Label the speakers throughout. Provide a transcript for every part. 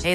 Speaker 1: Hey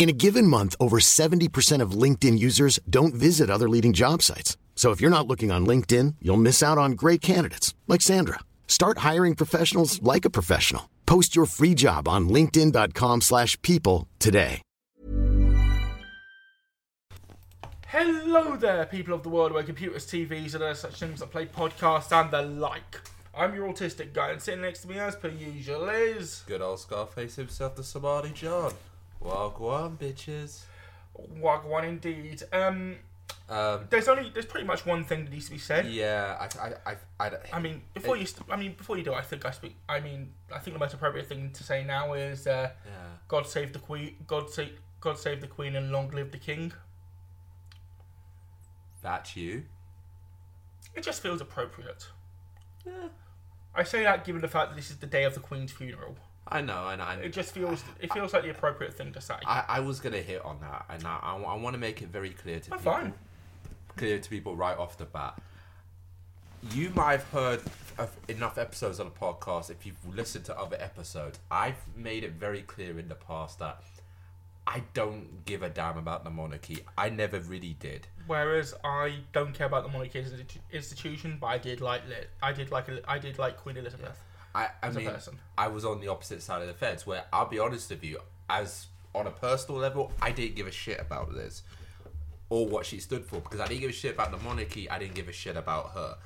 Speaker 2: In a given month, over 70% of LinkedIn users don't visit other leading job sites. So if you're not looking on LinkedIn, you'll miss out on great candidates like Sandra. Start hiring professionals like a professional. Post your free job on linkedin.com/people slash people today.
Speaker 3: Hello there, people of the world where computers, TVs, and other such things that play podcasts and the like. I'm your autistic guy, and sitting next to me, as per usual, is.
Speaker 4: Good old Scarface himself, the Somali John. Wagwan, bitches.
Speaker 3: Wagwan indeed. Um,
Speaker 4: Um,
Speaker 3: there's only. There's pretty much one thing that needs to be said.
Speaker 4: yeah, I, I, I, I,
Speaker 3: I mean, before you, st- I mean, before you do, I think I speak. I mean, I think the most appropriate thing to say now is, uh,
Speaker 4: Yeah.
Speaker 3: "God save the queen, God save, God save the queen, and long live the king."
Speaker 4: That's you.
Speaker 3: It just feels appropriate. I say that given the fact that this is the day of the queen's funeral.
Speaker 4: I know, I know. I,
Speaker 3: It just feels, it feels like the appropriate thing to say.
Speaker 4: I, I was gonna hit on that, and I, I, want to make it very clear to
Speaker 3: I'm
Speaker 4: people,
Speaker 3: fine.
Speaker 4: clear to people right off the bat. You might have heard of enough episodes on the podcast if you've listened to other episodes. I've made it very clear in the past that I don't give a damn about the monarchy. I never really did.
Speaker 3: Whereas I don't care about the monarchy as an inti- institution, but I did like lit. I did like a, I did like Queen Elizabeth.
Speaker 4: I, I mean,
Speaker 3: person.
Speaker 4: I was on the opposite side of the fence where I'll be honest with you, as on a personal level, I didn't give a shit about this or what she stood for because I didn't give a shit about the monarchy. I didn't give a shit about her.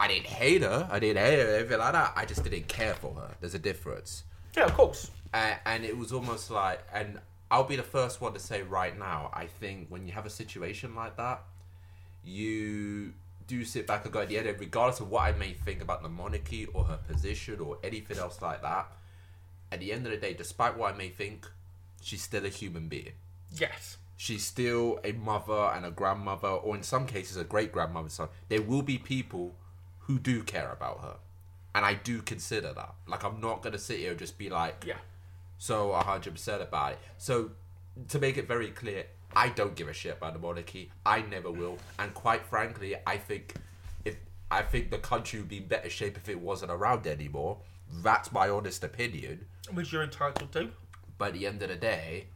Speaker 4: I didn't hate her. I didn't hate her. Everything like that. I just didn't care for her. There's a difference
Speaker 3: Yeah, of course.
Speaker 4: and, and it was almost like and i'll be the first one to say right now i think when you have a situation like that you do sit back and go at the end of- regardless of what i may think about the monarchy or her position or anything else like that at the end of the day despite what i may think she's still a human being
Speaker 3: Yes.
Speaker 4: she's still a mother and a grandmother, or in some cases, a great grandmother. So there will be people who do care about her, and I do consider that. Like I'm not gonna sit here and just be like,
Speaker 3: Yeah.
Speaker 4: so hundred percent about it. So to make it very clear, I don't give a shit about the monarchy. I never will, and quite frankly, I think if I think the country would be in better shape if it wasn't around anymore. That's my honest opinion
Speaker 3: Which you're entitled to.
Speaker 4: by the end of the day,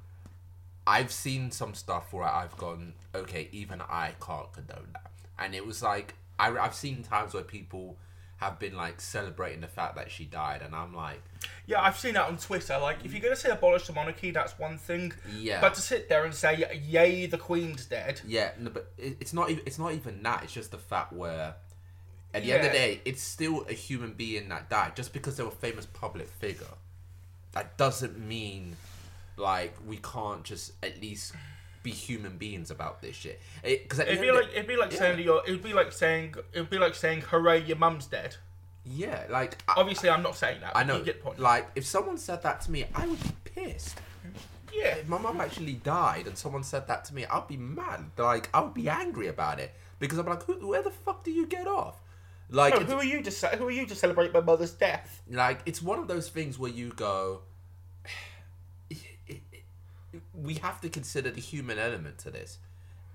Speaker 4: I've seen some stuff where I've gone, okay, even I can't condone that. And it was like, I, I've seen times where people have been like celebrating the fact that she died, and I'm like,
Speaker 3: Yeah, I've seen that on Twitter. Like, if you're gonna say abolish the monarchy, that's one thing.
Speaker 4: Yeah.
Speaker 3: But to sit there and say, "Yay, the Queen's dead."
Speaker 4: yeah, no, but it, it's not, even, it's not even that. It's just the fact where, at the end of the
Speaker 3: Yeah.
Speaker 4: day, it's still a human being that died. Just because they were a famous public figure, that doesn't mean like we can't just at least be human beings about this shit. Because
Speaker 3: It'd be like it'd be like saying to your it'd be like saying it'd be like saying, "Hooray, your mum's dead."
Speaker 4: Yeah, like I,
Speaker 3: Obviously, I'm not saying that.
Speaker 4: I
Speaker 3: but
Speaker 4: know.
Speaker 3: You get the point.
Speaker 4: Like if someone said that to me, I would be pissed.
Speaker 3: yeah.
Speaker 4: If my mum actually died and someone said that to me, I'd be mad. Like I would be angry about it because I'm like, who, where the fuck do you get off? Like,
Speaker 3: No,
Speaker 4: it's,
Speaker 3: who are you to ce- who are you to celebrate my mother's death?
Speaker 4: like it's one of those things where you go, we have to consider the human element to this,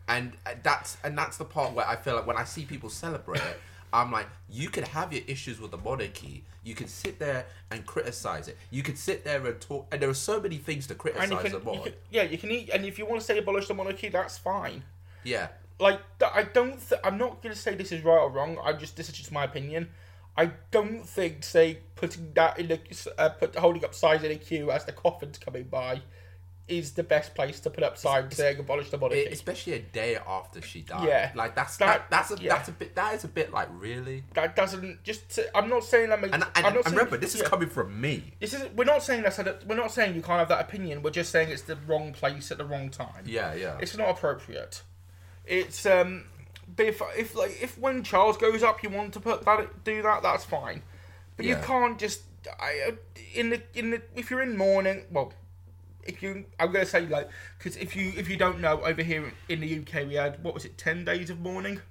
Speaker 4: and uh, that's and that's the part where I feel like when I see people celebrate it, I'm like, you can have your issues with the monarchy. You can sit there and criticize it. You can sit there and talk, and there are so many things to criticize
Speaker 3: And you can,
Speaker 4: about.
Speaker 3: you can yeah, you can eat. And if you want to say abolish the monarchy, that's fine.
Speaker 4: yeah,
Speaker 3: Like th- I don't. Th- I'm not gonna say this is right or wrong. I just this is just my opinion. I don't think say putting that in the uh, put holding up signs in a queue as the coffin's coming by is the best place to put up signs saying abolish the monarchy.
Speaker 4: It- especially a day after she died.
Speaker 3: Yeah.
Speaker 4: like that's
Speaker 3: That-
Speaker 4: that, that's a,
Speaker 3: yeah.
Speaker 4: that's a bit that is a bit like really.
Speaker 3: that doesn't just. To, I'm not saying that makes.
Speaker 4: And, and,
Speaker 3: I'm not
Speaker 4: and
Speaker 3: saying-
Speaker 4: remember, this is
Speaker 3: yeah.
Speaker 4: coming from me.
Speaker 3: This is. We're not saying that's. A, we're not saying you can't have that opinion. We're just saying it's the wrong place at the wrong time.
Speaker 4: Yeah, yeah.
Speaker 3: It's not appropriate. It's um. But if if like if when Charles goes up, you want to put that do that. That's fine. But you
Speaker 4: Yeah.
Speaker 3: can't just. I uh, in the in the if you're in mourning. Well, if you I'm gonna say like because if you if you don't know over here in the UK we had what was it ten days of mourning.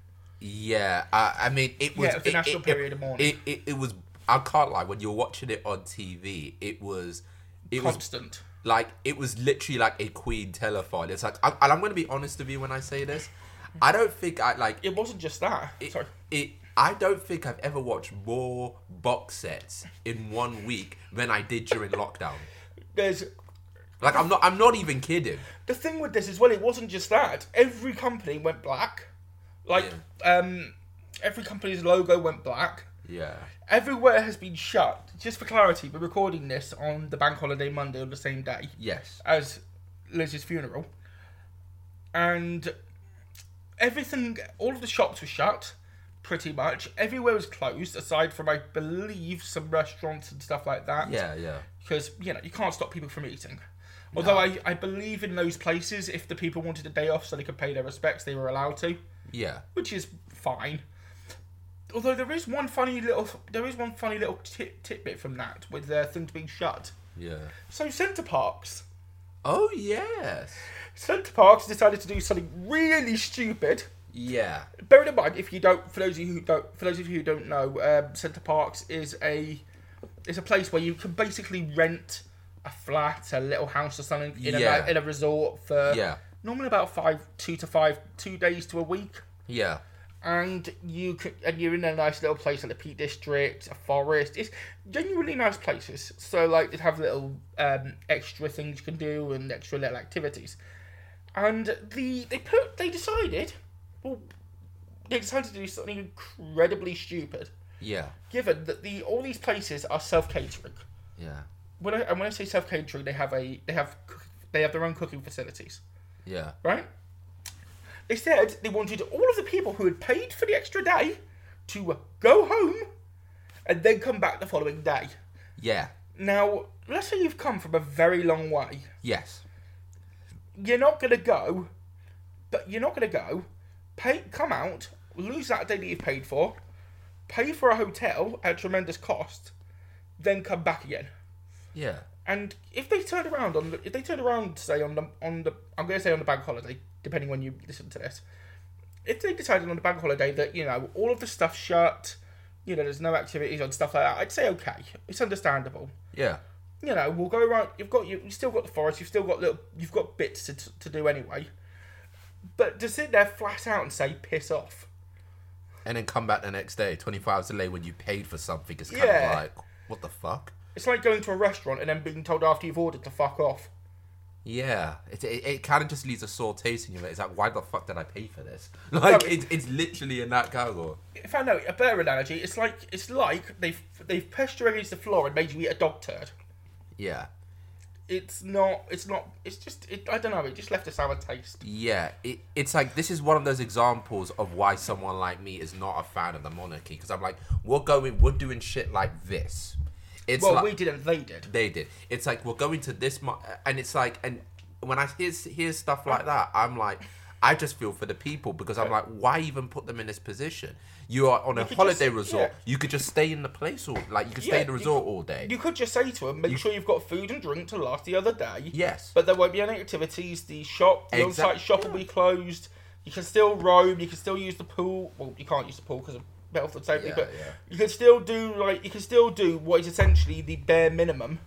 Speaker 4: Yeah, I, I mean, it was
Speaker 3: Yeah, the national period of mourning.
Speaker 4: It, it, it was. I can't lie. When you're watching it on TV, it was. It was
Speaker 3: Constant.
Speaker 4: like it was literally like a Queen telethon. It's like, I, and I'm gonna be honest with you when I say this. I don't think I like
Speaker 3: It wasn't just that.
Speaker 4: it,
Speaker 3: Sorry.
Speaker 4: it. I don't think I've ever watched more box sets in one week than I did during lockdown.
Speaker 3: There's
Speaker 4: Like I'm not. I'm not even kidding.
Speaker 3: the thing with this as well, it wasn't just that. Every company went black. Like um every company's logo went black.
Speaker 4: Yeah.
Speaker 3: Everywhere has been shut. Just for clarity, we're recording this on the bank holiday Monday on the same day
Speaker 4: Yes.
Speaker 3: as Liz's funeral. And everything all of the shops were shut, pretty much. Everywhere was closed, aside from I believe some restaurants and stuff like that.
Speaker 4: Yeah. Yeah.
Speaker 3: because you know you can't stop people from eating. Although I, I believe in those places, if the people wanted a day off so they could pay their respects, they were allowed to,
Speaker 4: Yeah.
Speaker 3: which is fine. Although there is one funny little there is one funny little tit, tidbit from that with their things being shut.
Speaker 4: Yeah.
Speaker 3: So centre parks,
Speaker 4: Oh yes.
Speaker 3: centre parks decided to do something really stupid.
Speaker 4: Yeah.
Speaker 3: Bear in mind, if you don't, for those of you who don't, for those of you who don't know, um, Centre Parks is a is a place where you can basically rent a flat, a little house or something in,
Speaker 4: Yeah.
Speaker 3: a, in a resort for
Speaker 4: Yeah.
Speaker 3: normally about five, two to five, two days to a week,
Speaker 4: Yeah.
Speaker 3: and you could and you're in a nice little place like the Peak District, a forest. It's genuinely nice places. So like they'd have little um, extra things you can do and extra little activities. And the they put they decided, well, they decided to do something incredibly stupid.
Speaker 4: Yeah.
Speaker 3: Given that the all these places are self catering.
Speaker 4: Yeah.
Speaker 3: When I and when I say self catering, they have a they have cook- they have their own cooking facilities
Speaker 4: Yeah.
Speaker 3: right? They said they wanted all of the people who had paid for the extra day to go home and then come back the following day.
Speaker 4: Yeah.
Speaker 3: Now, let's say you've come from a very long way.
Speaker 4: Yes.
Speaker 3: You're not going to go, but you're not going to go. Pay, come out, lose that day that you've paid for, pay for a hotel at tremendous cost, then come back again.
Speaker 4: Yeah.
Speaker 3: And if they turn around on the, if they turn around say on the on the I'm going to say on the bank holiday depending when you listen to this, if they decided on the bank holiday that you know all of the stuff shut, you know there's no activities and stuff like that, I'd say okay, it's understandable.
Speaker 4: Yeah.
Speaker 3: You know we'll go around. You've got you you've still got the forest. You've still got little you've got bits to to do anyway. But to sit there flat out and say piss off,
Speaker 4: And then come back the next day, 24 hours delay when you paid for something. It's kind
Speaker 3: Yeah.
Speaker 4: of like, what the fuck?
Speaker 3: it's like going to a restaurant and then being told after you've ordered to fuck off.
Speaker 4: Yeah. It, it, it kind of just leaves a sore taste in your mouth. It's like, why the fuck did I pay for this? Like,
Speaker 3: No, it-
Speaker 4: it's, it's literally in that category.
Speaker 3: If I know a better analogy, it's like it's like they've they've pressed you against the floor and made you eat a dog turd.
Speaker 4: Yeah.
Speaker 3: It's not. It's not. It's just. It, I don't know. It just left a sour taste.
Speaker 4: Yeah. It, it's like, this is one of those examples of why someone like me is not a fan of the monarchy. Because I'm like, we're going, we're doing shit like this. It's
Speaker 3: well,
Speaker 4: like,
Speaker 3: we didn't. They did.
Speaker 4: They did. It's like we're going to this, mo- and it's like, and when I hear hear stuff like that, I'm like, I just feel for the people because I'm like, why even put them in this position? You are on a
Speaker 3: could
Speaker 4: holiday
Speaker 3: just-
Speaker 4: resort.
Speaker 3: yeah.
Speaker 4: You could just stay in the place all, like you could stay in the
Speaker 3: you
Speaker 4: resort
Speaker 3: could-
Speaker 4: all day.
Speaker 3: You could just say to them, make sure you've got food and drink to last the other day.
Speaker 4: Yes.
Speaker 3: But there won't be any activities. The shop, the
Speaker 4: Exact-
Speaker 3: on-site shop will be closed. You can still roam. You can still use the pool. Well, you can't use the pool because of health and safety,
Speaker 4: Yeah,
Speaker 3: but
Speaker 4: yeah.
Speaker 3: you can still do like you can still do what is essentially the bare minimum.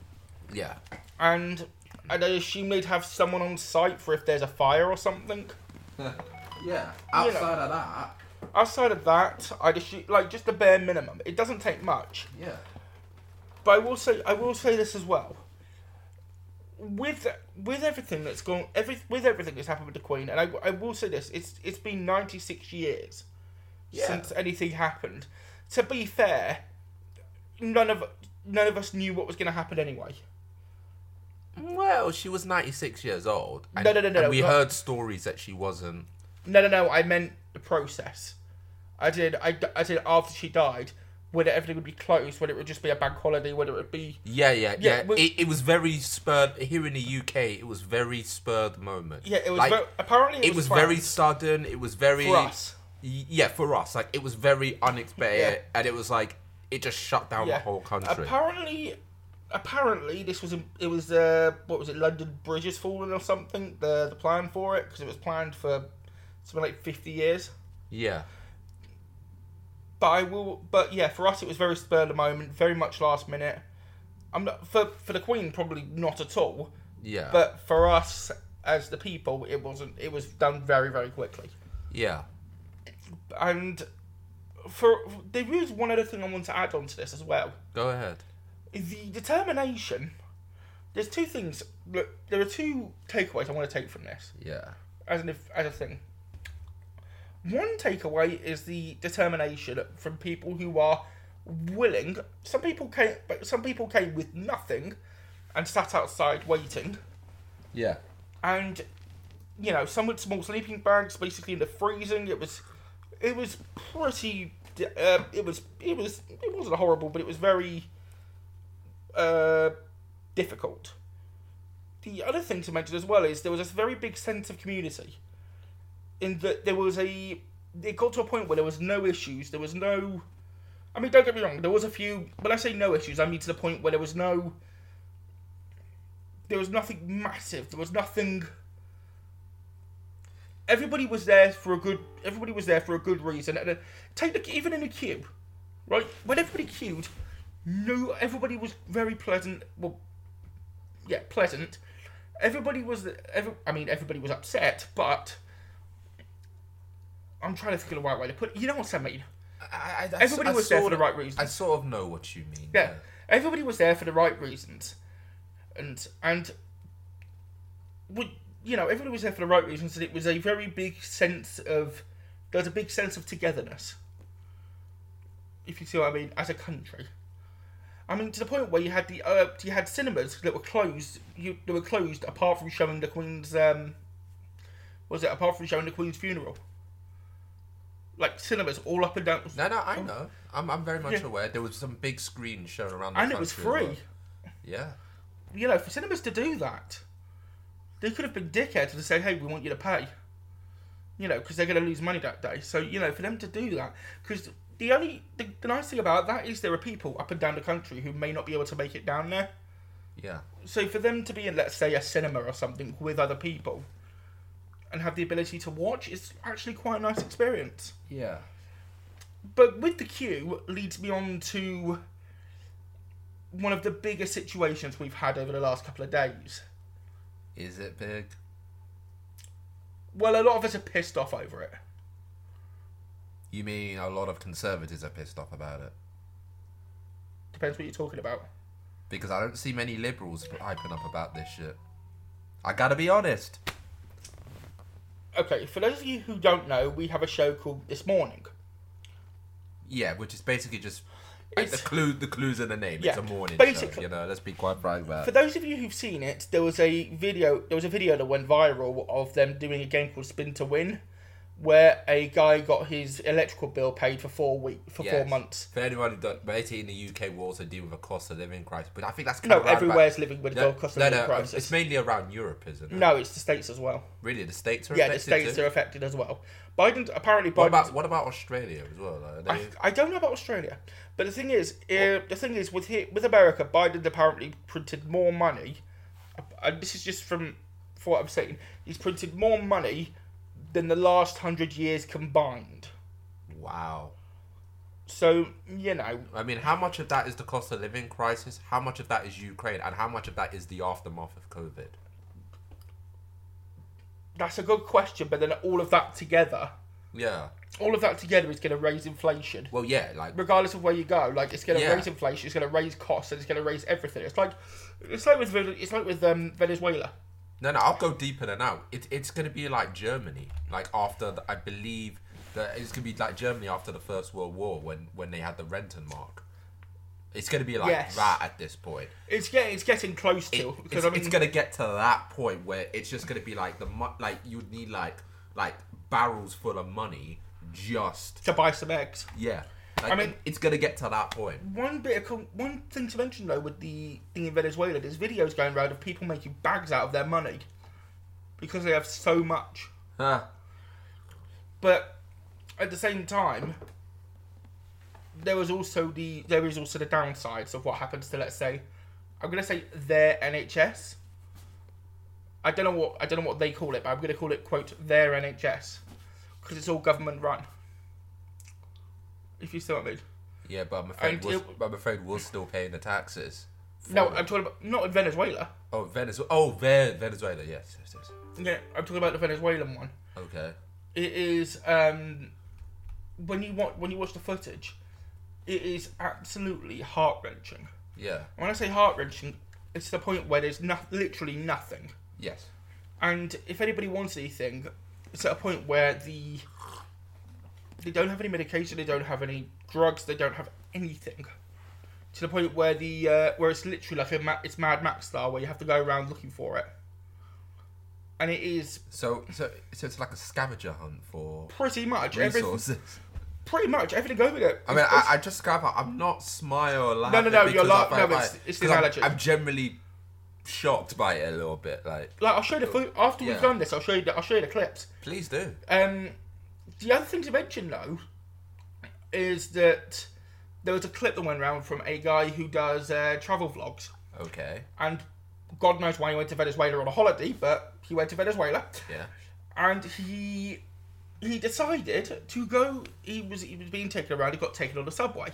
Speaker 4: yeah,
Speaker 3: and and I assume they'd have someone on site for if there's a fire or something.
Speaker 4: yeah.
Speaker 3: Outside
Speaker 4: of that,
Speaker 3: Outside of that, I'd assume like just the bare minimum. It doesn't take much,
Speaker 4: yeah,
Speaker 3: but I will say I will say this as well. With with everything that's gone, every with everything that's happened with the Queen, and I, I will say this, it's it's been ninety six years since anything happened. To be fair, none of none of us knew what was going to happen anyway.
Speaker 4: Well, she was 96 years old.
Speaker 3: No, no, no, no,
Speaker 4: and
Speaker 3: no,
Speaker 4: we
Speaker 3: but-
Speaker 4: heard stories that she wasn't.
Speaker 3: No, no, no. I meant the process. I did. I, d- I did after she died. Whether everything would be closed, whether it would just be a bank holiday, whether it would be
Speaker 4: Yeah, yeah,
Speaker 3: Yeah,
Speaker 4: yeah.
Speaker 3: well-
Speaker 4: it, it was very spurred here in the UK. It was very spurred moment.
Speaker 3: yeah, it was
Speaker 4: Like,
Speaker 3: very, apparently
Speaker 4: it was very
Speaker 3: planned
Speaker 4: sudden. It was very
Speaker 3: for us.
Speaker 4: Y- Yeah, for us, like it was very unexpected,
Speaker 3: Yeah.
Speaker 4: and it was like it just shut down
Speaker 3: Yeah.
Speaker 4: the whole country.
Speaker 3: Apparently, apparently this was in, it was uh what was it London Bridge has fallen or something the the plan for it because it was planned for something like fifty years.
Speaker 4: yeah,
Speaker 3: But I will. But yeah, for us it was very spur of the moment, very much last minute. I'm not for for the Queen probably not at all,
Speaker 4: yeah,
Speaker 3: but for us as the people it wasn't. It was done very very quickly.
Speaker 4: yeah,
Speaker 3: And for there is one other thing I want to add on to this as well.
Speaker 4: go ahead.
Speaker 3: the determination. There's two things. Look, there are two takeaways I want to take from this
Speaker 4: Yeah,
Speaker 3: as an if- as a thing. One takeaway is the determination from people who are willing. Some people came, but some people came with nothing, and sat outside waiting.
Speaker 4: yeah,
Speaker 3: And you know, some with small sleeping bags, basically in the freezing. It was, it was pretty. Uh, it was it was it wasn't horrible, but it was very uh, difficult. The other thing to mention as well is there was this very big sense of community. In that there was a, it got to a point where there was no issues. There was no, I mean, don't get me wrong. There was a few. When I say no issues, I mean to the point where there was no. There was nothing massive. There was nothing. Everybody was there for a good. Everybody was there for a good reason. And uh, take the even in a queue, right? When everybody queued, no, everybody was very pleasant. Well, yeah, pleasant. Everybody was. Every, I mean, everybody was upset, but I'm trying to think of the right way to put. it. You know what I mean?
Speaker 4: I, I,
Speaker 3: Everybody was there for
Speaker 4: sort
Speaker 3: the
Speaker 4: of-
Speaker 3: right reasons.
Speaker 4: I sort of know what you mean.
Speaker 3: Yeah, everybody was there for the right reasons, and and would you know everybody was there for the right reasons, and it was a very big sense of there's a big sense of togetherness. If you see what I mean, as a country, I mean to the point where you had the uh, you had cinemas that were closed. You they were closed apart from showing the Queen's um, was it apart from showing the Queen's funeral. Like cinemas all up and down.
Speaker 4: No, no, I know. I'm, I'm very much
Speaker 3: Um, Yeah.
Speaker 4: aware. There was some big screen shown around, the
Speaker 3: and it was
Speaker 4: country as
Speaker 3: free.
Speaker 4: well. Yeah,
Speaker 3: you know, for cinemas to do that, they could have been dickheads and said, "Hey, we want you to pay," you know, because they're going to lose money that day. So you know, for them to do that, because the only the, the nice thing about that is there are people up and down the country who may not be able to make it down there.
Speaker 4: yeah,
Speaker 3: So for them to be in, let's say, a cinema or something with other people, and have the ability to watch, is actually quite a nice experience.
Speaker 4: yeah,
Speaker 3: But with the queue leads me on to one of the biggest situations we've had over the last couple of days.
Speaker 4: Is it big?
Speaker 3: Well, a lot of us are pissed off over it.
Speaker 4: You mean a lot of conservatives are pissed off about it
Speaker 3: Depends what you're talking about.
Speaker 4: because I don't see many liberals hyping up about this shit. I gotta be honest.
Speaker 3: Okay, for those of you who don't know, we have a show called This Morning.
Speaker 4: Yeah, which is basically just like, the
Speaker 3: It's-
Speaker 4: clue. The clues in the name.
Speaker 3: Yeah,
Speaker 4: it's a morning show.
Speaker 3: basically-
Speaker 4: You know, let's be quite frank about.
Speaker 3: For
Speaker 4: it.
Speaker 3: those of you who've seen it, there was a video. There was a video that went viral of them doing a game called Spin to Win, where a guy got his electrical bill paid for four week for four
Speaker 4: Yes.
Speaker 3: months.
Speaker 4: For anyone who don't, basically in the UK, we also deal with a cost of living crisis. But I think that's kind
Speaker 3: No,
Speaker 4: of roundabout.
Speaker 3: everywhere's living with a
Speaker 4: no,
Speaker 3: cost of
Speaker 4: no,
Speaker 3: living
Speaker 4: no,
Speaker 3: crisis.
Speaker 4: It's mainly around Europe, isn't it?
Speaker 3: No, it's the states as well.
Speaker 4: Really, the states are
Speaker 3: Yeah, the
Speaker 4: affected
Speaker 3: states
Speaker 4: too?
Speaker 3: are affected as well. Biden apparently Biden.
Speaker 4: What about what about Australia as well? Are they-
Speaker 3: I, I don't know about Australia, but the thing is, uh, the thing is with here, with America, Biden apparently printed more money. And this is just from for what I'm saying. He's printed more money than the last hundred years combined.
Speaker 4: wow.
Speaker 3: So you know,
Speaker 4: I mean, how much of that is the cost of living crisis? How much of that is Ukraine, and how much of that is the aftermath of COVID?
Speaker 3: that's a good question. But then all of that together,
Speaker 4: Yeah.
Speaker 3: all of that together is going to raise inflation.
Speaker 4: Well, yeah, like
Speaker 3: regardless of where you go. Like it's going to
Speaker 4: Yeah.
Speaker 3: raise inflation, it's going to raise costs, and it's going to raise everything. It's like it's like with Ven- it's like with um, Venezuela.
Speaker 4: No, no, I'll go deeper than out. It, it's going to be like Germany, like after the, I believe that it's going to be like Germany after the First World War when when they had the Rentenmark. It's going to be like
Speaker 3: Yes.
Speaker 4: that at this point.
Speaker 3: It's getting it's getting close
Speaker 4: It-
Speaker 3: to because
Speaker 4: it's,
Speaker 3: I mean
Speaker 4: it's going to get to that point where it's just going to be like the mo- like you'd need like like barrels full of money just
Speaker 3: to buy some eggs.
Speaker 4: yeah. Like,
Speaker 3: I mean-
Speaker 4: it- it's going to get to that point.
Speaker 3: One bit of com- one thing to mention though with the thing in Venezuela, there's videos going around of people making bags out of their money because they have so much.
Speaker 4: Huh.
Speaker 3: But at the same time, there was also the there is also the downsides of what happens to let's say, I'm gonna say their NHS. I don't know what I don't know what they call it, but I'm gonna call it quote their NHS because it's all government run. If you see what I mean.
Speaker 4: Yeah, but I'm afraid
Speaker 3: And
Speaker 4: we're,
Speaker 3: it-
Speaker 4: but I'm afraid we're still paying the taxes. for
Speaker 3: No,
Speaker 4: it.
Speaker 3: I'm talking about not in Venezuela.
Speaker 4: oh Venezuela. Oh, Ve- Venezuela. Yes, yes, yes.
Speaker 3: Yeah, I'm talking about the Venezuelan one.
Speaker 4: Okay.
Speaker 3: It is um, when you watch when you watch the footage, it is absolutely heart wrenching.
Speaker 4: Yeah.
Speaker 3: When I say heart wrenching, it's to the point where there's no- literally nothing.
Speaker 4: Yes.
Speaker 3: And if anybody wants anything, it's at a point where the they don't have any medication, they don't have any drugs, they don't have anything. To the point where the uh, where it's literally like a ma- it's Mad Max style where you have to go around looking for it. And it is
Speaker 4: So, so, so it's like a scavenger hunt for
Speaker 3: pretty much everything.
Speaker 4: resources.
Speaker 3: Pretty much everything over there.
Speaker 4: I mean, I, I just grab out. I'm not smile laughing.
Speaker 3: no, no,
Speaker 4: because
Speaker 3: you're
Speaker 4: I
Speaker 3: laugh-
Speaker 4: find,
Speaker 3: no, it's-
Speaker 4: like-
Speaker 3: it's the
Speaker 4: 'cause I'm-
Speaker 3: analogy.
Speaker 4: I'm, generally shocked by it a little bit. Like,
Speaker 3: like I'll show you the fo- after we've
Speaker 4: Yeah.
Speaker 3: done this. I'll show you. The, I'll show you the clips.
Speaker 4: please do.
Speaker 3: Um, the other thing to mention though is that there was a clip that went around from a guy who does uh, travel vlogs,
Speaker 4: Okay.
Speaker 3: and God knows why he went to Venezuela on a holiday, but he went to Venezuela,
Speaker 4: Yeah.
Speaker 3: and he he decided to go. He was he was being taken around. He got taken on the subway,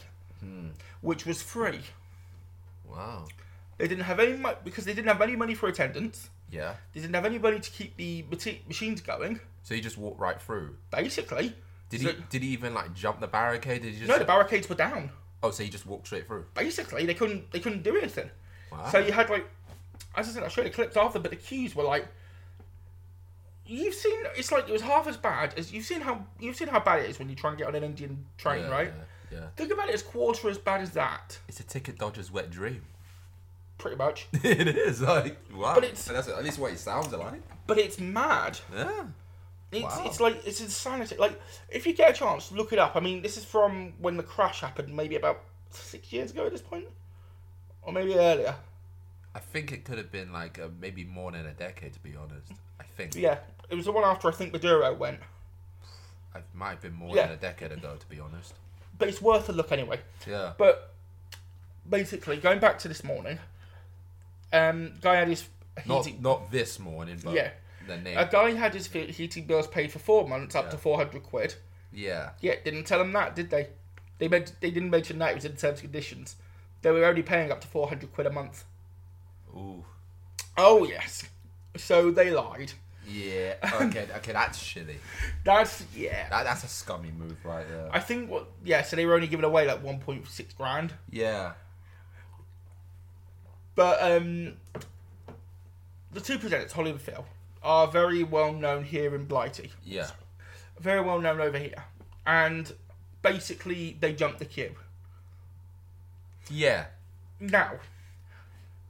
Speaker 3: which was free.
Speaker 4: Wow.
Speaker 3: They didn't have any money because they didn't have any money for attendance.
Speaker 4: Yeah.
Speaker 3: They didn't have any money to keep the mati- machines going.
Speaker 4: So you just walked right through.
Speaker 3: Basically,
Speaker 4: Did
Speaker 3: So-
Speaker 4: he? Did he even like jump the barricade? Did he just?
Speaker 3: no, the barricades were down.
Speaker 4: oh, so you just walked straight through.
Speaker 3: basically they couldn't they couldn't do anything.
Speaker 4: Wow.
Speaker 3: So you had like, as I said, I showed the clips after, but the queues were like, you've seen it's like it was half as bad as you've seen how you've seen how bad it is when you try and get on an Indian train,
Speaker 4: Yeah,
Speaker 3: right?
Speaker 4: Yeah, yeah.
Speaker 3: Think about it as quarter as bad as that,
Speaker 4: It's a ticket dodger's wet dream.
Speaker 3: pretty much.
Speaker 4: it is like wow.
Speaker 3: But it's-
Speaker 4: And that's at least what it sounds like.
Speaker 3: but it's mad.
Speaker 4: Yeah.
Speaker 3: It's,
Speaker 4: Wow.
Speaker 3: it's like it's insanity. Like if you get a chance, look it up. I mean, this is from when the crash happened, maybe about six years ago at this point, or maybe earlier.
Speaker 4: I think it could have been like uh, maybe more than a decade, to be honest. I think.
Speaker 3: Yeah, it was the one after I think Maduro went.
Speaker 4: It might have been more
Speaker 3: Yeah.
Speaker 4: than a decade ago, to be honest.
Speaker 3: but it's worth a look anyway.
Speaker 4: Yeah.
Speaker 3: But basically, going back to this morning, um, guy had his
Speaker 4: not
Speaker 3: heating,
Speaker 4: not this morning, but
Speaker 3: Yeah.
Speaker 4: the name.
Speaker 3: a guy had his fe- heating bills paid for four months up to four hundred quid.
Speaker 4: yeah.
Speaker 3: Yeah, didn't tell him that, did they? They meant they didn't mention that it was in terms and conditions. They were only paying up to four hundred quid a month.
Speaker 4: Ooh.
Speaker 3: Oh yes, so they lied.
Speaker 4: Yeah. Okay. okay. That's shitty.
Speaker 3: That's yeah.
Speaker 4: That, that's a scummy move right there.
Speaker 3: I think what yeah. So they were only giving away like one point six grand.
Speaker 4: yeah.
Speaker 3: But um, the two presenters, Holly and Phil, are very well known here in Blighty.
Speaker 4: Yeah.
Speaker 3: Very well known over here. And basically, they jumped the queue.
Speaker 4: Yeah.
Speaker 3: Now,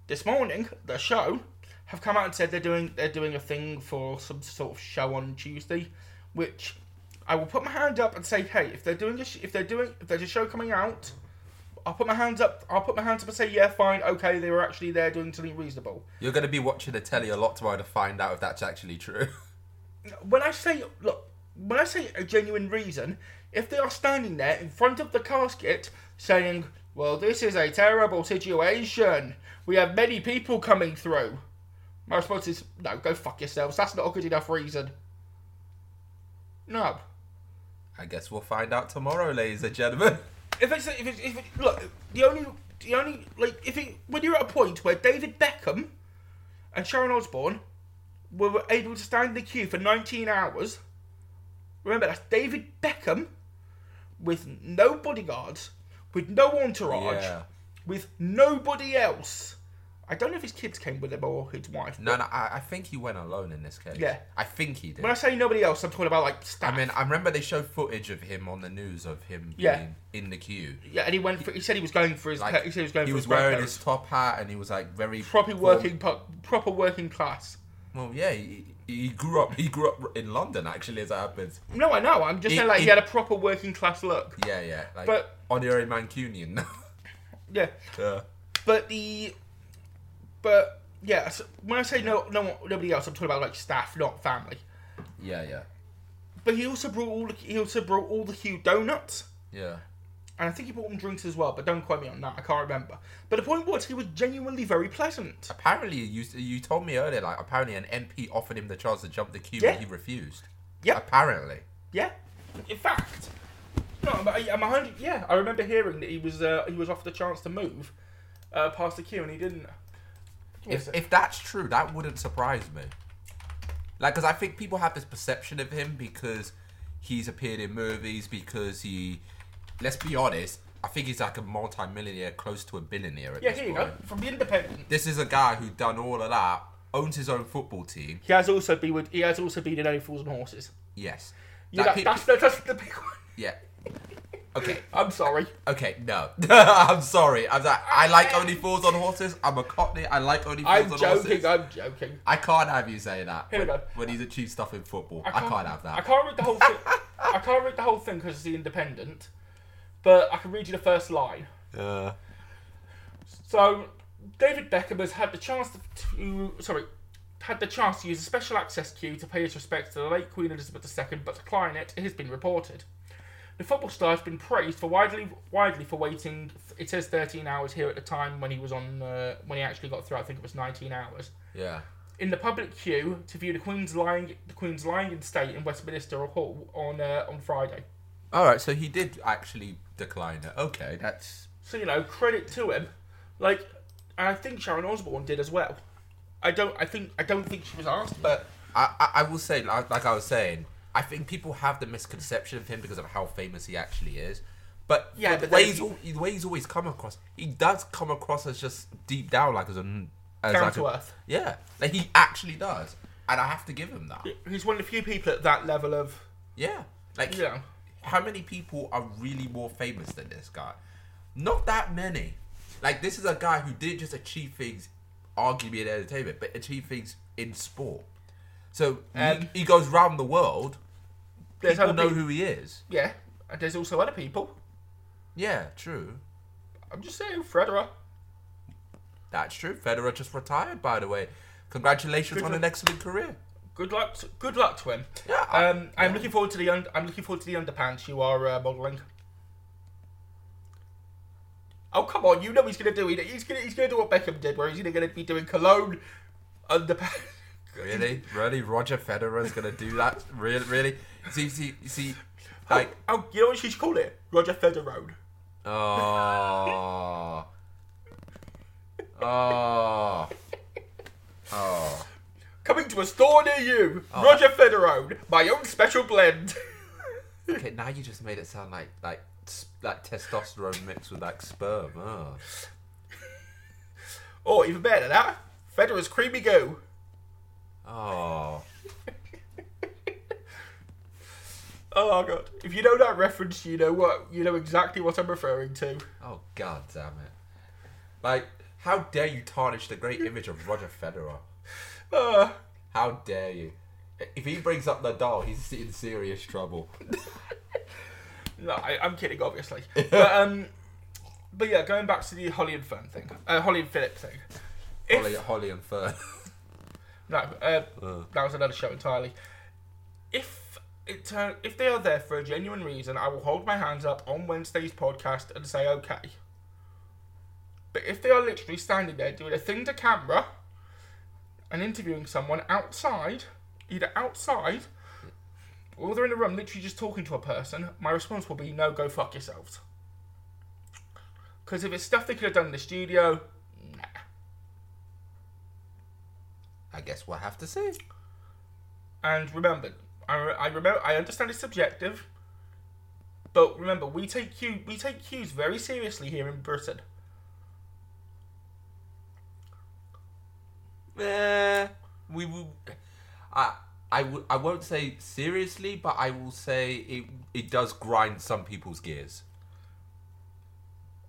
Speaker 3: this morning, the show have come out and said they're doing they're doing a thing for some sort of show on Tuesday, which I will put my hand up and say, hey, if they're doing a sh- if they're doing if there's a show coming out, I'll put my hands up. I'll put my hands up and say, yeah, fine, okay, they were actually there doing something reasonable.
Speaker 4: You're gonna be watching the telly a lot tomorrow to find out if that's actually true.
Speaker 3: when I say look, when I say a genuine reason, if they are standing there in front of the casket saying, "Well, this is a terrible situation. We have many people coming through," my response is, "No, go fuck yourselves. That's not a good enough reason." No.
Speaker 4: I guess we'll find out tomorrow, ladies and gentlemen.
Speaker 3: If it's if it's, if it, look, the only the only like if it when you're at a point where David Beckham and Sharon Osbourne were able to stand in the queue for 19 hours. Remember that's David Beckham with no bodyguards, with no entourage,
Speaker 4: Yeah.
Speaker 3: with nobody else I don't know if his kids came with him or his wife.
Speaker 4: No, no, I, I think he went alone in this case.
Speaker 3: Yeah.
Speaker 4: I think he did.
Speaker 3: When I say nobody else, I'm talking about like staff.
Speaker 4: I mean, I remember they showed footage of him on the news of him
Speaker 3: Yeah.
Speaker 4: being in the queue.
Speaker 3: yeah, and he went. For, he said he was going for his.
Speaker 4: Like
Speaker 3: pa- he said he was going for his
Speaker 4: wearing
Speaker 3: grandparents.
Speaker 4: his top hat and he was like very
Speaker 3: proper
Speaker 4: form-
Speaker 3: working pu- proper working class.
Speaker 4: Well, yeah, he, he grew up. He grew up in London actually, as it happens.
Speaker 3: No, I know. I'm just
Speaker 4: It-
Speaker 3: saying like he
Speaker 4: it-
Speaker 3: had a proper working class look.
Speaker 4: Yeah, yeah, like
Speaker 3: But-
Speaker 4: honorary Mancunian.
Speaker 3: Yeah,
Speaker 4: yeah.
Speaker 3: but the, but yeah. So when I say no, no, nobody else, I'm talking about like staff, not family.
Speaker 4: yeah, yeah,
Speaker 3: But he also brought all the, he also brought all the Hugh donuts.
Speaker 4: yeah,
Speaker 3: And I think he bought them drinks as well, but don't quote me on that. I can't remember. But the point was, he was genuinely very pleasant.
Speaker 4: Apparently, you you told me earlier, like apparently an MP offered him the chance to jump the queue,
Speaker 3: Yeah.
Speaker 4: and he refused.
Speaker 3: Yeah.
Speaker 4: Apparently.
Speaker 3: Yeah. In fact, no, but I- I'm a hundred. Yeah, I remember hearing that he was uh, he was offered the chance to move uh, past the queue, and he didn't.
Speaker 4: If, if that's true, that wouldn't surprise me. Like, because I think people have this perception of him because he's appeared in movies, because he, let's be honest, I think he's like a multi-millionaire, close to a billionaire at
Speaker 3: Yeah,
Speaker 4: this
Speaker 3: here you
Speaker 4: point.
Speaker 3: go. From the Independent,
Speaker 4: This is a guy who done all of that, owns his own football team.
Speaker 3: he has also been with, he has also been in Only Fools and Horses.
Speaker 4: Yes.
Speaker 3: Yeah,
Speaker 4: Like,
Speaker 3: that,
Speaker 4: pe-
Speaker 3: that's, the, that's the big one.
Speaker 4: yeah. Okay.
Speaker 3: I'm sorry.
Speaker 4: Okay. No. I'm sorry. I'm like, I like only fools on horses. I'm a cockney. I like only fools
Speaker 3: I'm
Speaker 4: on
Speaker 3: joking.
Speaker 4: horses.
Speaker 3: I'm joking.
Speaker 4: I can't have you say that
Speaker 3: Here we
Speaker 4: when,
Speaker 3: go.
Speaker 4: when he's achieved stuff in football. I can't, have that.
Speaker 3: I can't read the whole thing. I can't read the whole thing because it's the Independent, but I can read you the first line.
Speaker 4: Uh,
Speaker 3: So David Beckham has had the chance to, to sorry, had the chance to use a special access queue to pay his respects to the late Queen Elizabeth II, but decline it. It has been reported. The football star has been praised for widely widely for waiting. It says 13 hours here at the time when he was on uh, when he actually got through. I think it was 19 hours
Speaker 4: yeah.
Speaker 3: in the public queue to view the Queen's lying the Queen's lying in state in Westminster Hall on uh, on Friday.
Speaker 4: All right. So he did actually decline it. Okay. That's
Speaker 3: So you know, credit to him. Like, and I think Sharon Osbourne did as well. I don't. I think. I don't think she was asked, but
Speaker 4: I, I, I will say, like, like I was saying, I think people have the misconception of him because of how famous he actually is. But
Speaker 3: Yeah,
Speaker 4: yeah, the,
Speaker 3: but
Speaker 4: way
Speaker 3: then
Speaker 4: he's, al- the way he's always come across, he does come across as just deep down, like as an as
Speaker 3: Down
Speaker 4: like
Speaker 3: to
Speaker 4: a-
Speaker 3: earth.
Speaker 4: Yeah, like he actually does, and I have to give him that.
Speaker 3: he's one of the few people at that level of.
Speaker 4: Yeah, like
Speaker 3: Yeah.
Speaker 4: how many people are really more famous than this guy? Not that many. Like this is a guy who did just achieve things, arguably in entertainment, but achieve things in sport. So
Speaker 3: Um,
Speaker 4: he, he goes round the world.
Speaker 3: There's
Speaker 4: people
Speaker 3: other
Speaker 4: know
Speaker 3: peop-
Speaker 4: who he is.
Speaker 3: Yeah, and there's also other people.
Speaker 4: Yeah, true.
Speaker 3: I'm just saying, uh, Federer.
Speaker 4: That's true. Federer just retired, by the way. Congratulations on an excellent career.
Speaker 3: Good luck. To, good luck to him.
Speaker 4: Yeah, I-
Speaker 3: Um, I'm looking forward to the. Und- I'm looking forward to the underpants you are uh, modelling. Oh come on! You know he's gonna do it. He's gonna he's gonna do what Beckham did, where he's either gonna be doing cologne, underpants.
Speaker 4: Really, really, Roger Federer is gonna do that? Really, really? See, see, see, like,
Speaker 3: Oh, you know what she should call it? Roger Federer.
Speaker 4: oh, oh, oh.
Speaker 3: Coming to a store near you, Roger Federer, my own special blend.
Speaker 4: Okay, now you just made it sound like like s- like testosterone mixed with like sperm. Oh.
Speaker 3: or even better than that, Federer's creamy goo.
Speaker 4: oh,
Speaker 3: Oh god! If you know that reference, you know what you know exactly what I'm referring to.
Speaker 4: oh, god damn it! Like, how dare you tarnish the great image of Roger Federer?
Speaker 3: Uh,
Speaker 4: How dare you? If he brings up Nadal, he's in serious trouble.
Speaker 3: no, I, I'm kidding, obviously. but um, but yeah, going back to the Holly and Fern thing, uh, Holly and Philip thing. If-
Speaker 4: Holly, Holly and Fern.
Speaker 3: No, uh, that was another show entirely. If it turn, if they are there for a genuine reason, I will hold my hands up on Wednesday's podcast and say okay. But if they are literally standing there doing a thing to camera and interviewing someone outside, either outside or they're in a room literally just talking to a person, my response will be no, go fuck yourselves. Because if it's stuff they could have done in the studio,
Speaker 4: I guess we'll have to see.
Speaker 3: And remember, I, I remember, I understand it's subjective, but remember, we take cue, we take cues very seriously here in Britain.
Speaker 4: eh, we will. I I would I won't say seriously, but I will say it it does grind some people's gears.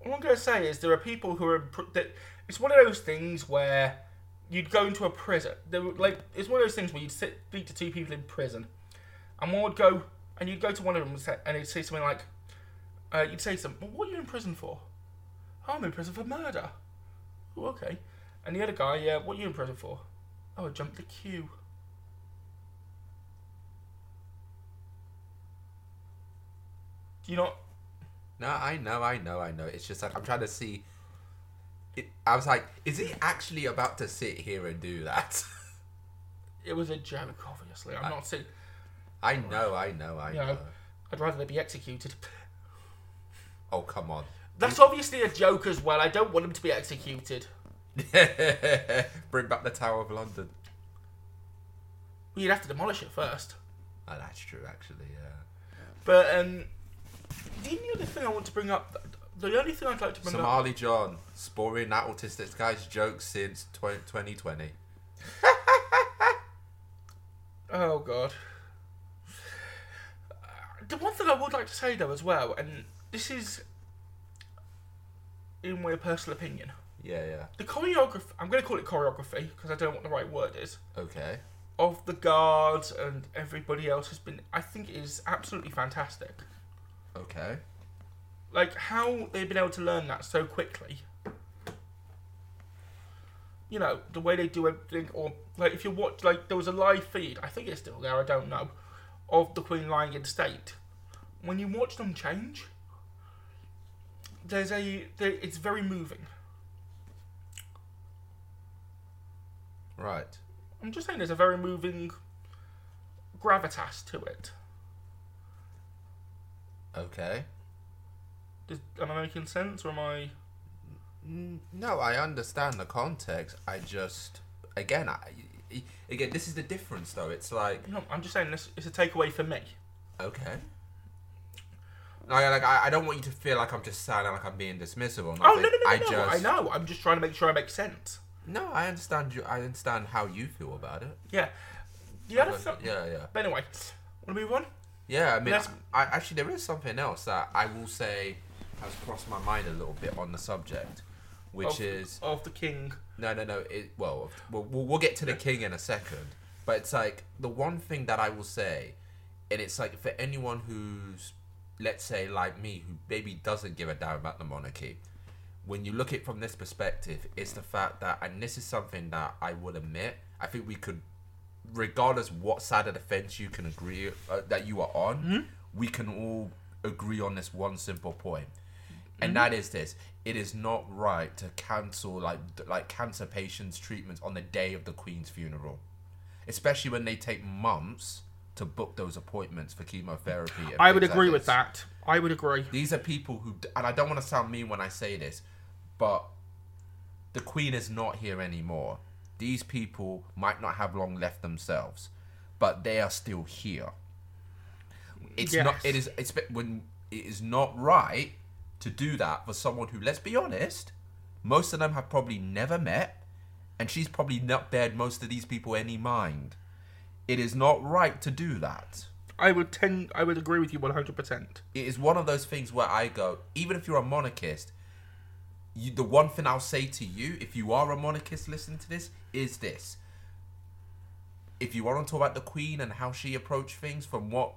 Speaker 3: All I'm going to say is there are people who are in pr- that. It's one of those things where you'd go into a prison. There were, like it's one of those things where you'd sit, speak to two people in prison, and one would go and you'd go to one of them and, say, and he'd say something like, uh, "You'd say something. Well, what are you in prison for? "Oh, I'm in prison for murder. Oh, okay. And the other guy, yeah, what are you in prison for? Oh, I jumped the queue. Do you not?
Speaker 4: No, I know, I know, I know. It's just like I'm trying to see. It, I was like, is he actually about to sit here and do that?
Speaker 3: It was a joke, obviously. I'm not saying.
Speaker 4: I know, I know, I
Speaker 3: You
Speaker 4: know.
Speaker 3: know, I'd rather they be executed.
Speaker 4: Oh come on.
Speaker 3: That's obviously a joke as well. I don't want them to be executed.
Speaker 4: Bring back the Tower of London.
Speaker 3: Well, you'd have to demolish it first.
Speaker 4: Oh, that's true, actually. Yeah.
Speaker 3: But um, the only other thing I want to bring up, the only thing I'd like to bring up,
Speaker 4: Somali John spoiling that autistic guy's joke since 20- 2020.
Speaker 3: Oh god. Uh, The one thing I would like to say though as well, and this is in my personal opinion,
Speaker 4: Yeah, yeah.
Speaker 3: the choreography I'm going to call it choreography because I don't know what the right word is
Speaker 4: Okay.
Speaker 3: of the guards and everybody else has been I think is absolutely fantastic.
Speaker 4: Okay.
Speaker 3: Like how they've been able to learn that so quickly. You know the way they do everything, or like if you watch like there was a live feed. I think it's still there. I don't know of the Queen lying in state. When you watch them change, there's a there, it's very moving.
Speaker 4: Right.
Speaker 3: I'm just saying there's a very moving gravitas to it.
Speaker 4: Okay.
Speaker 3: Does, am I making sense or am I?
Speaker 4: No, I understand the context. I just again, I, again, this is the difference though. It's like
Speaker 3: No, I'm just saying this is a takeaway for me.
Speaker 4: okay. Like, like I, I don't want you to feel like I'm just sounding like I'm being dismissive or nothing.
Speaker 3: Oh no no no!
Speaker 4: I
Speaker 3: no,
Speaker 4: just
Speaker 3: I know. I'm just trying to make sure I make sense.
Speaker 4: No, I understand you. I understand how you feel about it.
Speaker 3: Yeah. The other
Speaker 4: Like,
Speaker 3: thing.
Speaker 4: yeah, yeah.
Speaker 3: But anyway, want to move on?
Speaker 4: Yeah, I mean,
Speaker 3: Let's-
Speaker 4: I, actually, there is something else that I will say has crossed my mind a little bit on the subject, which
Speaker 3: Of-
Speaker 4: is
Speaker 3: of the king.
Speaker 4: no, no, no. It, well, we'll we'll we'll get to the king in a second, but it's like the one thing that I will say, and it's like for anyone who's, let's say, like me, who maybe doesn't give a damn about the monarchy, when you look at it from this perspective, it's the fact that, and this is something that I will admit, I think we could, regardless what side of the fence you can agree uh, that you are on,
Speaker 3: Hmm?
Speaker 4: we can all agree on this one simple point,
Speaker 3: Hmm?
Speaker 4: and that is this: it is not right to cancel like like cancer patients' treatments on the day of the Queen's funeral, especially when they take months to book those appointments for chemotherapy. and
Speaker 3: I would
Speaker 4: things like
Speaker 3: agree with
Speaker 4: this.
Speaker 3: that. I would agree.
Speaker 4: These are people who, and I don't want to sound mean when I say this, but the Queen is not here anymore. These people might not have long left themselves, but they are still here. It's not.
Speaker 3: Yes.
Speaker 4: It is. It's when it is not right to do that for someone who, let's be honest, most of them have probably never met, and she's probably not bared most of these people any mind. It is not right to do that
Speaker 3: I would tend. I would agree with you 100. percent
Speaker 4: it is one of those things where I go, even if you're a monarchist, you, the one thing I'll say to you, if you are a monarchist listening to this, is this. If you want to talk about the Queen and how she approached things, from what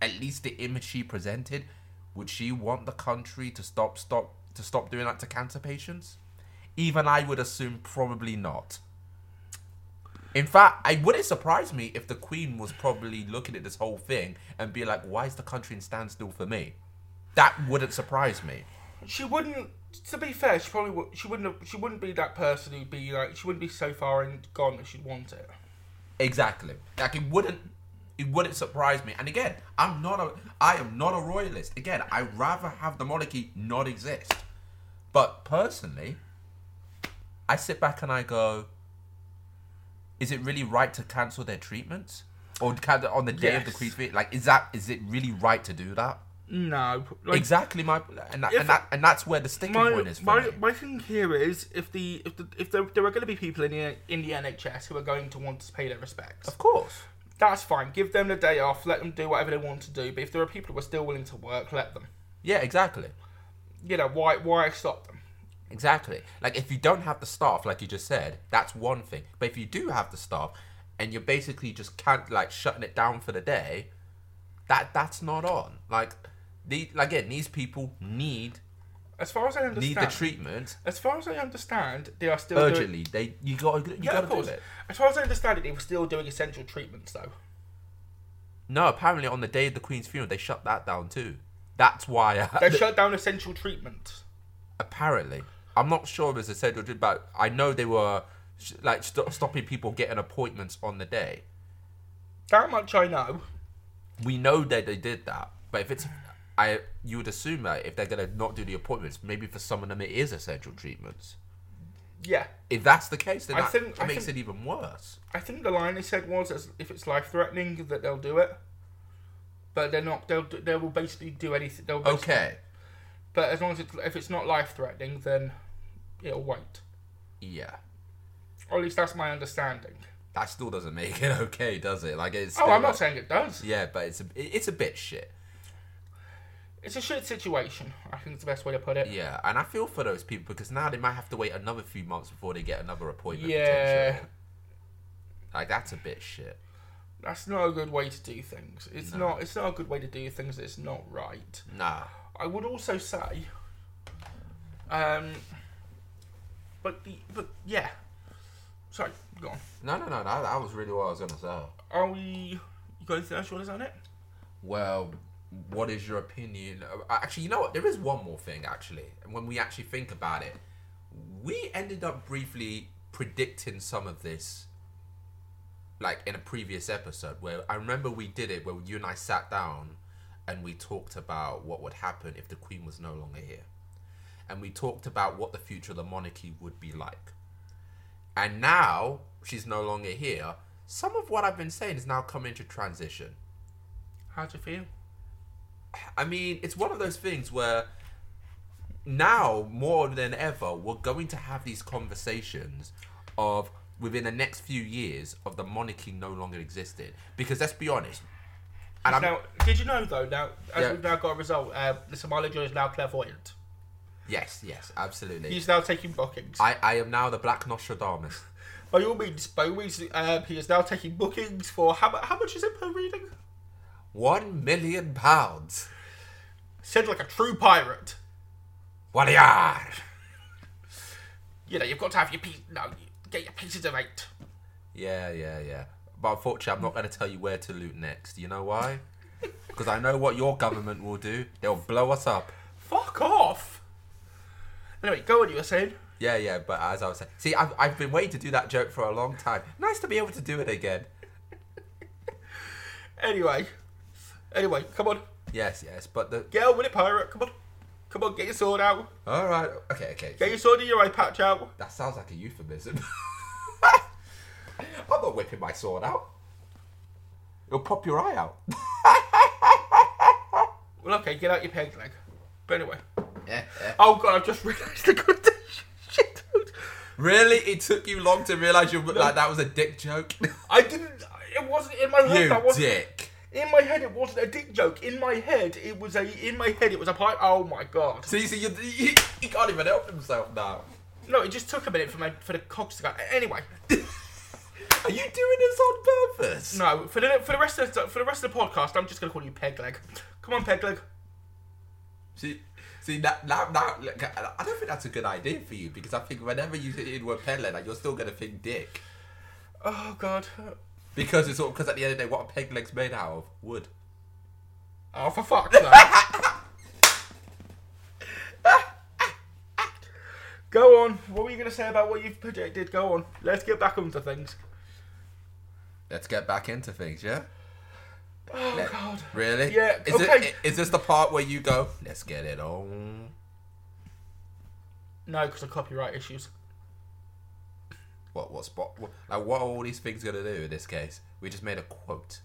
Speaker 4: at least the image she presented, would she want the country to stop stop to stop doing that to cancer patients? Even I would assume probably not. In fact, I wouldn't surprise me if the Queen was probably looking at this whole thing and be like, "Why is the country in standstill for me?" That wouldn't surprise me.
Speaker 3: She wouldn't. To be fair, she probably would, she wouldn't. Have, she wouldn't be that person who'd be like. She wouldn't be so far and gone that she'd want it.
Speaker 4: Exactly. Like it wouldn't it wouldn't surprise me. And again, I'm not a I am not a royalist. Again, I would rather have the monarchy not exist. But personally, I sit back and I go, is it really right to cancel their treatments? Or can- on the day of the
Speaker 3: Yes.
Speaker 4: Queen's funeral? Like, is that is it really right to do that?
Speaker 3: No.
Speaker 4: exactly my and that,
Speaker 3: If-
Speaker 4: and, that, and that's where the sticking
Speaker 3: My,
Speaker 4: point is for
Speaker 3: my,
Speaker 4: me.
Speaker 3: my thing here is if the if the, if there, there are going to be people in the in the NHS who are going to want to pay their respects,
Speaker 4: Of course.
Speaker 3: that's fine. Give them the day off. Let them do whatever they want to do. But if there are people who are still willing to work, let them.
Speaker 4: Yeah, exactly.
Speaker 3: You know why why stop them?
Speaker 4: Exactly. Like if you don't have the staff, like you just said, that's one thing. But if you do have the staff, and you're basically just can't like shutting it down for the day, that that's not on. Like the like, again, these people need
Speaker 3: As far as I
Speaker 4: need
Speaker 3: understand,
Speaker 4: the treatment
Speaker 3: as far as I understand, they are still doing-
Speaker 4: urgently. They you got to you
Speaker 3: yeah,
Speaker 4: got
Speaker 3: of
Speaker 4: to
Speaker 3: course.
Speaker 4: do it.
Speaker 3: As far as I understand it, they were still doing essential treatments though.
Speaker 4: No, apparently on the day of the Queen's funeral, they shut that down too. That's why. I,
Speaker 3: They shut down essential treatments.
Speaker 4: apparently, I'm not sure as I said, but I know they were sh- like st- stopping people getting appointments on the day.
Speaker 3: That much I know.
Speaker 4: we know that they did that, but if it's, I you would assume that if they're gonna not do the appointments, maybe for some of them it is essential treatments.
Speaker 3: Yeah,
Speaker 4: If that's the case, then
Speaker 3: I
Speaker 4: that
Speaker 3: think- I
Speaker 4: makes
Speaker 3: think-
Speaker 4: it even worse.
Speaker 3: I think the line they said was as if it's life threatening that they'll do it, but they're not. They'll do- they will basically do anything. They'll basically-
Speaker 4: Okay,
Speaker 3: But as long as it's, if it's not life threatening, then it'll wait.
Speaker 4: yeah,
Speaker 3: Or at least that's my understanding.
Speaker 4: that still doesn't make it okay, does it? Like it's.
Speaker 3: Oh,
Speaker 4: still
Speaker 3: I'm
Speaker 4: like-
Speaker 3: not saying it does.
Speaker 4: Yeah, but it's a it- it's a bit shit.
Speaker 3: It's a shit situation. I think it's the best way to put it.
Speaker 4: Yeah, and I feel for those people because now they might have to wait another few months before they get another appointment.
Speaker 3: Yeah.
Speaker 4: potentially. Like that's a bit shit.
Speaker 3: That's not a good way to do things. It's not. It's not a good way to do things. It's not right.
Speaker 4: Nah.
Speaker 3: I would also say, um, but the but yeah. Sorry, go on.
Speaker 4: No, no, no, no. That was really what I was gonna say.
Speaker 3: Are we? You got anything else you want to say on it?
Speaker 4: well, what is your opinion? Uh, Actually, you know what? There is one more thing, actually. And when we actually think about it, we ended up briefly predicting some of this, like in a previous episode, where I remember we did it, where you and I sat down and we talked about what would happen if the Queen was no longer here. And we talked about what the future of the monarchy would be like. And now she's no longer here. Some of what I've been saying is now come into transition.
Speaker 3: How do you feel?
Speaker 4: I mean, it's one of those things where now more than ever we're going to have these conversations of within the next few years of the monarchy no longer existing because let's be honest and I'm,
Speaker 3: now, did you know though? Now, as
Speaker 4: Yeah.
Speaker 3: we've now got a result, uh, the Somali Joe is now clairvoyant.
Speaker 4: yes yes absolutely
Speaker 3: He's now taking bookings.
Speaker 4: I, I am now the black nostradamus
Speaker 3: by all means, by all means, um, he is now taking bookings for how, mu- how much is it per reading?
Speaker 4: one million pounds
Speaker 3: Said like a true pirate.
Speaker 4: what a yard.
Speaker 3: You know, you've got to have your piece. No, you get your pieces of eight.
Speaker 4: yeah yeah yeah but unfortunately i'm not going to tell you where to loot next you know why because i know what your government will do they'll blow us up
Speaker 3: Fuck off. Anyway, go on. You were saying.
Speaker 4: Yeah, yeah, but as I was saying, see, I've, I've been waiting to do that joke for a long time. Nice to be able to do it again.
Speaker 3: Anyway, anyway, come on,
Speaker 4: Yes, yes, but the.
Speaker 3: get on with it, pirate. Come on, come on, get your sword out.
Speaker 4: Alright, okay, okay.
Speaker 3: Get your sword and your eye patch out.
Speaker 4: That sounds like a euphemism. I'm not whipping my sword out. It'll pop your eye out.
Speaker 3: Well, okay, get out your peg leg. But anyway. Oh god, I've just realised the condition. Shit.
Speaker 4: really? It took you long to realise you like that was a dick joke?
Speaker 3: I didn't. It wasn't in my head.
Speaker 4: you
Speaker 3: that wasn't.
Speaker 4: dick.
Speaker 3: In my head, it wasn't a dick joke. In my head, it was a. In my head, it was a pipe. Oh my god.
Speaker 4: See, see, you, he, he can't even help himself now.
Speaker 3: No, it just took a minute for my for the cogs to go. Anyway,
Speaker 4: Are you doing this on purpose?
Speaker 3: no. For the for the rest of the, for the rest of the podcast, I'm just gonna call you peg leg. Come on, peg leg.
Speaker 4: See, see that now, now look, I I don't think that's a good idea for you because I think whenever you hit in word peg leg, like, you're still gonna think dick
Speaker 3: Oh god.
Speaker 4: because it's all because at the end of the day, what are peg leg's made out of? Wood.
Speaker 3: Oh for fuck's sake. Go on. What were you gonna say about what you've projected? Go on. Let's get back onto things.
Speaker 4: Let's get back into things, yeah. Oh God! Really?
Speaker 3: Yeah,
Speaker 4: Is,
Speaker 3: okay.
Speaker 4: it, is this the part where you go? Let's get it on.
Speaker 3: No, because of copyright issues.
Speaker 4: What? What spot? What, like, what are all these things gonna do in this case? We just made a quote.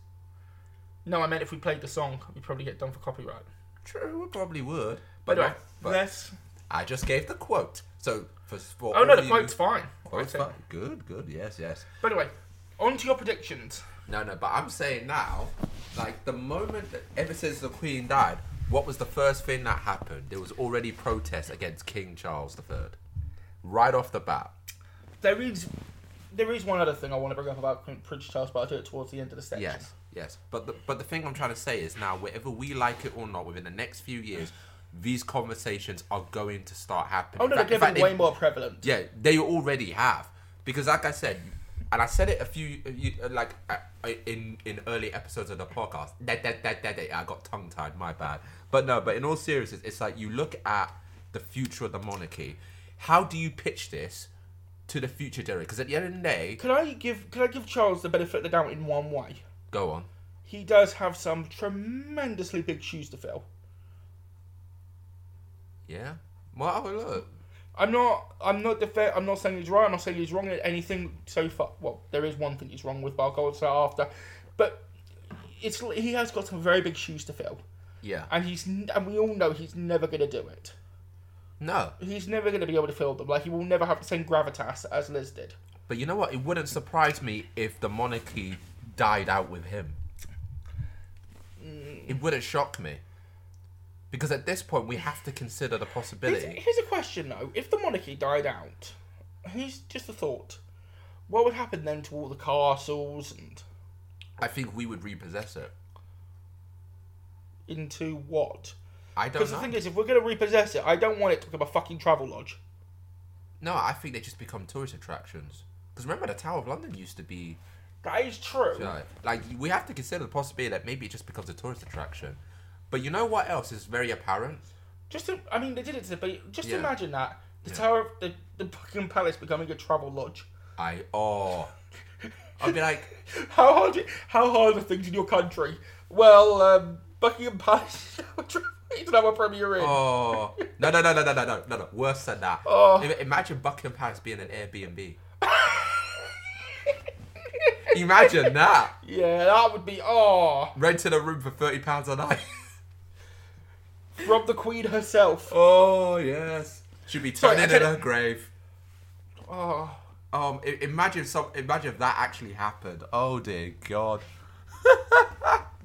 Speaker 3: No, I meant if we played the song, we'd probably get done for copyright.
Speaker 4: True, we probably would.
Speaker 3: But
Speaker 4: But,
Speaker 3: anyway,
Speaker 4: not- but
Speaker 3: let's.
Speaker 4: I just gave the quote. So for sport.
Speaker 3: Oh no, the quote's fine.
Speaker 4: Quote's
Speaker 3: I said-
Speaker 4: fine. Good, good. Yes, yes.
Speaker 3: But anyway, on to your predictions.
Speaker 4: No, no, but I'm saying now, like the moment that ever since the Queen died, what was the first thing that happened? There was already protests against King Charles III, right off the bat.
Speaker 3: There is, there is one other thing I want to bring up about Queen- Prince Charles, but I'll do it towards the end of the section.
Speaker 4: Yes, yes. But the but the thing I'm trying to say is now, whether we like it or not, within the next few years, these conversations are going to start happening.
Speaker 3: Oh no,
Speaker 4: In
Speaker 3: they're
Speaker 4: fact- in fact,
Speaker 3: getting
Speaker 4: they-
Speaker 3: way more prevalent.
Speaker 4: Yeah, they already have because, like I said, and I said it a few you- like uh, in in early episodes of the podcast. That that that that, that I got tongue tied. My bad. But no, but in all seriousness, it's like you look at the future of the monarchy. How do you pitch this to the future, Derek? Because at the end of the day,
Speaker 3: Can I give Can I give Charles the benefit of the doubt in one way?
Speaker 4: go on.
Speaker 3: He does have some tremendously big shoes to fill.
Speaker 4: Yeah. Well, oh, look.
Speaker 3: I'm not. I'm not defa- I'm not saying he's right. I'm not saying he's wrong in anything so far. Well, there is one thing he's wrong with, but I'll go on to that after. But it's he has got some very big shoes to fill,
Speaker 4: Yeah.
Speaker 3: and he's n- and we all know he's never going to do it.
Speaker 4: no.
Speaker 3: He's never going to be able to fill them. Like he will never have the same gravitas as Liz did.
Speaker 4: But you know what? It wouldn't surprise me if the monarchy died out with him.
Speaker 3: Mm.
Speaker 4: It wouldn't shock me. Because at this point, we have to consider the
Speaker 3: Here's,
Speaker 4: possibility.
Speaker 3: here's a question though: If the monarchy died out, here's just a thought. What would happen then to all the castles and
Speaker 4: I think we would repossess it.
Speaker 3: into what?
Speaker 4: I don't
Speaker 3: Because
Speaker 4: know.
Speaker 3: the thing is, if we're going to repossess it, I don't want it to become a fucking travel lodge.
Speaker 4: no, I think they just become tourist attractions. Because remember, the Tower of London used to be.
Speaker 3: That is true.
Speaker 4: Like, like, we have to consider the possibility that maybe it just becomes a tourist attraction. But you know what else is very apparent?
Speaker 3: Just, to, I mean, they did it to the but just
Speaker 4: Yeah.
Speaker 3: imagine that the Tower, of the the fucking palace becoming a travel lodge.
Speaker 4: I. Oh. I'd be like,
Speaker 3: How hard? How hard are things in your country? Well, um, Buckingham Palace doesn't have a premier inn.
Speaker 4: Oh no no no no no no no no no! Worse than that.
Speaker 3: Oh.
Speaker 4: Im- Imagine Buckingham Palace being an Airbnb. Imagine that
Speaker 3: Yeah, that would be oh
Speaker 4: renting a room for thirty pounds a night.
Speaker 3: from the Queen herself.
Speaker 4: Oh yes, she'd be
Speaker 3: Sorry, I
Speaker 4: turning in
Speaker 3: couldn't-
Speaker 4: her grave.
Speaker 3: Oh,
Speaker 4: Um, i- imagine some. Imagine if that actually happened. Oh dear God.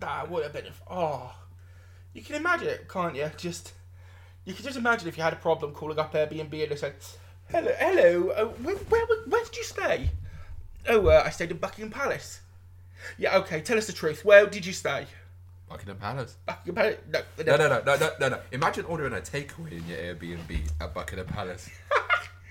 Speaker 3: that would have been oh. You can imagine it, can't you? Just you can just imagine if you had a problem calling up Airbnb and they said, "Hello, hello, uh, where, where where did you stay?" Oh, uh, I stayed in Buckingham Palace. Yeah, okay. Tell us the truth. Where did you stay?
Speaker 4: Buckingham Palace.
Speaker 3: Buckingham Palace? No,
Speaker 4: No no no no no no no! Imagine ordering a takeaway in your Airbnb at Buckingham Palace.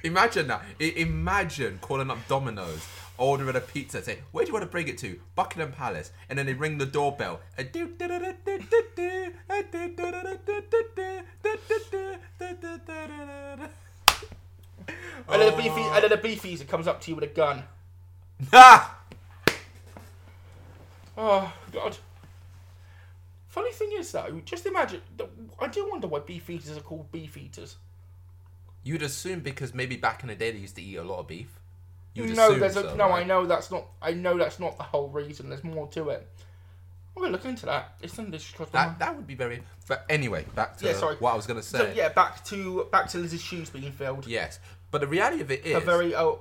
Speaker 4: Imagine that. I- imagine calling up Domino's, ordering a pizza, say, "Where do you want to bring it to?" Buckingham Palace, and then they ring the doorbell. and do- do- do- do- do- do- do, uh, do- do- do- do- do- do- do, do- do- do, do- do- do- do-
Speaker 3: And then a beefy, and then a beefeater comes up to you with a gun.
Speaker 4: do. Ah!
Speaker 3: Oh God. Funny thing is though, just imagine. I do wonder why beefeaters are called beefeaters.
Speaker 4: You'd assume because maybe back in the day they used to eat a lot of beef. You'd
Speaker 3: no,
Speaker 4: assume
Speaker 3: there's a,
Speaker 4: so,
Speaker 3: no. I
Speaker 4: right?
Speaker 3: know that's not. I know that's not the whole reason. There's more to it. I'm gonna look into that. It's something that's just crossed my
Speaker 4: That,
Speaker 3: mind.
Speaker 4: that would be very. But anyway, back to
Speaker 3: Yeah, sorry.
Speaker 4: what I was gonna say.
Speaker 3: So yeah, back to back to Liz's shoes being filled.
Speaker 4: Yes, but the reality of it is.
Speaker 3: A very oh,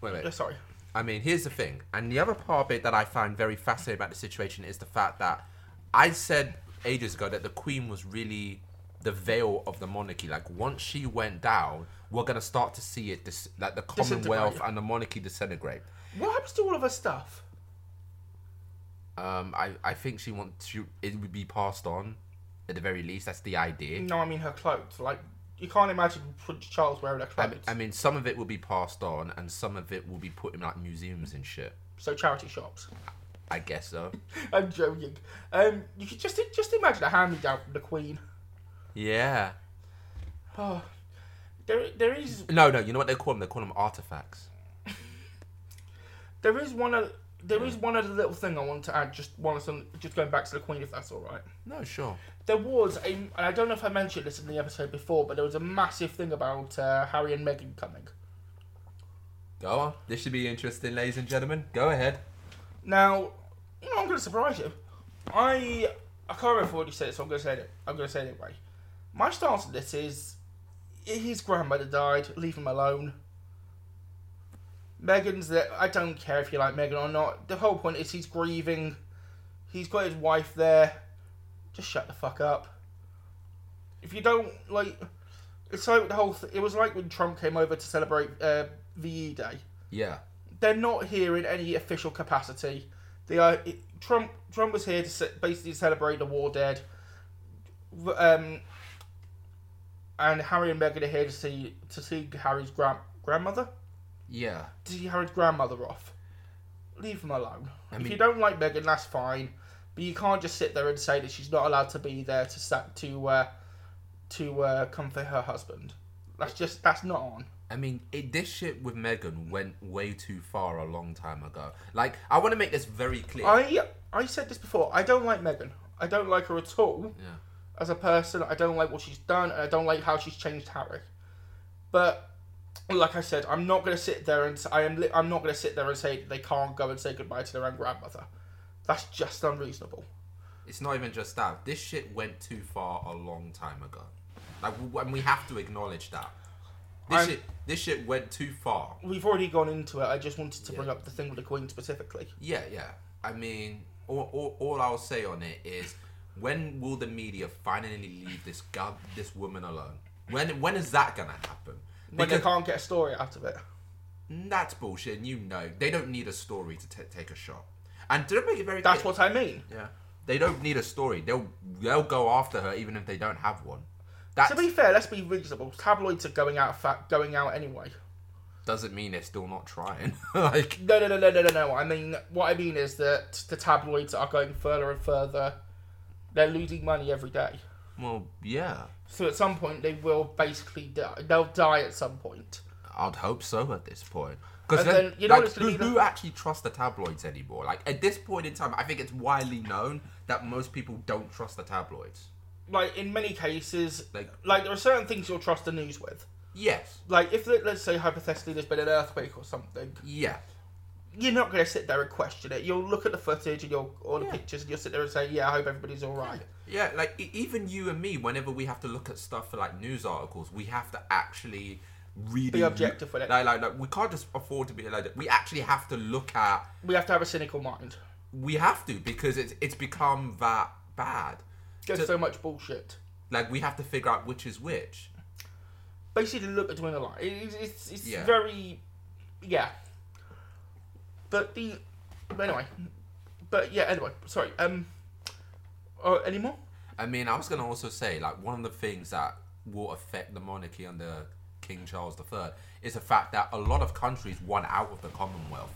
Speaker 4: Wait, wait.
Speaker 3: yeah, sorry.
Speaker 4: I mean, here's the thing, and the other part of it that I find very fascinating about the situation is the fact that I said ages ago that the Queen was really the veil of the monarchy. Like once she went down, we're gonna start to see it, dis- like the Commonwealth
Speaker 3: Disintegrate.
Speaker 4: and the monarchy disintegrate.
Speaker 3: What happens to all of her stuff?
Speaker 4: Um, I I think she wants to it would be passed on, at the very least. That's the idea.
Speaker 3: No, I mean her clothes. Like you can't imagine Prince Charles wearing her
Speaker 4: I,
Speaker 3: clothes.
Speaker 4: mean- I mean, some of it will be passed on, and some of it will be put in like museums and shit.
Speaker 3: so charity shops.
Speaker 4: I guess so.
Speaker 3: I'm joking. Um, you could just just imagine a hand me down from the Queen.
Speaker 4: Yeah.
Speaker 3: Oh, there there is
Speaker 4: No, no. You know what they call them? They call them artifacts.
Speaker 3: There is one other. There is one other little thing I want to add. Just one, some- just going back to the Queen, if that's all right.
Speaker 4: No, sure.
Speaker 3: There was a, and I don't know if I mentioned this in the episode before, but there was a massive thing about uh, Harry and Meghan coming.
Speaker 4: Go on. This should be interesting, ladies and gentlemen. Go ahead.
Speaker 3: Now, you know, I'm going to surprise you. I I can't remember if I already said it, so I'm gonna say it. I'm gonna say it anyway. My stance on this is, his grandmother died. Leave him alone. Megan's there. I don't care if you like Megan or not. The whole point is he's grieving. He's got his wife there. Just shut the fuck up. If you don't like, it's like the whole. Th- it was like when Trump came over to celebrate uh, VE Day
Speaker 4: Yeah.
Speaker 3: they're not here in any official capacity. They are it, Trump. Trump was here to se- basically celebrate the war dead. Um, and Harry and Meghan are here to see to see Harry's grand grandmother.
Speaker 4: Yeah.
Speaker 3: To see Harry's grandmother off. Leave them alone. if you
Speaker 4: mean-
Speaker 3: don't like Meghan, that's fine. But you can't just sit there and say that she's not allowed to be there to sa- to uh, to uh, comfort her husband. That's just that's not on.
Speaker 4: I mean, it, this shit with Megan went way too far a long time ago. Like, I want to make this very clear.
Speaker 3: I I said this before. I don't like Megan. I don't like her at all
Speaker 4: yeah.
Speaker 3: as a person. I don't like what she's done, and I don't like how she's changed Harry. But like I said, I'm not gonna sit there and s- I am. Li- I'm not gonna sit there and say that they can't go and say goodbye to their own grandmother. That's just unreasonable.
Speaker 4: It's not even just that. This shit went too far a long time ago. Like, w- and we have to acknowledge that. This
Speaker 3: I'm-
Speaker 4: shit, this shit went too far.
Speaker 3: We've already gone into it. I just wanted to bring up the thing with the Queen specifically.
Speaker 4: Yeah, yeah. I mean, all, all, all I'll say on it is, when will the media finally leave this god, this woman alone? When, when is that gonna happen?
Speaker 3: When they can't get a story out of it.
Speaker 4: that's bullshit. And you know, they don't need a story to t- take a shot. And to make it very
Speaker 3: That's
Speaker 4: clear,
Speaker 3: what I mean.
Speaker 4: Yeah. They don't need a story. They'll they'll go after her even if they don't have one. That
Speaker 3: To be fair, let's be reasonable. Tabloids are going out fa- going out anyway.
Speaker 4: doesn't mean they're still not trying. like
Speaker 3: No, no, no, no, no, no, no. I mean, what I mean is that the tabloids are going further and further. They're losing money every day.
Speaker 4: well, yeah.
Speaker 3: So at some point, they will basically die. They'll die at some point.
Speaker 4: I'd hope so at this point. Because
Speaker 3: And
Speaker 4: then,
Speaker 3: then, you know,
Speaker 4: like,
Speaker 3: it's gonna
Speaker 4: who,
Speaker 3: be the-
Speaker 4: who actually trusts the tabloids anymore? Like at this point in time, I think it's widely known that most people don't trust the tabloids.
Speaker 3: Like, in many cases, like,
Speaker 4: Like-
Speaker 3: there are certain things you'll trust the news with.
Speaker 4: Yes.
Speaker 3: Like, if, let- let's say, hypothetically, there's been an earthquake or something,
Speaker 4: Yeah.
Speaker 3: you're not going to sit there and question it. You'll look at the footage and you'll, or the pictures and you'll sit there and say, yeah, I hope everybody's all right.
Speaker 4: Yeah, like e- even you and me, whenever we have to look at stuff for like news articles, we have to actually really
Speaker 3: Be objective with it.
Speaker 4: Like, like, like, we can't just afford to be like that. We actually have to look at.
Speaker 3: We have to have a cynical mind.
Speaker 4: We have to because it's it's become that bad.
Speaker 3: There's
Speaker 4: So-
Speaker 3: so much bullshit.
Speaker 4: Like we have to figure out which is which.
Speaker 3: basically look between the lines. It, it- it's it's
Speaker 4: Yeah.
Speaker 3: very, yeah. But the, but anyway, but yeah. Anyway, sorry. Um, uh, any more?
Speaker 4: I mean, I was gonna also say like one of the things that will affect the monarchy under King Charles III is the fact that a lot of countries won out of the Commonwealth,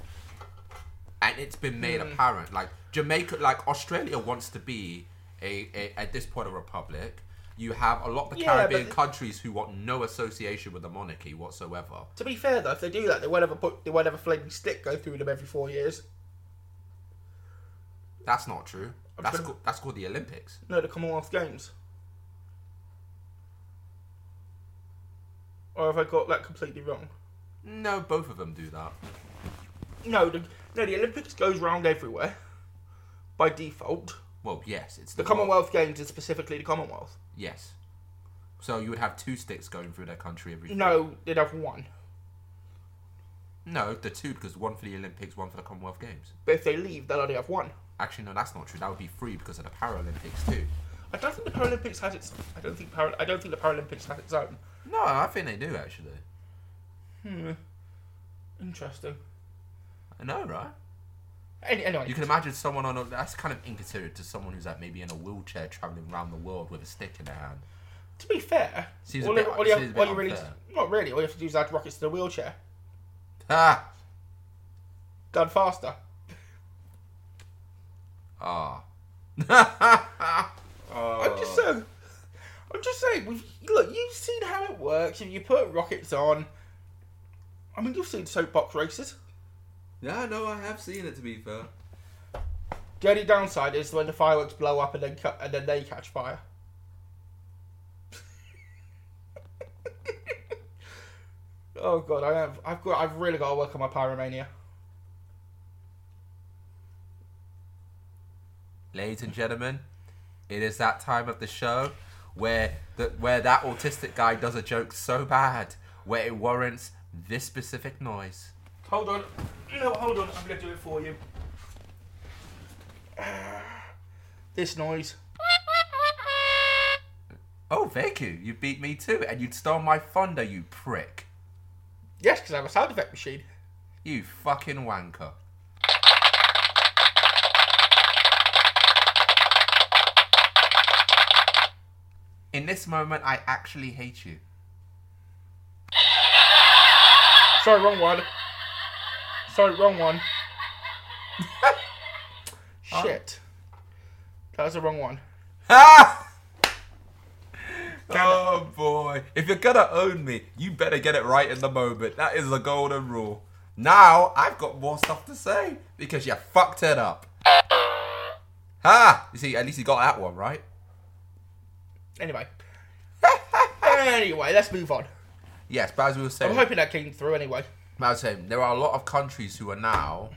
Speaker 4: and it's been made
Speaker 3: Hmm.
Speaker 4: apparent. Like Jamaica, like Australia wants to be a, a at this point a republic. You have a lot of the
Speaker 3: Yeah,
Speaker 4: Caribbean
Speaker 3: but-
Speaker 4: countries who want no association with the monarchy whatsoever.
Speaker 3: To be fair though, if they do that, they won't have a bu- they won't have a flaming stick go through them every four years.
Speaker 4: That's not true. That's
Speaker 3: Okay.
Speaker 4: called, that's called the Olympics.
Speaker 3: No, the Commonwealth Games. Or have I got that completely wrong?
Speaker 4: No, both of them do that.
Speaker 3: No, the no the Olympics goes round everywhere by default.
Speaker 4: Well, yes, it's
Speaker 3: The
Speaker 4: world-
Speaker 3: Commonwealth Games is specifically the Commonwealth.
Speaker 4: Yes. So you would have two sticks going through their country every.
Speaker 3: No, they'd have one.
Speaker 4: No, the two because one for the Olympics, one for the Commonwealth Games.
Speaker 3: But if they leave, they'll only have one.
Speaker 4: Actually, no, that's not true. That would be three because of the Paralympics too.
Speaker 3: I don't think the Paralympics has its. I don't think Para, I don't think the Paralympics has its own.
Speaker 4: No, I think they do actually.
Speaker 3: Interesting.
Speaker 4: I know, right?
Speaker 3: Any, anyway,
Speaker 4: You can imagine someone on a that's kind of inconsiderate to someone who's like maybe in a wheelchair traveling around the world with a stick in their hand.
Speaker 3: to be fair,
Speaker 4: Seems a
Speaker 3: all,
Speaker 4: bit-
Speaker 3: you- all you,
Speaker 4: seems
Speaker 3: have,
Speaker 4: a bit
Speaker 3: all you really
Speaker 4: unfair.
Speaker 3: not really. All you have to do is add rockets to the wheelchair.
Speaker 4: Ah,
Speaker 3: Done faster.
Speaker 4: ah,
Speaker 3: I'm just saying. I'm just saying. We've, look, you've seen how it works. If you put rockets on, I mean, you've seen soapbox races.
Speaker 5: Yeah, no, I have seen it to be fair.
Speaker 3: The only downside is when the fireworks blow up and then cut, and then they catch fire. oh god, I have I've got I've really got to work on my pyromania.
Speaker 4: ladies and gentlemen, It is that time of the show where the, where that autistic guy does a joke so bad where it warrants this specific noise.
Speaker 3: Hold on. No, hold on. I'm gonna do it for you. This noise.
Speaker 4: Oh, thank you. You beat me too, and you stole my thunder, you prick.
Speaker 3: Yes, because I have a sound effect machine.
Speaker 4: You fucking wanker. In this moment, I actually hate you.
Speaker 3: Sorry, wrong one. Sorry, wrong one. Shit. That was the wrong one.
Speaker 4: Ah! Oh boy. If you're gonna own me, you better get it right in the moment. That is the golden rule. Now I've got more stuff to say because you fucked it up. Ha! You see, at least you got that one right.
Speaker 3: Anyway. anyway, let's move on.
Speaker 4: Yes, but as we were saying,
Speaker 3: I'm hoping that came through anyway.
Speaker 4: I was saying there are a lot of countries who are now,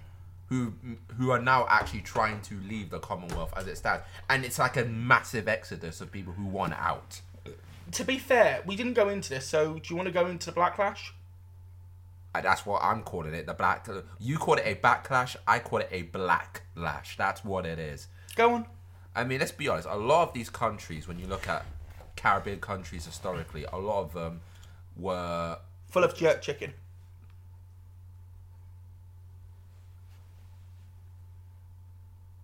Speaker 4: who who are now actually trying to leave the Commonwealth as it stands, and it's like a massive exodus of people who want out.
Speaker 3: To be fair, we didn't go into this, so do you want to go into the backlash?
Speaker 4: And Uh, that's what I'm calling it. The black. You call it a backlash. I call it a black lash. That's what it is.
Speaker 3: Go on.
Speaker 4: I mean, let's be honest. A lot of these countries, when you look at Caribbean countries historically, a lot of them were
Speaker 3: Full of jerk chicken.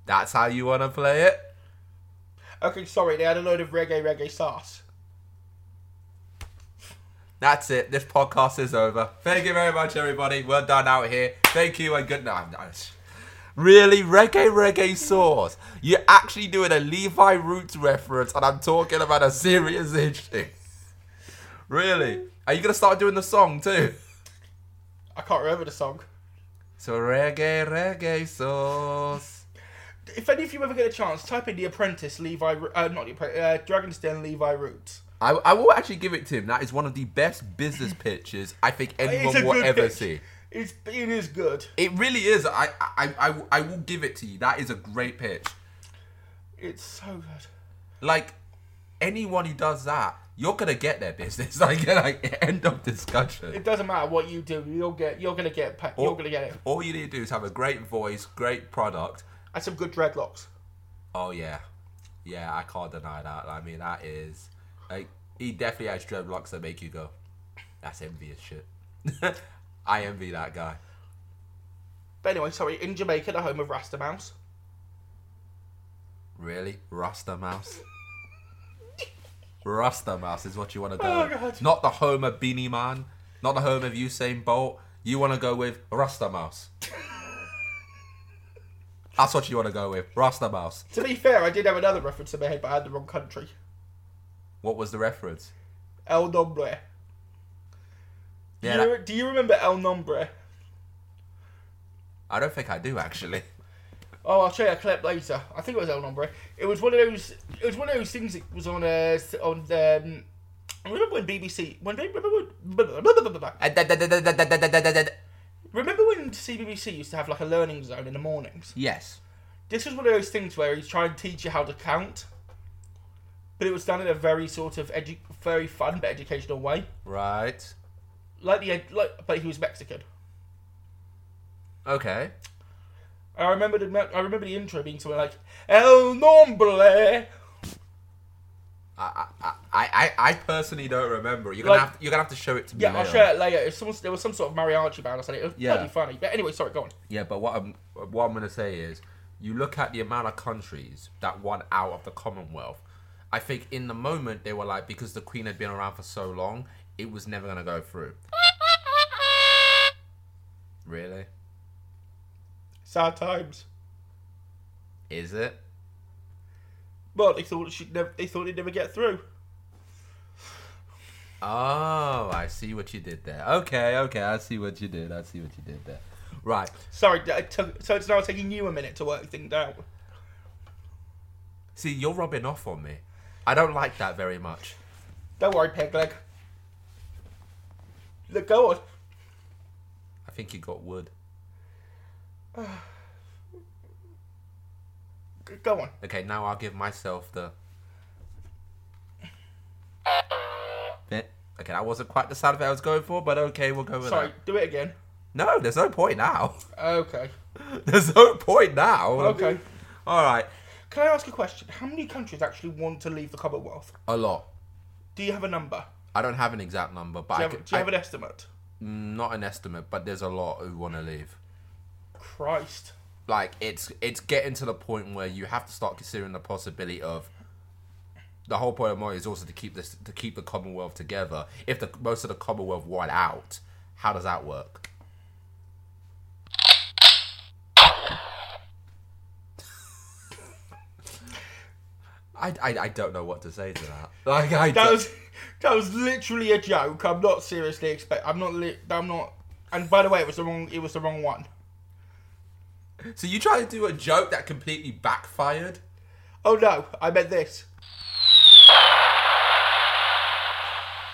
Speaker 4: That's how you want to play it?
Speaker 3: Okay, sorry, they had a load of reggae reggae sauce.
Speaker 4: That's it. This podcast is over. Thank you very much, everybody. Well done out here. Thank you and good night. No, it's- Really, reggae, reggae sauce. You're actually doing a Levi Roots reference, and I'm talking about a serious issue. Really? Are you gonna start doing the song too?
Speaker 3: I can't remember the song.
Speaker 4: So reggae, reggae sauce.
Speaker 3: If any of you ever get a chance, type in The Apprentice Levi, Ro- uh, not The Apprentice, uh, Dragon's Den Levi Roots.
Speaker 4: I, I will actually give it to him. That is one of the best business pitches I think anyone will ever
Speaker 3: pick.
Speaker 4: see.
Speaker 3: It's it is good.
Speaker 4: It really is. I, I, I, I will give it to you. That is a great pitch.
Speaker 3: It's so good.
Speaker 4: Like anyone who does that, you're gonna get their business. Like, like end of discussion.
Speaker 3: It doesn't matter what you do, you'll get you're gonna get pa- you're gonna get it.
Speaker 4: All you need to do is have a great voice, great product.
Speaker 3: And some good dreadlocks.
Speaker 4: Oh yeah, yeah. I can't deny that. I mean, that is like he definitely has dreadlocks that make you go, "That's envious shit." I envy that guy.
Speaker 3: But anyway, sorry, in Jamaica, the home of Rasta Mouse.
Speaker 4: Really? Rasta Mouse? Rasta Mouse is what you want to go
Speaker 3: Oh,
Speaker 4: with.
Speaker 3: God.
Speaker 4: Not the home of Beanie Man, not the home of Usain Bolt. You want to go with Rasta Mouse. That's what you want to go with, Rasta Mouse.
Speaker 3: To be fair, I did have another reference in my head, but I had the wrong country.
Speaker 4: What was the reference?
Speaker 3: El Nombre. Do,
Speaker 4: Yeah,
Speaker 3: you,
Speaker 4: that-
Speaker 3: do you remember El Nombre?
Speaker 4: I don't think I do actually.
Speaker 3: Oh, I'll show you a clip later. I think it was El Nombre. It was one of those. It was one of those things that was on uh, s- on. Um, remember when BBC? When they- remember when, remember when CBBC used to have like a learning zone in the mornings?
Speaker 4: Yes.
Speaker 3: This was one of those things where he's trying to teach you how to count, but it was done in a very sort of edu- very fun but educational way.
Speaker 4: Right.
Speaker 3: Like the ed- like, but he was Mexican.
Speaker 4: Okay.
Speaker 3: And I remember the me- I remember the intro being something like El Nombre.
Speaker 4: I I, I, I personally don't remember. You're gonna
Speaker 3: Like-
Speaker 4: have to, you're gonna have to show it to me.
Speaker 3: Yeah, I'll
Speaker 4: later.
Speaker 3: share it later. If someone, there was some sort of mariachi band or something. It was
Speaker 4: Yeah.
Speaker 3: bloody funny. But anyway, sorry, go on.
Speaker 4: Yeah, but what I'm what I'm gonna say is, you look at the amount of countries that won out of the Commonwealth. I think in the moment they were like because the Queen had been around for so long, it was never gonna go through. Really?
Speaker 3: Sad times.
Speaker 4: Is it?
Speaker 3: But they thought she'd never. They thought they'd never get through.
Speaker 4: Oh, I see what you did there. Okay, okay, I see what you did. I see what you did there. Right.
Speaker 3: Sorry, I took, so it's now taking you a minute to work things out.
Speaker 4: See, you're rubbing off on me. I don't like that very much.
Speaker 3: Don't worry, peg leg. Look, go on.
Speaker 4: I think you got wood.
Speaker 3: G- Go on.
Speaker 4: Okay, now I'll give myself the Okay, that wasn't quite the sound effect I was going for, but okay, we'll go with
Speaker 3: Sorry,
Speaker 4: that.
Speaker 3: do it again.
Speaker 4: No, there's no point now.
Speaker 3: Okay.
Speaker 4: There's no point now.
Speaker 3: Okay.
Speaker 4: All right.
Speaker 3: Can I ask a question? How many countries actually want to leave the Commonwealth?
Speaker 4: A lot.
Speaker 3: Do you have a number?
Speaker 4: I don't have an exact number, but
Speaker 3: Do
Speaker 4: I
Speaker 3: you
Speaker 4: could-
Speaker 3: have, do you
Speaker 4: I-
Speaker 3: have an estimate?
Speaker 4: not an estimate, but there's a lot who want to leave.
Speaker 3: Christ.
Speaker 4: Like it's it's getting to the point where you have to start considering the possibility of the whole point of money is also to keep this to keep the Commonwealth together. If the most of the Commonwealth want out, how does that work? I, I, I don't know what to say to that. Like I
Speaker 3: That
Speaker 4: don't-
Speaker 3: was that was literally a joke. I'm not seriously expect. I'm not. Li- I'm not. And by the way, it was the wrong. It was the wrong one.
Speaker 4: so you try to do a joke that completely backfired.
Speaker 3: Oh no! I meant this.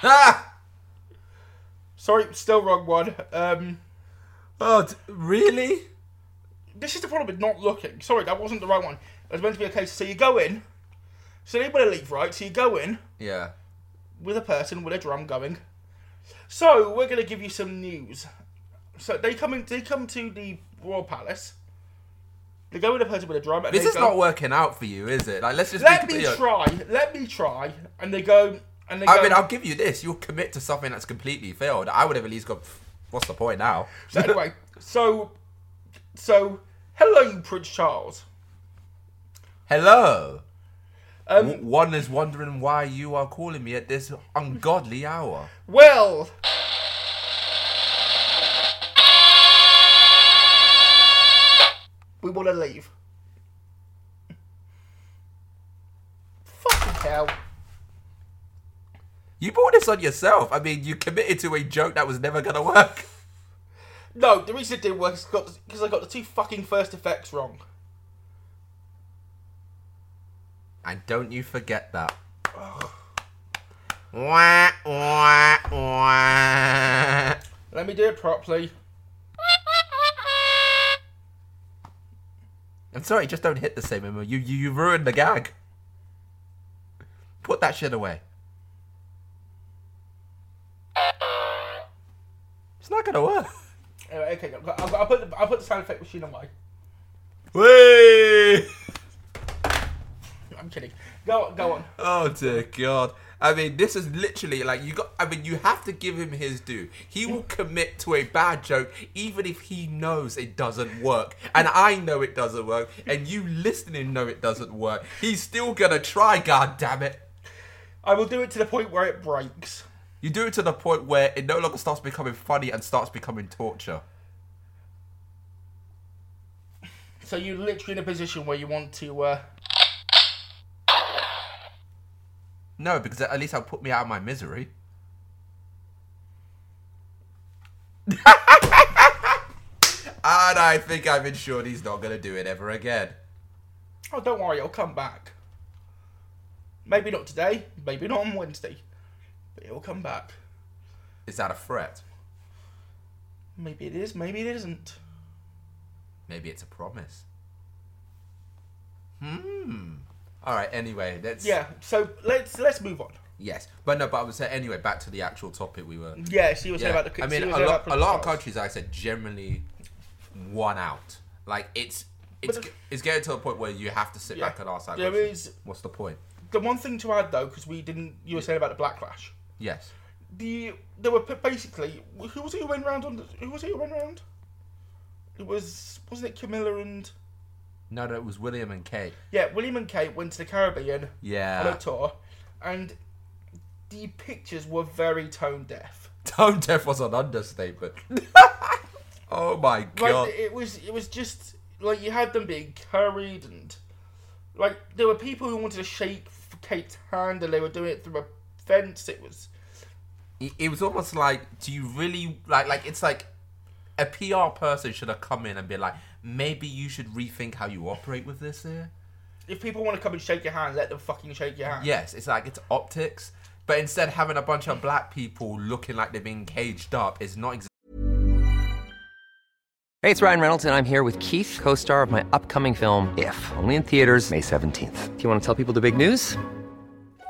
Speaker 4: Ah!
Speaker 3: Sorry, still wrong one. Um,
Speaker 4: Oh, d- really?
Speaker 3: this is the problem with not looking. Sorry, that wasn't the right one. It was meant to be a case. So you go in. So they want to leave, right? So you go in
Speaker 4: Yeah.
Speaker 3: with a person with a drum going. So we're gonna give you some news. So they come in. They come to the royal palace. They go with a person with a drum. And
Speaker 4: This
Speaker 3: they
Speaker 4: is
Speaker 3: go-
Speaker 4: not working out for you, is it? Like, let's just.
Speaker 3: Let
Speaker 4: be
Speaker 3: me
Speaker 4: clear.
Speaker 3: try. Let me try. And they go. And they go.
Speaker 4: I mean, I'll give you this. You'll commit to something that's completely failed. I would have at least gone. "Pff, What's the point now?
Speaker 3: So anyway, so so hello, Prince Charles.
Speaker 4: Hello.
Speaker 3: Um,
Speaker 4: W- one is wondering why you are calling me at this ungodly hour.
Speaker 3: Well, we want to leave. Fucking hell!
Speaker 4: You brought this on yourself. I mean, you committed to a joke that was never gonna work.
Speaker 3: No, the reason it didn't work is because I got the two fucking first effects wrong.
Speaker 4: And don't you forget that. Wah, wah, wah.
Speaker 3: Let me do it properly.
Speaker 4: I'm sorry, just don't hit the same Emma. You, you you ruined the gag. Put that shit away. It's not gonna work.
Speaker 3: Anyway, okay, I'll, I'll, I'll put the, I'll put the sound effect machine away.
Speaker 4: Whee!
Speaker 3: I'm kidding. Go on, go on.
Speaker 4: Oh dear God! I mean, this is literally like you got. I mean, you have to give him his due. He will commit to a bad joke, even if he knows it doesn't work, and I know it doesn't work, and you listening know it doesn't work. He's still gonna try. God damn it!
Speaker 3: I will do it to the point where it breaks.
Speaker 4: You do it to the point where it no longer starts becoming funny and starts becoming torture.
Speaker 3: So you're literally in a position where you want to. Uh,
Speaker 4: No, because at least that'll put me out of my misery. and I think I've ensured he's not gonna do it ever again.
Speaker 3: oh, don't worry, I'll come back. Maybe not today, maybe not on Wednesday, but it'll come back.
Speaker 4: Is that a threat?
Speaker 3: Maybe it is, maybe it isn't.
Speaker 4: Maybe it's a promise. Hmm. All right. Anyway, that's
Speaker 3: Yeah. So let's let's move on.
Speaker 4: Yes, but no, but I would say anyway. Back to the actual topic we were.
Speaker 3: Yeah. So you were saying
Speaker 4: Yeah.
Speaker 3: about the.
Speaker 4: I mean,
Speaker 3: so you
Speaker 4: a
Speaker 3: were saying
Speaker 4: lot,
Speaker 3: about
Speaker 4: a lot of
Speaker 3: Prince
Speaker 4: countries, like I said, generally one out. Like it's it's
Speaker 3: the-
Speaker 4: it's getting to a point where you have to sit
Speaker 3: Yeah.
Speaker 4: back and ask that
Speaker 3: There
Speaker 4: question.
Speaker 3: is-
Speaker 4: What's the point?
Speaker 3: Charles. The one thing to add though, because we didn't, you were saying about the backlash.
Speaker 4: Yes,
Speaker 3: The there were p- basically who was it who went round on? The, who was it who went round? It was wasn't it Camilla and
Speaker 4: no, no, it was William and Kate.
Speaker 3: yeah William and Kate went to the Caribbean. on
Speaker 4: Yeah,
Speaker 3: a tour, and the pictures were very tone deaf.
Speaker 4: tone deaf was an understatement. oh my
Speaker 3: Like
Speaker 4: god!
Speaker 3: it was, it was just like you had them being carried, and like there were people who wanted to shake Kate's hand, and they were doing it through a fence. It was
Speaker 4: it, it was almost like do you really like like it's like a PR person should have come in and been like maybe you should rethink how you operate with this here.
Speaker 3: if people want to come and shake your hand, let them fucking shake your hand.
Speaker 4: Yes, it's like it's optics, but instead having a bunch of black people looking like they're being caged up is not exactly
Speaker 6: Hey, it's Ryan Reynolds, and I'm here with Keith, co star of my upcoming film, If, only in theaters, May 17th. Do you want to tell people the big news?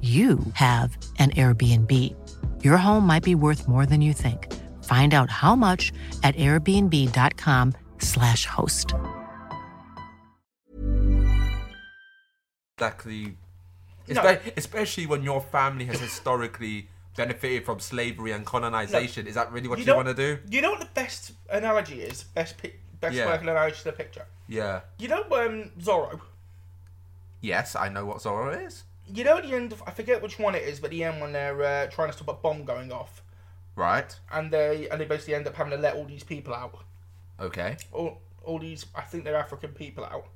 Speaker 1: you have an Airbnb. Your home might be worth more than you think. Find out how much at airbnb.com/slash host.
Speaker 4: exactly.
Speaker 3: No.
Speaker 4: Espe- Especially when your family has historically benefited from slavery and colonization. Is that really what you,
Speaker 3: know-
Speaker 4: want to do?
Speaker 3: You know what the best analogy is? Best pic, best
Speaker 4: Yeah.
Speaker 3: working analogy to the picture.
Speaker 4: Yeah.
Speaker 3: You know um, Zorro.
Speaker 4: Yes, I know what Zorro is.
Speaker 3: You know at the end of I forget which one it is, but the end when they're uh, trying to stop a bomb going off,
Speaker 4: Right.
Speaker 3: and they and they basically end up having to let all these people out.
Speaker 4: Okay.
Speaker 3: All all these I think they're African people out.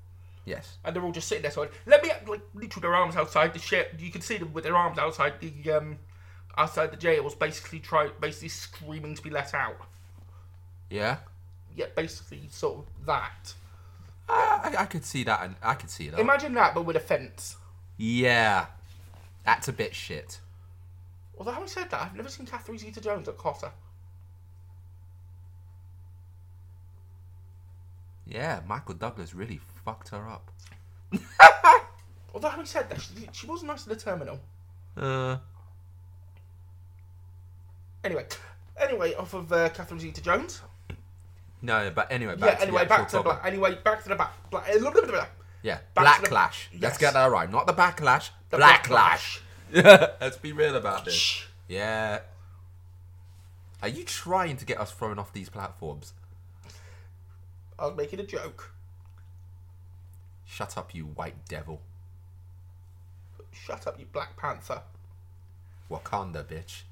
Speaker 4: Yes.
Speaker 3: and they're all just sitting there. So let me like literally their arms outside the ship. You can see them with their arms outside the um outside the jails, basically try basically screaming to be let out.
Speaker 4: Yeah.
Speaker 3: Yeah, basically sort of that.
Speaker 4: I, I, I could see that, and I could see that.
Speaker 3: Imagine that, but with a fence.
Speaker 4: yeah. That's a bit shit.
Speaker 3: Although having said that, I've never seen Catherine Zeta-Jones at Cotter.
Speaker 4: Yeah, Michael Douglas really fucked her up.
Speaker 3: Although having said that, she, she was nice in the terminal.
Speaker 4: Uh,
Speaker 3: Anyway, anyway, off of uh, Catherine Zeta-Jones.
Speaker 4: no, but anyway,
Speaker 3: Yeah.
Speaker 4: back to
Speaker 3: Anyway,
Speaker 4: the
Speaker 3: back
Speaker 4: actual
Speaker 3: to the
Speaker 4: topic.
Speaker 3: black. Anyway, back to the back. Black. a little bit of black.
Speaker 4: Yeah,
Speaker 3: Back to the-
Speaker 4: blacklash. Let's
Speaker 3: Yes.
Speaker 4: get that right. Not the backlash.
Speaker 3: The
Speaker 4: blacklash. Yeah, let's be real about this. Yeah. Are you trying to get us thrown off these platforms?
Speaker 3: I was making a joke.
Speaker 4: Shut up, you white devil.
Speaker 3: Shut up, you Black Panther.
Speaker 4: Wakanda, bitch.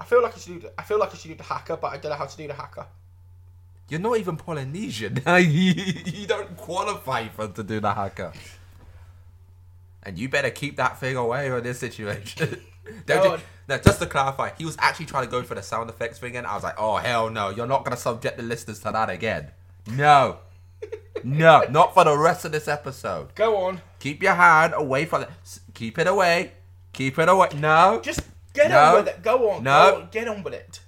Speaker 3: I feel like I should do. I feel like I should do the hacker, but I don't know how to do the hacker.
Speaker 4: You're not even Polynesian. you you don't qualify for to do the hacker. And you better keep that thing away from this situation. Don't you-
Speaker 3: No.
Speaker 4: now, just to clarify, he was actually trying to go for the sound effects thing, and I was like, oh, hell no, you're not going to subject the listeners to that again. No. no, not for the rest of this episode.
Speaker 3: Go on.
Speaker 4: Keep your hand away from it. Keep it away. Keep it away. No.
Speaker 3: Just get
Speaker 4: No.
Speaker 3: on with it. Go on.
Speaker 4: No.
Speaker 3: Go on. Get on with it.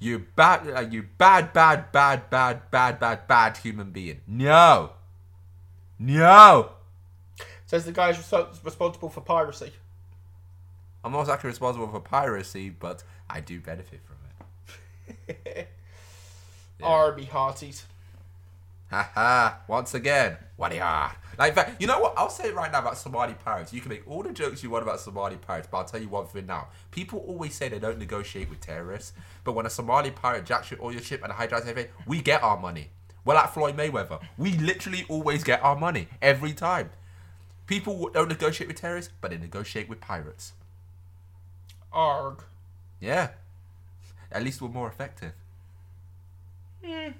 Speaker 4: You bad, uh, you bad, bad, bad, bad, bad, bad, bad human being. No. No.
Speaker 3: Says the guy who's reso- responsible for piracy.
Speaker 4: I'm not exactly responsible for piracy, but I do benefit from it.
Speaker 3: Army hearties.
Speaker 4: Haha, once again, what they are. Like, in fact, you know what? I'll say it right now about Somali pirates. You can make all the jokes you want about Somali pirates, but I'll tell you one thing now. People always say they don't negotiate with terrorists, but when a Somali pirate jacks your, all your ship and hijacks everything, we get our money. We're like Floyd Mayweather. We literally always get our money every time. People don't negotiate with terrorists, but they negotiate with pirates.
Speaker 3: Arg.
Speaker 4: Yeah. At least we're more effective. Hmm.
Speaker 3: Mm.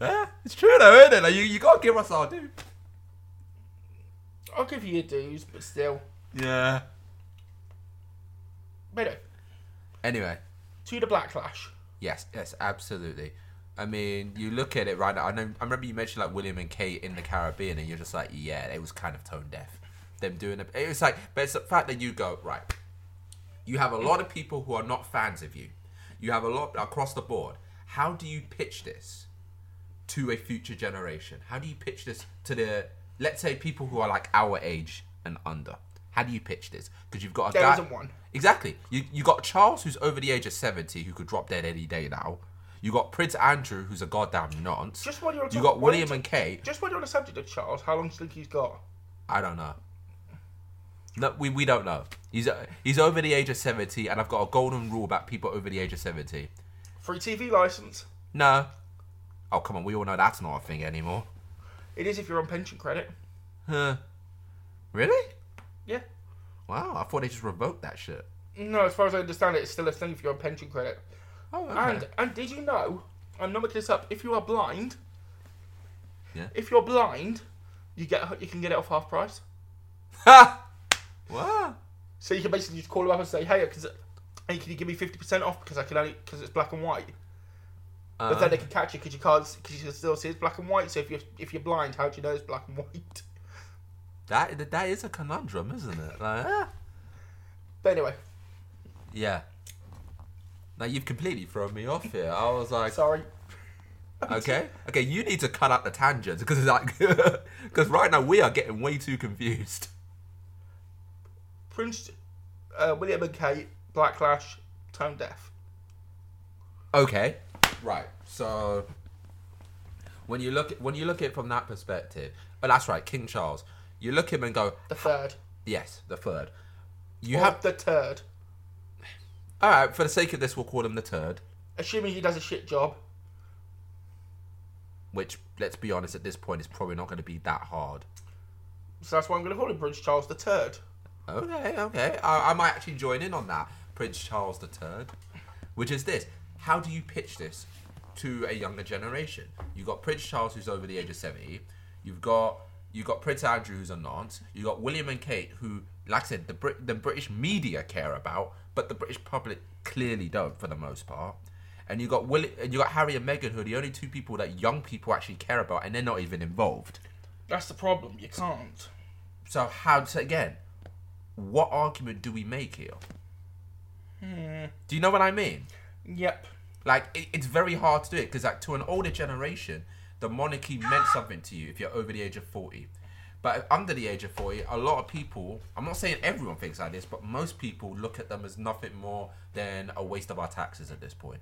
Speaker 4: Yeah, it's true though, isn't it? Like you, you gotta give us our due.
Speaker 3: I'll give you your dues, but still.
Speaker 4: Yeah.
Speaker 3: But anyway,
Speaker 4: Anyway,
Speaker 3: to the Blacklash.
Speaker 4: yes, yes, absolutely. I mean, you look at it right now. I know. I remember you mentioned like William and Kate in the Caribbean, and you're just like, yeah, it was kind of tone deaf. Them doing it. It was like, but it's the fact that you go right. You have a lot of people who are not fans of you. You have a lot across the board. How do you pitch this? to a future generation? How do you pitch this to the let's say people who are like our age and under? How do you pitch this? Because you've got a
Speaker 3: There
Speaker 4: guy,
Speaker 3: isn't one.
Speaker 4: Exactly. You you got Charles who's over the age of seventy who could drop dead any day now. You got Prince Andrew who's a goddamn nonce.
Speaker 3: Just while you're on
Speaker 4: you
Speaker 3: top- why
Speaker 4: got
Speaker 3: don't
Speaker 4: William
Speaker 3: you-
Speaker 4: and Kay.
Speaker 3: Just while you're on the subject of Charles, how long do you think he's got?
Speaker 4: I don't know. No, we, we don't know. He's he's over the age of seventy, and I've got a golden rule about people over the age of seventy.
Speaker 3: Free TV license.
Speaker 4: No. Oh come on, we all know that's not a thing anymore.
Speaker 3: It is if you're on pension credit.
Speaker 4: Huh. Really?
Speaker 3: Yeah.
Speaker 4: Wow, I thought they just revoked that shit.
Speaker 3: No, as far as I understand it, it's still a thing if you're on pension credit.
Speaker 4: Oh, okay.
Speaker 3: And and did you know? I'm not making this up. If you are blind,
Speaker 4: Yeah.
Speaker 3: If you're blind, you get you can get it off half price.
Speaker 4: Ha! Wow.
Speaker 3: So you can basically just call them up and say, "Hey, cause, hey, can you give me fifty percent off because I can only because it's black and white." but then they
Speaker 4: Uh.
Speaker 3: can catch you because you can't because you can still see it's black and white. So if you're if you're blind, how do you know it's black and white?
Speaker 4: That that is a conundrum, isn't it? Like, ah.
Speaker 3: But anyway,
Speaker 4: yeah. Now you've completely thrown me off here. I was like,
Speaker 3: sorry.
Speaker 4: okay, okay, you need to cut out the tangents because it's like, because right now we are getting way too confused.
Speaker 3: Prince, uh, William and Kate, Blacklash, Tone Deaf.
Speaker 4: Okay. Right. So when you look at, when you look at it from that perspective, oh, that's right, King Charles. You look at him and go,
Speaker 3: The third.
Speaker 4: yes, the third. You
Speaker 3: Or
Speaker 4: have
Speaker 3: the third.
Speaker 4: all right. For the sake of this, we'll call him the third.
Speaker 3: Assuming he does a shit job.
Speaker 4: which let's be honest at this point is probably not going to be that hard
Speaker 3: So that's why I'm going to call him Prince Charles the Third.
Speaker 4: okay okay I, I might actually join in on that prince charles the third which is this how do you pitch this to a younger generation you've got prince charles who's over the age of 70 you've got you've got prince andrew who's a nonce you've got william and kate who like i said the, Brit- the british media care about but the british public clearly don't for the most part and you got Will- and you got Harry and Meghan, who are the only two people that young people actually care about, and they're not even involved.
Speaker 3: That's the problem. You can't.
Speaker 4: So how to again? What argument do we make here? Do you know what I mean?
Speaker 3: Yep.
Speaker 4: Like it, it's very hard to do it because like to an older generation, the monarchy meant something to you if you're over the age of forty. But under the age of forty, a lot of people I'm not saying everyone thinks like this, but most people look at them as nothing more than a waste of our taxes at this point.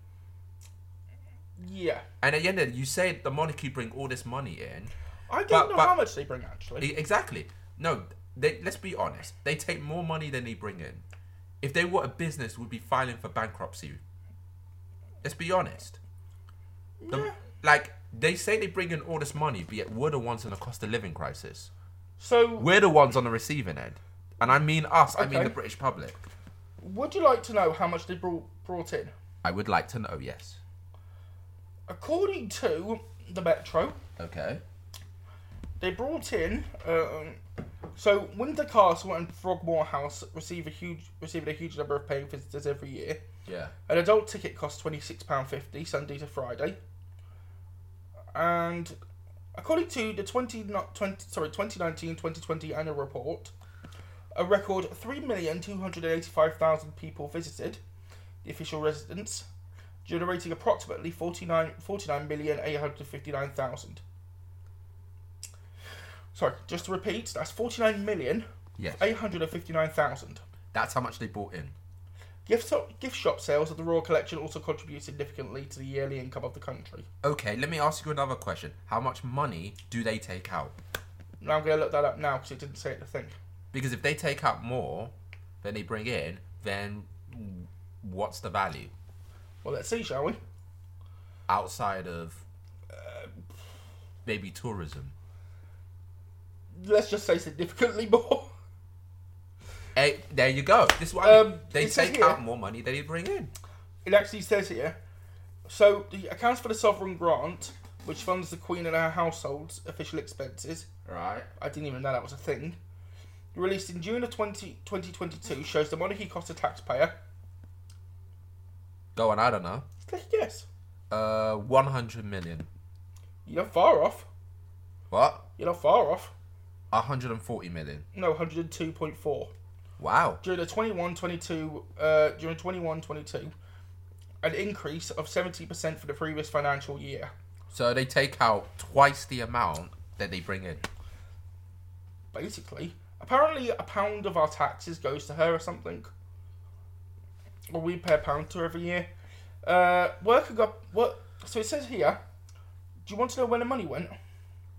Speaker 3: Yeah.
Speaker 4: And at the end of it, you say the monarchy bring all this money in.
Speaker 3: I don't
Speaker 4: But-
Speaker 3: know
Speaker 4: but-
Speaker 3: how much they bring actually.
Speaker 4: E- Exactly. No, they, let's be honest. They take more money than they bring in. If they were a business, would be filing for bankruptcy. Let's be honest. The- Like they say, they bring in all this money, but yet we're the ones on the cost of living crisis.
Speaker 3: So
Speaker 4: We're the ones on the receiving end, and I mean us. I mean
Speaker 3: Okay.
Speaker 4: the British public.
Speaker 3: would you like to know how much they brought brought in?
Speaker 4: I would like to know. Yes.
Speaker 3: According to the Metro,
Speaker 4: Okay.
Speaker 3: they brought in. Um, so Windsor Castle and Frogmore House receive a huge received a huge number of paying visitors every year.
Speaker 4: Yeah.
Speaker 3: An adult ticket costs twenty six pound fifty Sunday to Friday. And according to the 20, not 20 sorry 2019-2020 annual report, a record three million two hundred and eighty five thousand people visited the official residence, generating approximately 49 49,859,000. Sorry, just to repeat, that's forty nine million
Speaker 4: Yes.
Speaker 3: eight hundred and fifty nine thousand.
Speaker 4: That's how much they brought in.
Speaker 3: Gift shop, gift shop sales of the Royal Collection also contribute significantly to the yearly income of the country.
Speaker 4: Okay. Let me ask you another question. How much money do they take out?
Speaker 3: Now I'm going to look that up now because it didn't say it in the thing.
Speaker 4: Because if they take out more than they bring in, then what's the value
Speaker 3: Well, let's see, shall we?
Speaker 4: outside of uh, maybe tourism?
Speaker 3: Let's just say significantly more.
Speaker 4: Hey, there you go. This is what I mean.
Speaker 3: Um,
Speaker 4: they
Speaker 3: it says
Speaker 4: take
Speaker 3: here-
Speaker 4: out more money than they bring in.
Speaker 3: It actually says here. So the accounts for the sovereign grant, which funds the Queen and her household's official expenses.
Speaker 4: Right.
Speaker 3: I didn't even know that was a thing. Released in June of 20, 2022, shows the monarchy cost a taxpayer.
Speaker 4: Go on, I don't know.
Speaker 3: Yes.
Speaker 4: Uh, 100 million.
Speaker 3: You're not far off.
Speaker 4: What?
Speaker 3: You're not far off.
Speaker 4: 140 million.
Speaker 3: No, 102.4.
Speaker 4: Wow.
Speaker 3: During the 21 22, uh, during 21 22, an increase of 70% for the previous financial year.
Speaker 4: So they take out twice the amount that they bring in.
Speaker 3: Basically, apparently a pound of our taxes goes to her or something. Or we pay a pound to her every year. Uh, worker got what? So it says here. Do you want to know where the money went?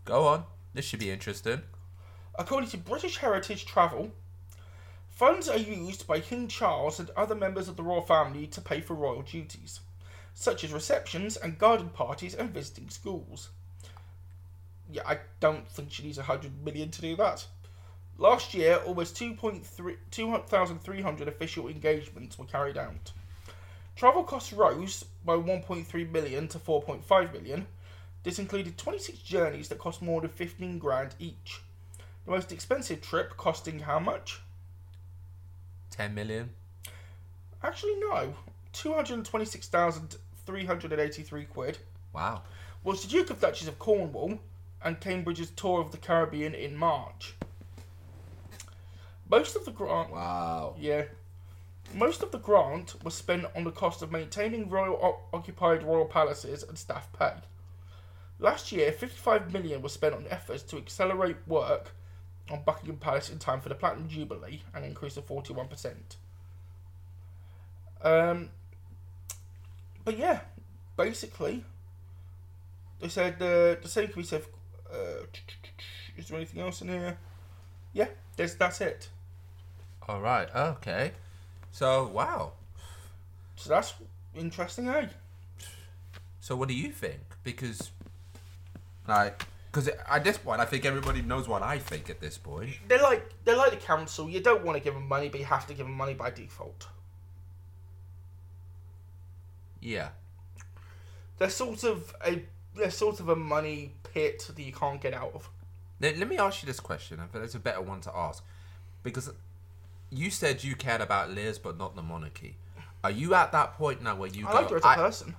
Speaker 4: Go on. This should be interesting.
Speaker 3: According to British Heritage Travel, funds are used by King Charles and other members of the royal family to pay for royal duties, such as receptions and garden parties and visiting schools. Yeah, I don't think she needs a hundred million to do that. Last year, almost 2,300 2, official engagements were carried out. Travel costs rose by 1.3 million to 4.5 million. This included 26 journeys that cost more than 15 grand each. The most expensive trip costing how much?
Speaker 4: 10 million.
Speaker 3: Actually, no. 226,383 quid.
Speaker 4: Wow.
Speaker 3: Was the Duke of Duchess of Cornwall and Cambridge's tour of the Caribbean in March. Most of the grant.
Speaker 4: Wow.
Speaker 3: Yeah. Most of the grant was spent on the cost of maintaining royal occupied royal palaces and staff pay. Last year, 55 million was spent on efforts to accelerate work on Buckingham Palace in time for the Platinum Jubilee, an increase of 41%. Um, but yeah, basically, they said uh, the same can be said. for- Uh, is there anything else in here? Yeah, there's, that's it.
Speaker 4: All right. Okay. So wow.
Speaker 3: So that's interesting, eh?
Speaker 4: So what do you think? Because like, because at this point, I think everybody knows what I think at this point.
Speaker 3: They're like they're like the council. You don't want to give them money, but you have to give them money by default.
Speaker 4: Yeah.
Speaker 3: They're sort of a they're sort of a money pit that you can't get out of.
Speaker 4: Let, let me ask you this question. I think it's a better one to ask because you said you cared about Liz, but not the monarchy. Are you at that point now where you
Speaker 3: I
Speaker 4: go,
Speaker 3: like her as a
Speaker 4: I-
Speaker 3: person.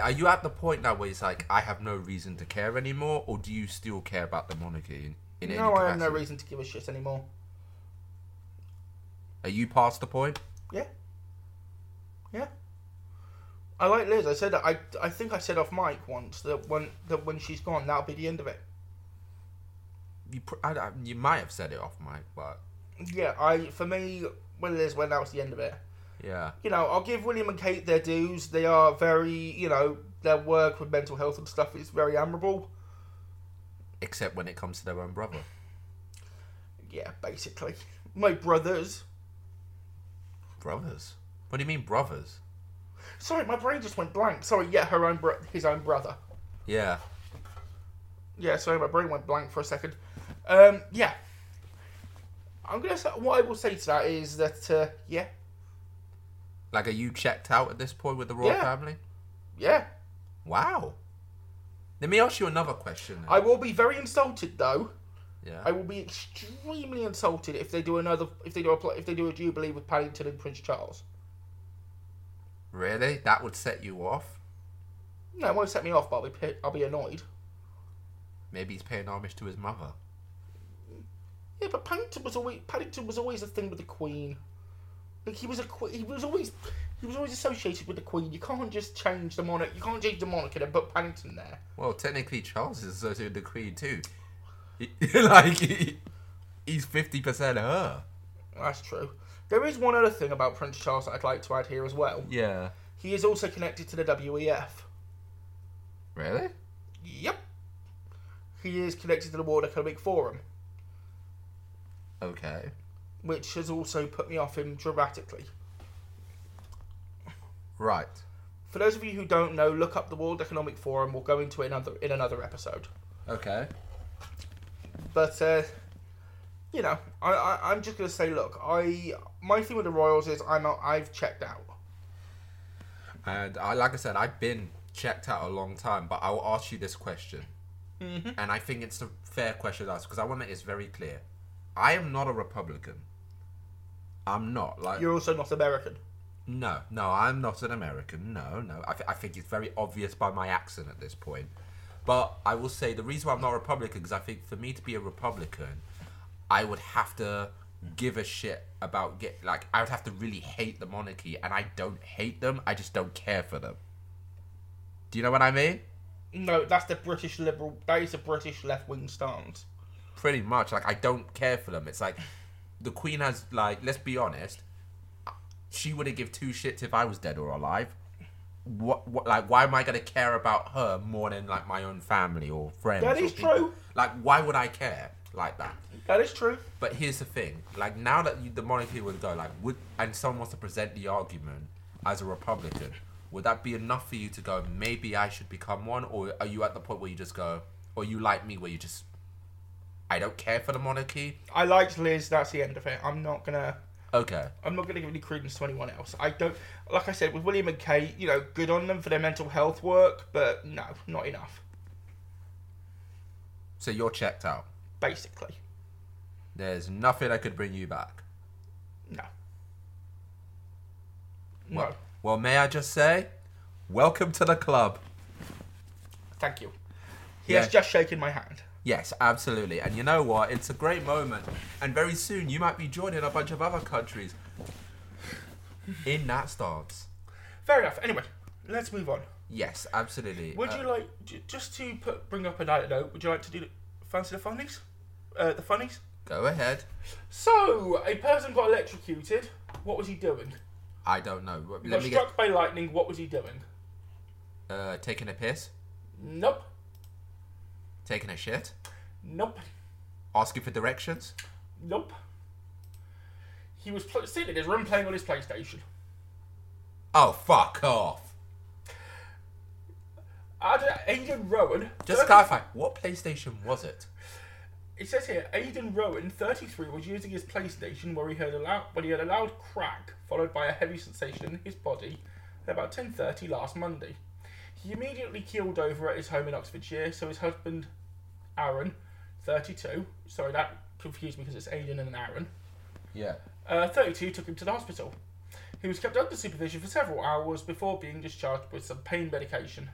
Speaker 4: Are you at the point now where it's like I have no reason to care anymore, or do you still care about the monarchy? In, in
Speaker 3: No,
Speaker 4: any
Speaker 3: I have no
Speaker 4: capacity?
Speaker 3: reason to give a shit anymore.
Speaker 4: Are you past the point?
Speaker 3: Yeah. Yeah. I like Liz. I said that. I I think I said off mic once that when that when she's gone, that'll be the end of it.
Speaker 4: You pr- I, I- you might have said it off mic, but
Speaker 3: Yeah. I for me when Liz went, that was the end of it.
Speaker 4: yeah,
Speaker 3: you know, I'll give William and Kate their dues. They are very, you know, their work with mental health and stuff is very admirable.
Speaker 4: except when it comes to their own brother.
Speaker 3: Yeah, basically. My brothers.
Speaker 4: Brothers? What do you mean brothers?
Speaker 3: Sorry, my brain just went blank. Sorry, yeah, her own bro- his own brother.
Speaker 4: Yeah,
Speaker 3: Yeah, sorry, my brain went blank for a second. Um, yeah. I'm gonna say what I will say to that is that uh, yeah,
Speaker 4: like are you checked out at this point with the royal
Speaker 3: Yeah.
Speaker 4: family?
Speaker 3: yeah.
Speaker 4: Wow. Let me ask you another question. Then.
Speaker 3: I will be very insulted though.
Speaker 4: yeah.
Speaker 3: I will be extremely insulted if they do another if they do a pl- if they do a jubilee with Paddington and Prince Charles.
Speaker 4: Really? That would set you off?
Speaker 3: No, it won't set me off, but I'll be pi- I'll be annoyed.
Speaker 4: Maybe he's paying homage to his mother.
Speaker 3: Yeah, but Paddington was always Paddington was always a thing with the Queen. Like he was a que- he was always he was always associated with the Queen. You can't just change the monarch. You can't change the monarch and then put Paddington there.
Speaker 4: Well, technically, Charles is associated with the Queen too. He- like he, he's fifty percent her.
Speaker 3: That's true. There is one other thing about Prince Charles that I'd like to add here as well.
Speaker 4: Yeah.
Speaker 3: He is also connected to the WEF.
Speaker 4: Really?
Speaker 3: Yep. He is connected to the World Economic Forum,
Speaker 4: Okay.
Speaker 3: which has also put me off him dramatically.
Speaker 4: Right.
Speaker 3: For those of you who don't know, look up the World Economic Forum. We'll go into it another in another episode.
Speaker 4: Okay.
Speaker 3: But uh, you know, I, I I'm just gonna say, look, I my thing with the Royals is I'm out, I've checked out.
Speaker 4: And I, like I said, I've been checked out a long time, but I will ask you this question.
Speaker 3: Mhm.
Speaker 4: And I think it's a fair question to ask because I want to make this very clear. I am not a Republican. I'm not. Like
Speaker 3: You're also not American.
Speaker 4: No, no, I'm not an American. No, no. I, th- I think it's very obvious by my accent at this point. But I will say the reason why I'm not a Republican is I think for me to be a Republican, I would have to give a shit about get like I would have to really hate the monarchy, and I don't hate them. I just don't care for them. Do you know what I mean?
Speaker 3: No, that's the British liberal. That is the British left wing stance.
Speaker 4: pretty much like i don't care for them it's like the queen has like let's be honest she wouldn't give two shits if i was dead or alive what, what like why am i going to care about her more than like my own family or friends
Speaker 3: That
Speaker 4: or
Speaker 3: is
Speaker 4: people?
Speaker 3: true.
Speaker 4: like why would i care like that
Speaker 3: That is true.
Speaker 4: but here's the thing like now that you, the monarchy would go like would and someone wants to present the argument as a republican would that be enough for you to go maybe i should become one or are you at the point where you just go or you like me where you just i don't care for the monarchy
Speaker 3: I liked Liz. That's the end of it. I'm not gonna.
Speaker 4: okay
Speaker 3: I'm not gonna give any credence to anyone else. I don't. Like I said, with William and Kate, you know, good on them for their mental health work, but no, not enough.
Speaker 4: so you're checked out
Speaker 3: Basically,
Speaker 4: there's nothing that could bring you back
Speaker 3: no.
Speaker 4: well, well may i just say welcome to the club
Speaker 3: Thank you. He
Speaker 4: Yeah.
Speaker 3: has just shaken my hand.
Speaker 4: Yes, absolutely. And you know what? It's a great moment. And very soon you might be joining a bunch of other countries in that stance.
Speaker 3: Fair enough. Anyway, let's move on.
Speaker 4: Yes, absolutely.
Speaker 3: Would
Speaker 4: Uh,
Speaker 3: you like j- just to put, bring up an anecdote? Would you like to do the, fancy the funnies? Uh, the funnies.
Speaker 4: Go ahead.
Speaker 3: So a person got electrocuted. What was he doing?
Speaker 4: I don't know.
Speaker 3: He
Speaker 4: Let
Speaker 3: got
Speaker 4: me
Speaker 3: struck by lightning. What was he doing?
Speaker 4: get. Uh, taking a piss?
Speaker 3: Nope.
Speaker 4: Taking a shit?
Speaker 3: Nope.
Speaker 4: Asking for directions?
Speaker 3: Nope. He was pl- sitting in his room playing on his PlayStation.
Speaker 4: Oh, fuck off.
Speaker 3: Ad- Aidan Rowan.
Speaker 4: Just to clarify, what PlayStation was it?
Speaker 3: It says here, Aidan Rowan, 33, was using his PlayStation where he heard a loud, when he heard a loud crack followed by a heavy sensation in his body at about 10:30 last Monday. He immediately keeled over at his home in Oxfordshire, so his husband, Aaron, 32, sorry that confused me because it's Aidan and Aaron,
Speaker 4: Yeah.
Speaker 3: uh, 32 took him to the hospital. He was kept under supervision for several hours before being discharged with some pain medication.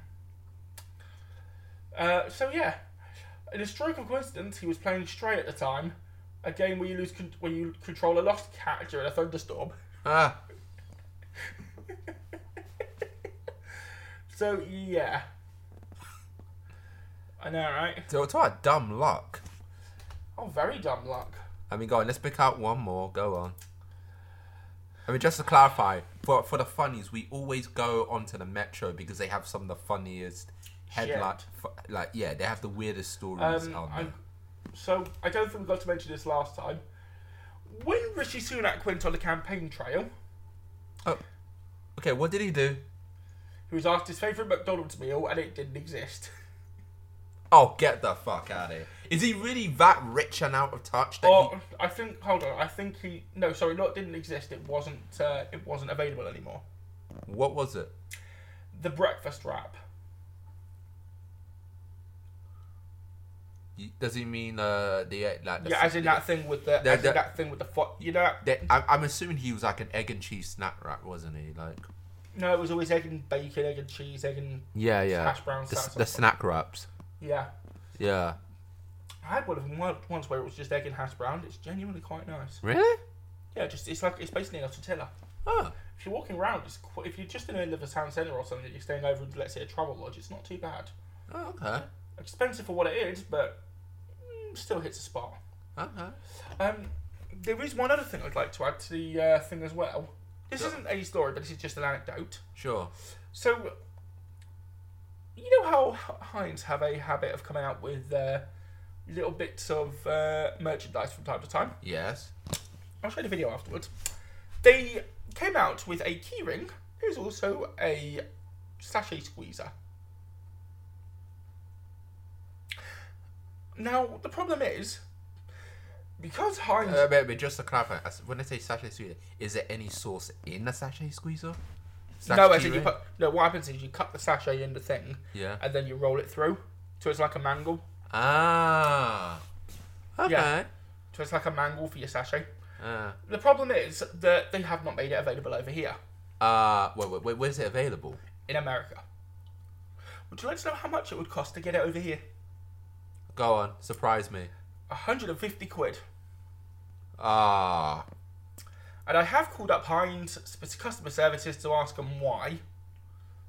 Speaker 3: Uh, so yeah, in a stroke of coincidence, he was playing Stray at the time, a game where you lose con- where you control a lost cat during a thunderstorm.
Speaker 4: Ah,
Speaker 3: So yeah, I know, right?
Speaker 4: so it's what dumb luck.
Speaker 3: Oh, very dumb luck.
Speaker 4: I mean, go on, let's pick out one more. Go on. I mean, just to clarify, for for the funnies, we always go onto the Metro because they have some of the funniest headline. Fu- like, yeah, they have the weirdest stories
Speaker 3: Um,
Speaker 4: on
Speaker 3: I-
Speaker 4: there.
Speaker 3: So I don't think we got to mention this last time. When Rishi Sunak went on the campaign trail,
Speaker 4: Oh, Okay, what did he do?
Speaker 3: he was asked his favourite McDonald's meal, and it didn't exist.
Speaker 4: Oh, get the fuck out of here! Is he really that rich and out of touch? That
Speaker 3: Or Oh, I think hold on, I think he no, sorry, not didn't exist. It wasn't uh, it wasn't available anymore.
Speaker 4: he, what was it?
Speaker 3: The breakfast wrap.
Speaker 4: You- Does he mean uh, the uh, like? The,
Speaker 3: yeah, as in that thing with the,
Speaker 4: the-
Speaker 3: as
Speaker 4: the-
Speaker 3: in that thing with the fo- you know that-
Speaker 4: the- I, I'm assuming he was like an egg and cheese snack wrap, wasn't he? Like,
Speaker 3: no, it was always egg and bacon, egg and cheese, egg and
Speaker 4: yeah, yeah,
Speaker 3: hash brown
Speaker 4: the,
Speaker 3: stuff.
Speaker 4: the snack wraps.
Speaker 3: yeah.
Speaker 4: Yeah,
Speaker 3: I had one of them once once where it was just egg and hash brown. It's genuinely quite nice.
Speaker 4: really?
Speaker 3: Yeah, just it's like it's basically a tortilla.
Speaker 4: Oh.
Speaker 3: If you're walking around, it's qu- if you're just in the middle of a town centre or something, you're staying over in let's say a travel lodge. It's not too bad.
Speaker 4: Oh, okay.
Speaker 3: Expensive for what it is, but mm, still hits a spot.
Speaker 4: Okay.
Speaker 3: Um, there is one other thing I'd like to add to the uh, thing as well. This
Speaker 4: Yeah.
Speaker 3: isn't a story, but this is just an anecdote.
Speaker 4: Sure.
Speaker 3: So, you know how H- Heinz have a habit of coming out with uh, little bits of uh, merchandise from time to time?
Speaker 4: Yes.
Speaker 3: I'll show you the video afterwards. They came out with a keyring. There's also a sachet squeezer. Now, the problem is, because Heinz...
Speaker 4: Uh, but, but just to clarify, as- when I say sachet squeezer, is there any sauce in the sachet squeezer?
Speaker 3: no, as in you put, no, what happens is you cut the sachet in the thing,
Speaker 4: Yeah.
Speaker 3: and then you roll it through, so it's like a mangle.
Speaker 4: Ah. Okay.
Speaker 3: Yeah, so it's like a mangle for your sachet.
Speaker 4: Ah.
Speaker 3: The problem is that they have not made it available over here
Speaker 4: Uh, wait, wait, wait, where's it available?
Speaker 3: in America. Would you like to know how much it would cost to get it over here?
Speaker 4: Go on, surprise me.
Speaker 3: 150 quid.
Speaker 4: Ah.
Speaker 3: And I have called up Heinz sp- customer services to ask them why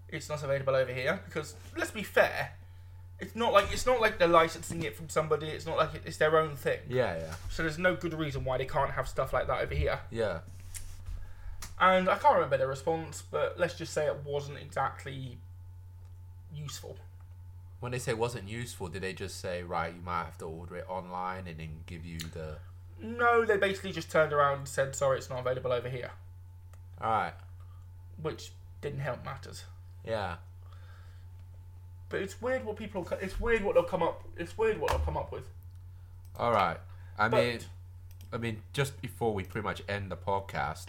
Speaker 3: it's not available over here. Because let's be fair, it's not like it's not like they're licensing it from somebody. It's not like it, it's their own thing.
Speaker 4: Yeah, yeah.
Speaker 3: So there's no good reason why they can't have stuff like that over here.
Speaker 4: Yeah.
Speaker 3: And I can't remember their response, but let's just say it wasn't exactly useful.
Speaker 4: When they say wasn't useful, did they just say, right, you might have to order it online and then give you the.
Speaker 3: No, they basically just turned around and said, "Sorry, it's not available over here,"
Speaker 4: Alright.
Speaker 3: which didn't help matters.
Speaker 4: Yeah.
Speaker 3: But it's weird what people. It's weird what they'll come up. It's weird what they'll come up with.
Speaker 4: All right. I
Speaker 3: But-
Speaker 4: mean, I mean, just before we pretty much end the podcast,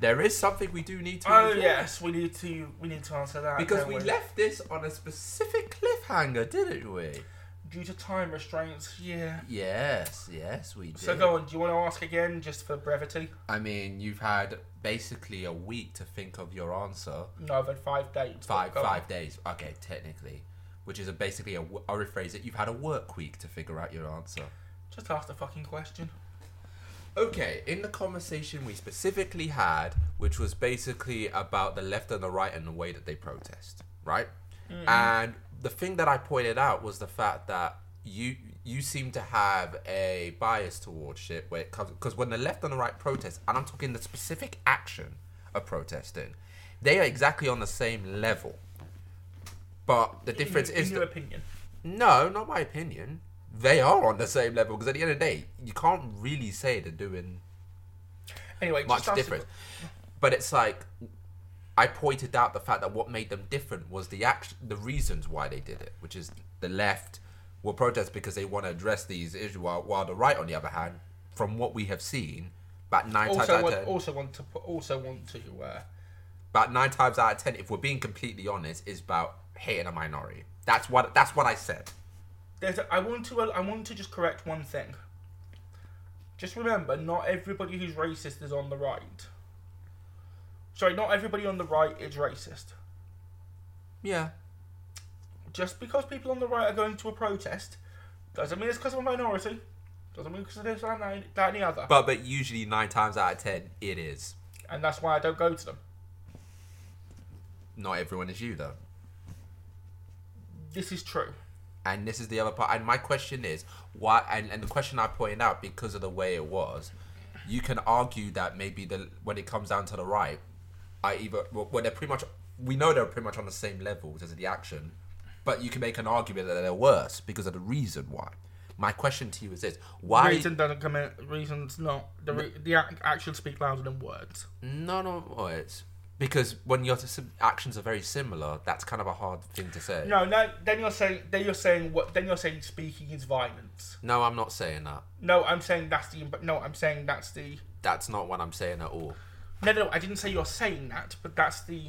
Speaker 4: there is something we do need to.
Speaker 3: Oh
Speaker 4: address.
Speaker 3: yes, we need to we need to answer that
Speaker 4: Because
Speaker 3: don't
Speaker 4: we left this on a specific cliffhanger, didn't we?
Speaker 3: due to time restraints. Yeah.
Speaker 4: Yes, yes, we did.
Speaker 3: So go on. Do you want to ask again, just for brevity?
Speaker 4: I mean, you've had basically a week to think of your answer.
Speaker 3: No, I've had five days. but
Speaker 4: Five,
Speaker 3: Oh, go on.
Speaker 4: five days. Okay, technically, which is a, basically a. w- I'll rephrase it. You've had a work week to figure out your answer.
Speaker 3: Just ask the fucking question.
Speaker 4: Okay, in the conversation we specifically had, which was basically about the left and the right and the way that they protest, right?
Speaker 3: Hmm.
Speaker 4: And the thing that I pointed out was the fact that you you seem to have a bias towards shit where it comes because when the left and the right protest, and I'm talking the specific action of protesting, they are exactly on the same level. But the difference
Speaker 3: in,
Speaker 4: is
Speaker 3: in your
Speaker 4: that-
Speaker 3: opinion.
Speaker 4: no, not my opinion. They are on the same level because at the end of the day, you can't really say they're doing
Speaker 3: Anyway,
Speaker 4: much
Speaker 3: just ask the-
Speaker 4: different. But it's like I pointed out the fact that what made them different was the action, the reasons why they did it, which is the left will protest because they want to address these issues, while, while the right, on the other hand, from what we have seen, about nine times
Speaker 3: also
Speaker 4: out of
Speaker 3: want,
Speaker 4: ten,
Speaker 3: also want to pu- also want to uh,
Speaker 4: about nine times out of ten, if we're being completely honest, is about hating a minority. That's what that's what I said.
Speaker 3: there's a, I want to I want to just correct one thing. Just remember, not everybody who's racist is on the right. Sorry, not everybody on the right is racist.
Speaker 4: Yeah,
Speaker 3: Just because people on the right are going to a protest doesn't mean it's because of a minority. Doesn't mean because of this and that, that and the other.
Speaker 4: but but usually nine times out of ten, it is.
Speaker 3: and that's why I don't go to them.
Speaker 4: Not everyone is you though.
Speaker 3: This is true.
Speaker 4: and this is the other part and my question is why and, and the question i pointed out because of the way it was you can argue that maybe the when it comes down to the right i either well well, they're pretty much we know they're pretty much on the same level in terms of the action but you can make an argument that they're worse because of the reason why my question to you is this why
Speaker 3: Reason doesn't come in. Reasons not. The, re- the ac- actions speak louder than words.
Speaker 4: no no well, it's because when your s- actions are very similar that's kind of a hard thing to say
Speaker 3: No, no. Then you're saying. Then you're saying what? Then you're saying speaking is violence.
Speaker 4: no i'm not saying that
Speaker 3: No, I'm saying that's the. imp- No, I'm saying that's the.
Speaker 4: that's not what i'm saying at all
Speaker 3: No, no, no, I didn't say you're saying that, but that's the.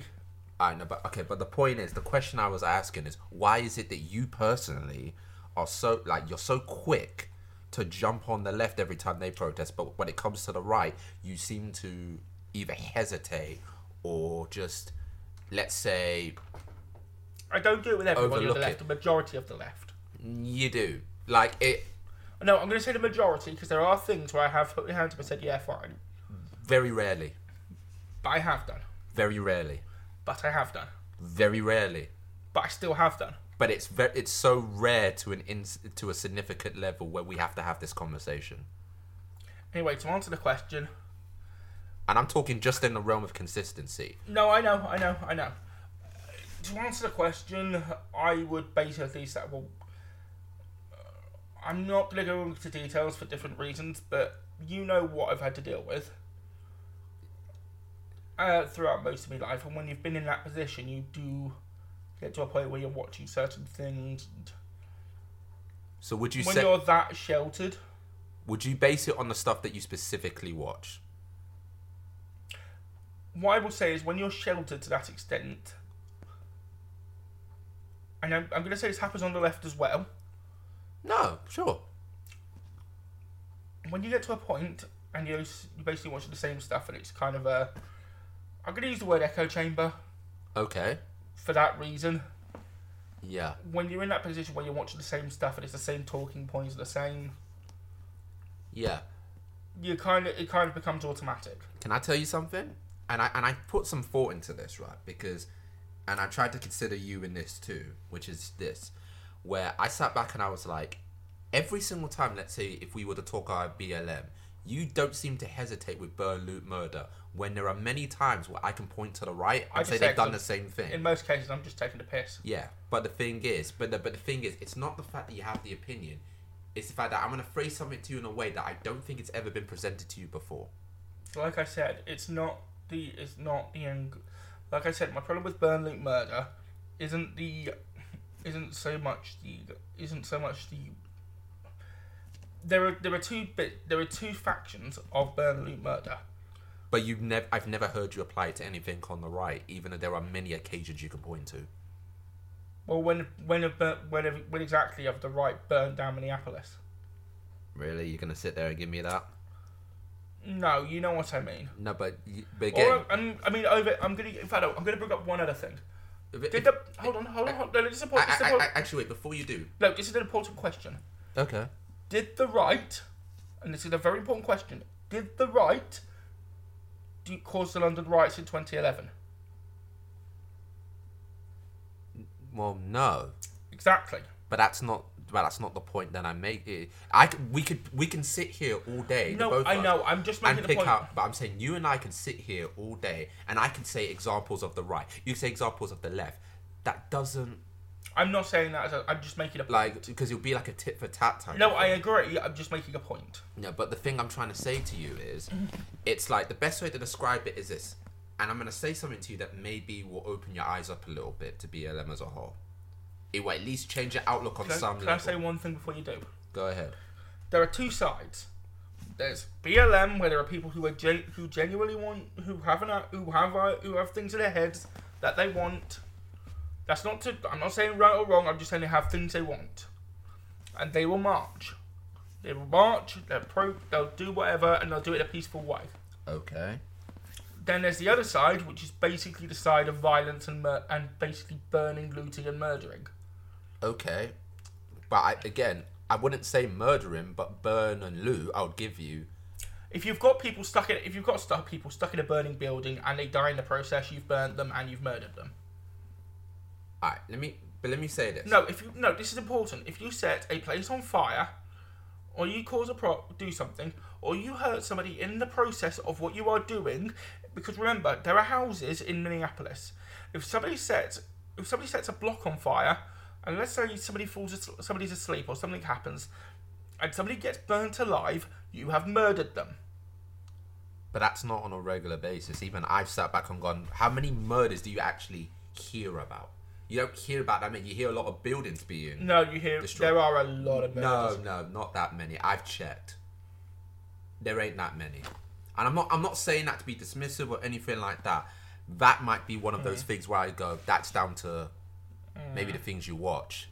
Speaker 4: I know, but okay, but the point is, the question I was asking is, why is it that you personally are so like you're so quick to jump on the left every time they protest, but when it comes to the right, you seem to either hesitate or just, let's say,
Speaker 3: I don't do it with everybody on
Speaker 4: Overlook
Speaker 3: the left.
Speaker 4: it.
Speaker 3: The majority of the left.
Speaker 4: you do like it
Speaker 3: No, I'm going to say the majority because there are things where I have put my hand up and said, "Yeah, fine,"
Speaker 4: very rarely,
Speaker 3: but I have done.
Speaker 4: very rarely,
Speaker 3: But I have done.
Speaker 4: very rarely.
Speaker 3: But I still have done.
Speaker 4: But it's very it's so rare to an ins to a significant level where we have to have this conversation.
Speaker 3: Anyway, to answer the question,
Speaker 4: And I'm talking just in the realm of consistency.
Speaker 3: no, I know, I know, I know. To answer the question, I would basically say, well, uh, I'm not going to go into details for different reasons, but you know what I've had to deal with uh, throughout most of my life, and when you've been in that position, you do get to a point where you're watching certain things. and
Speaker 4: So would you
Speaker 3: when
Speaker 4: say
Speaker 3: you're that sheltered,
Speaker 4: Would you base it on the stuff that you specifically watch?
Speaker 3: what I will say is when you're sheltered to that extent, and I'm, I'm going to say this happens on the left as well.
Speaker 4: No, sure.
Speaker 3: When you get to a point and you're, s- you're basically watching the same stuff, and it's kind of a. I'm going to use the word echo chamber
Speaker 4: Okay.
Speaker 3: for that reason.
Speaker 4: Yeah.
Speaker 3: When you're in that position where you're watching the same stuff and it's the same talking points, the same.
Speaker 4: Yeah.
Speaker 3: You kind of it kind of becomes automatic.
Speaker 4: Can I tell you something? And I and I put some thought into this, right? Because and I tried to consider you in this too, which is this, where I sat back and I was like, every single time, let's say if we were to talk about BLM, you don't seem to hesitate with Burn Loot Murder when there are many times where I can point to the right and
Speaker 3: I
Speaker 4: say
Speaker 3: just
Speaker 4: they've
Speaker 3: take
Speaker 4: done
Speaker 3: them-
Speaker 4: the same thing.
Speaker 3: In most cases, I'm just taking the piss.
Speaker 4: Yeah, but the thing is, but the, but the thing is, it's not the fact that you have the opinion. It's the fact that I'm gonna phrase something to you in a way that I don't think it's ever been presented to you before.
Speaker 3: like I said, it's not the it's not the ang- like I said, my problem with Burn Link Murder isn't the isn't so much the isn't so much the there are there are two bit there are two factions of Burn Link Murder.
Speaker 4: But you've never, I've never heard you apply it to anything on the right, even though there are many occasions you can point to.
Speaker 3: Well, when when have Burn- when have, when exactly have the right burned down Minneapolis?
Speaker 4: Really, you're gonna sit there and give me that?
Speaker 3: No, you know what I mean.
Speaker 4: No, but you- but again,
Speaker 3: Or, uh, I'm, I mean, over. I'm gonna. In fact, I'm gonna bring up one other thing.
Speaker 4: if-
Speaker 3: Did
Speaker 4: if-
Speaker 3: the, hold on, hold on, hold on. No, this is
Speaker 4: I,
Speaker 3: important. This is
Speaker 4: I, I,
Speaker 3: important.
Speaker 4: actually, wait before you do.
Speaker 3: No, this is an important question.
Speaker 4: Okay.
Speaker 3: did the right, and this is a very important question, did the right do cause the London riots in 2011?
Speaker 4: Well, no,
Speaker 3: Exactly.
Speaker 4: but that's not. Well, that's not the point that I make. It- I c- we could we can sit here all day. the
Speaker 3: No,
Speaker 4: both of
Speaker 3: I
Speaker 4: us,
Speaker 3: know, I'm just making
Speaker 4: and
Speaker 3: the
Speaker 4: pick
Speaker 3: point.
Speaker 4: out. But I'm saying you and I can sit here all day, and I can say examples of the right. You can say examples of the left. That doesn't
Speaker 3: I'm not saying that. As a, I'm just making a point.
Speaker 4: like because it'll be like a tit for tat type.
Speaker 3: No,
Speaker 4: of
Speaker 3: I agree. I'm just making a point.
Speaker 4: No, but the thing I'm trying to say to you is, it's like the best way to describe it is this, and I'm gonna say something to you that maybe will open your eyes up a little bit to BLM as a whole. It will at least change your outlook on
Speaker 3: Can, I-
Speaker 4: some
Speaker 3: can I
Speaker 4: level.
Speaker 3: say one thing before you do?
Speaker 4: Go ahead.
Speaker 3: There are two sides. There's BLM, where there are people who are gen- who genuinely want, who have an, who have uh, who have things in their heads that they want. That's not to. I'm not saying right or wrong. I'm just saying they have things they want, and they will march. They will march. They'll pro. They'll do whatever, and they'll do it in a peaceful way.
Speaker 4: Okay.
Speaker 3: Then there's the other side, which is basically the side of violence and mur- and basically burning, looting, and murdering.
Speaker 4: Okay. But I, again, I wouldn't say murder him, but burn and loot. I'll give you.
Speaker 3: If you've got people stuck in, if you've got stuck people stuck in a burning building and they die in the process, you've burnt them and you've murdered them.
Speaker 4: All right. Let me. But let me say this.
Speaker 3: No, if you no, this is important. If you set a place on fire, or you cause a pro, do something, or you hurt somebody in the process of what you are doing, because remember there are houses in Minneapolis. If somebody sets if somebody sets a block on fire, and let's say somebody falls as- somebody's asleep or something happens, and somebody gets burnt alive, you have murdered them.
Speaker 4: But that's not on a regular basis. Even I've sat back and gone, how many murders do you actually hear about? You don't hear about that many. You hear a lot of buildings being.
Speaker 3: No, you hear
Speaker 4: Destroy-
Speaker 3: there are a lot of murders.
Speaker 4: No, no, not that many. I've checked. There ain't that many. And I'm not I'm not saying that to be dismissive or anything like that. That might be one of
Speaker 3: Mm.
Speaker 4: those things where I go, that's down to maybe the things you watch.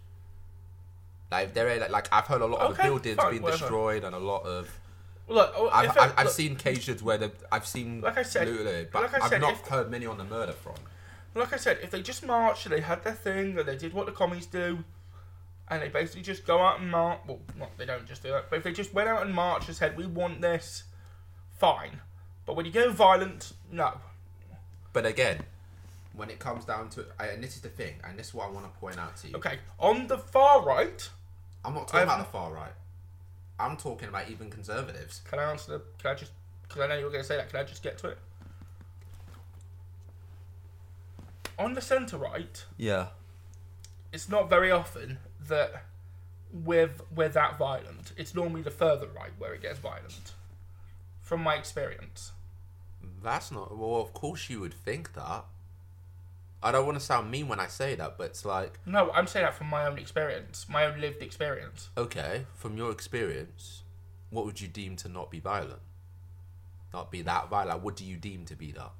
Speaker 4: Like there ain't like, like I've heard a lot of
Speaker 3: Okay,
Speaker 4: buildings
Speaker 3: fine,
Speaker 4: being
Speaker 3: whatever.
Speaker 4: destroyed and a lot of
Speaker 3: Look, oh,
Speaker 4: I've,
Speaker 3: if it-
Speaker 4: I've, I've
Speaker 3: look,
Speaker 4: seen cases where the, I've seen
Speaker 3: Like I said-
Speaker 4: looted, but
Speaker 3: like I
Speaker 4: I've
Speaker 3: said,
Speaker 4: not
Speaker 3: if-
Speaker 4: heard many on the murder front.
Speaker 3: like I said, if they just marched and they had their thing and they did what the commies do, and they basically just go out and march. Well, not they don't just do that, but if they just went out and marched and said we want this, fine. But when you go violent, no.
Speaker 4: But again, when it comes down to, I, and this is the thing, and this is what I want to point out to you.
Speaker 3: Okay, on the far right,
Speaker 4: I'm not talking
Speaker 3: I've-
Speaker 4: about the far right. I'm talking about even conservatives.
Speaker 3: can I answer the? Can I just? Because I know you were going to say that. Can I just get to it? On the centre right,
Speaker 4: Yeah.
Speaker 3: it's not very often that we're, we're that violent. It's normally the further right where it gets violent, from my experience.
Speaker 4: That's not. Well, of course you would think that. I don't want to sound mean when I say that, but it's like,
Speaker 3: No, I'm saying that from my own experience, my own lived experience.
Speaker 4: okay, from your experience, what would you deem to not be violent? Not be that violent. What do you deem to be that?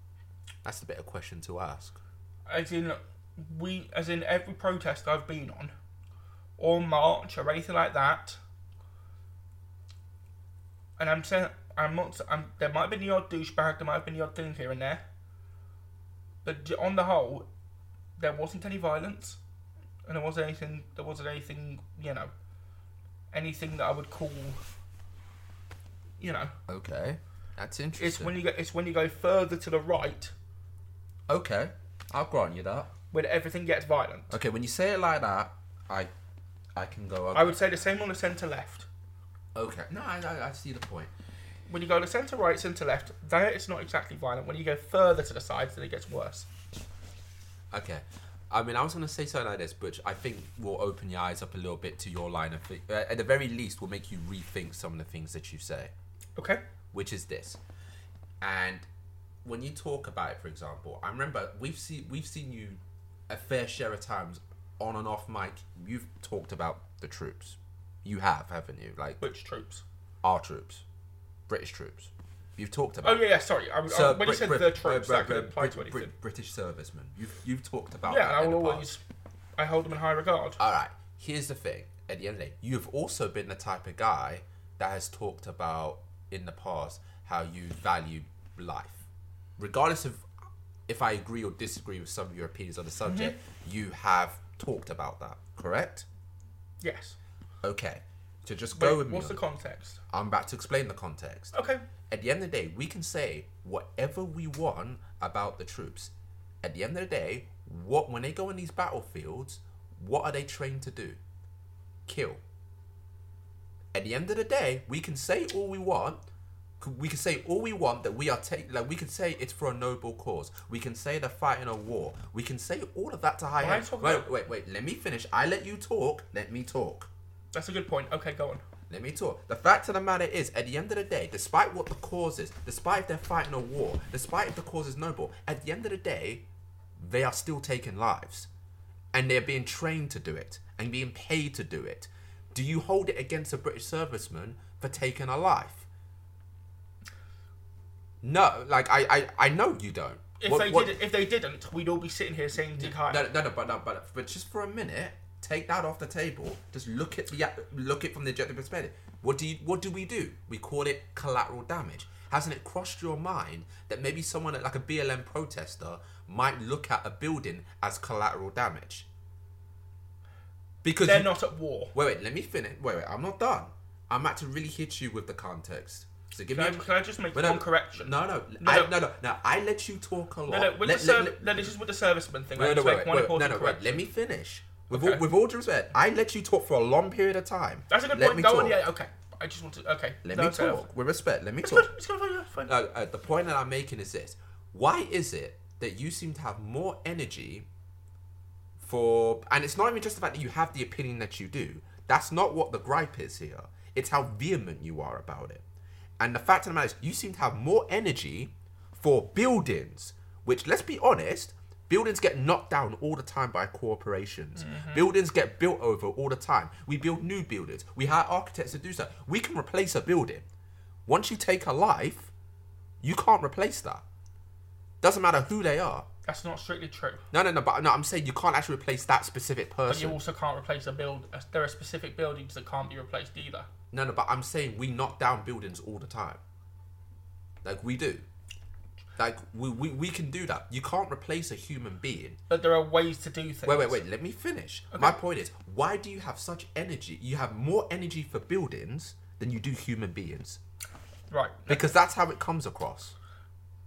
Speaker 4: That's the better question to ask.
Speaker 3: As in, we, as in every protest I've been on, or march or anything like that, and I'm saying I'm not. I'm, there might have been the odd douchebag, there might have been the odd thing here and there, but j- on the whole, there wasn't any violence, and there wasn't anything. There wasn't anything. You know, anything that I would call. You know,
Speaker 4: Okay, that's interesting.
Speaker 3: it's when you go. It's when you go further to the right
Speaker 4: okay, I'll grant you that.
Speaker 3: when everything gets violent.
Speaker 4: Okay, when you say it like that, I, I can go. Okay,
Speaker 3: I would say the same on the centre left.
Speaker 4: okay. no, I, I, I see the point.
Speaker 3: When you go to centre right, centre left, there it's not exactly violent. When you go further to the sides, then it gets worse.
Speaker 4: Okay. I mean, I was going to say something like this, which I think will open your eyes up a little bit to your line of thi- uh, At the very least, will make you rethink some of the things that you say,
Speaker 3: Okay.
Speaker 4: which is this. And when you talk about it, for example, I remember we've seen we've seen you a fair share of times on and off mic. You've talked about the troops. You have, haven't you? Like
Speaker 3: Which troops?
Speaker 4: our troops, British troops. You've talked about.
Speaker 3: Oh yeah, yeah sorry. I, was I,
Speaker 4: Sir
Speaker 3: when you
Speaker 4: Brit-
Speaker 3: said
Speaker 4: Brit-
Speaker 3: the troops,
Speaker 4: Brit-
Speaker 3: that could
Speaker 4: Brit-
Speaker 3: apply to
Speaker 4: Brit-
Speaker 3: anything.
Speaker 4: British servicemen. You've you've talked about.
Speaker 3: yeah, and
Speaker 4: that
Speaker 3: I
Speaker 4: in
Speaker 3: will
Speaker 4: the past.
Speaker 3: always. I hold them in high regard.
Speaker 4: All right. Here's the thing. At the end of the day, you have also been the type of guy that has talked about in the past how you value life, regardless of if I agree or disagree with some of your opinions
Speaker 3: Mm-hmm.
Speaker 4: on the subject. You have talked about that, correct?
Speaker 3: yes.
Speaker 4: Okay. So just
Speaker 3: Wait,
Speaker 4: go with me.
Speaker 3: what's the
Speaker 4: on that.
Speaker 3: context?
Speaker 4: I'm about to explain the context
Speaker 3: Okay.
Speaker 4: at the end of the day, we can say whatever we want about the troops. At the end of the day, what when they go on these battlefields, what are they trained to do? Kill. At the end of the day, we can say all we want. c- We can say all we want that we are taking. Like we can say it's for a noble cause. We can say they're fighting a war. We can say all of that to high
Speaker 3: Why
Speaker 4: end.
Speaker 3: talk
Speaker 4: Wait,
Speaker 3: about-
Speaker 4: wait, wait. Let me finish. I let you talk. Let me talk.
Speaker 3: That's a good point. Okay, go on.
Speaker 4: Let me talk. The fact of the matter is, at the end of the day, despite what the cause is, despite if they're fighting a war, despite if the cause is noble, at the end of the day, they are still taking lives. And they're being trained to do it and being paid to do it. Do you hold it against a British serviceman for taking a life? No, like I, I, I know you don't.
Speaker 3: If
Speaker 4: What-
Speaker 3: they
Speaker 4: what-
Speaker 3: did, if they didn't, we'd all be sitting here saying dig higher.
Speaker 4: no, no, no, but no, but but just for a minute, take that off the table. Just look at the look it from the objective perspective. What do you what do we do? We call it collateral damage. Hasn't it crossed your mind that maybe someone like a BLM protester might look at a building as collateral damage? Because
Speaker 3: They're
Speaker 4: you-
Speaker 3: not at war.
Speaker 4: Wait, wait. Let me finish. Wait, wait. I'm not done. I'm about to really hit you with the context. So give
Speaker 3: Can
Speaker 4: me.
Speaker 3: I- can I just make
Speaker 4: Wait, no,
Speaker 3: one correction?
Speaker 4: No, no,
Speaker 3: No,
Speaker 4: I,
Speaker 3: no.
Speaker 4: no, no, no, I let you talk a lot.
Speaker 3: No, no, with
Speaker 4: Let-
Speaker 3: the
Speaker 4: let-
Speaker 3: serv-
Speaker 4: let-
Speaker 3: no, this is with the serviceman thing. I
Speaker 4: no,
Speaker 3: need
Speaker 4: no,
Speaker 3: to
Speaker 4: wait,
Speaker 3: make
Speaker 4: wait,
Speaker 3: one
Speaker 4: wait, no,
Speaker 3: important
Speaker 4: no, wait.
Speaker 3: correction.
Speaker 4: Let me finish. With,
Speaker 3: Okay.
Speaker 4: all, with all due respect, I let you talk for a long period of time.
Speaker 3: That's a good
Speaker 4: let
Speaker 3: point.
Speaker 4: Me
Speaker 3: Go
Speaker 4: talk.
Speaker 3: on. Yeah. Okay. I just want to. Okay.
Speaker 4: Let
Speaker 3: no,
Speaker 4: me
Speaker 3: it's fair.
Speaker 4: talk. With respect, let me
Speaker 3: It's
Speaker 4: talk.
Speaker 3: good. It's good. yeah, Fine.
Speaker 4: Uh, uh, the point that I'm making is this: Why is it that you seem to have more energy for? And it's not even just the fact that you have the opinion that you do. That's not what the gripe is here. It's how vehement you are about it. And the fact of the matter is, you seem to have more energy for buildings, which, let's be honest, buildings get knocked down all the time by corporations. Buildings get built over all the time. We build new buildings. We hire architects to do so. We can replace a building. Once you take a life, you can't replace that. Doesn't matter who they are.
Speaker 3: That's not strictly true.
Speaker 4: No, no, no. But no, I'm saying you can't actually replace that specific
Speaker 3: But you
Speaker 4: person.
Speaker 3: also can't replace a build. There are specific buildings that can't be replaced either.
Speaker 4: No, no. But I'm saying we knock down buildings all the time. Like we do. Like we, we, we can do that. You can't replace a human being.
Speaker 3: But there are ways to do things.
Speaker 4: Wait, wait, wait. Let me finish. My point is, why do you have such energy? You have more energy for buildings than you do human beings,
Speaker 3: Right.
Speaker 4: because that's how it comes across.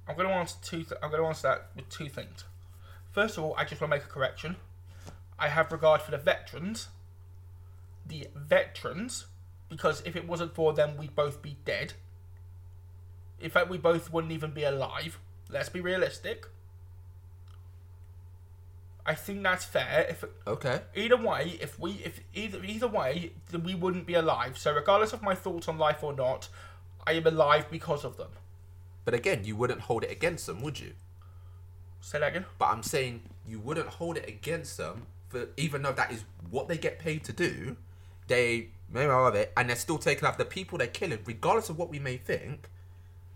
Speaker 3: I'm going to answer two. Th- I'm going to answer that with two things. First of all, I just want to make a correction. I have regard for the veterans. The veterans, because if it wasn't for them, we'd both be dead. In fact, we both wouldn't even be alive. Let's be realistic. I think that's fair. If
Speaker 4: Okay.
Speaker 3: either way, if we if either either way, then we wouldn't be alive. So regardless of my thoughts on life or not, I am alive because of them.
Speaker 4: But again, you wouldn't hold it against them, would you?
Speaker 3: Say that again.
Speaker 4: But I'm saying you wouldn't hold it against them for even though that is what they get paid to do. They may not love it, and they're still taking after the people they're killing, regardless of what we may think.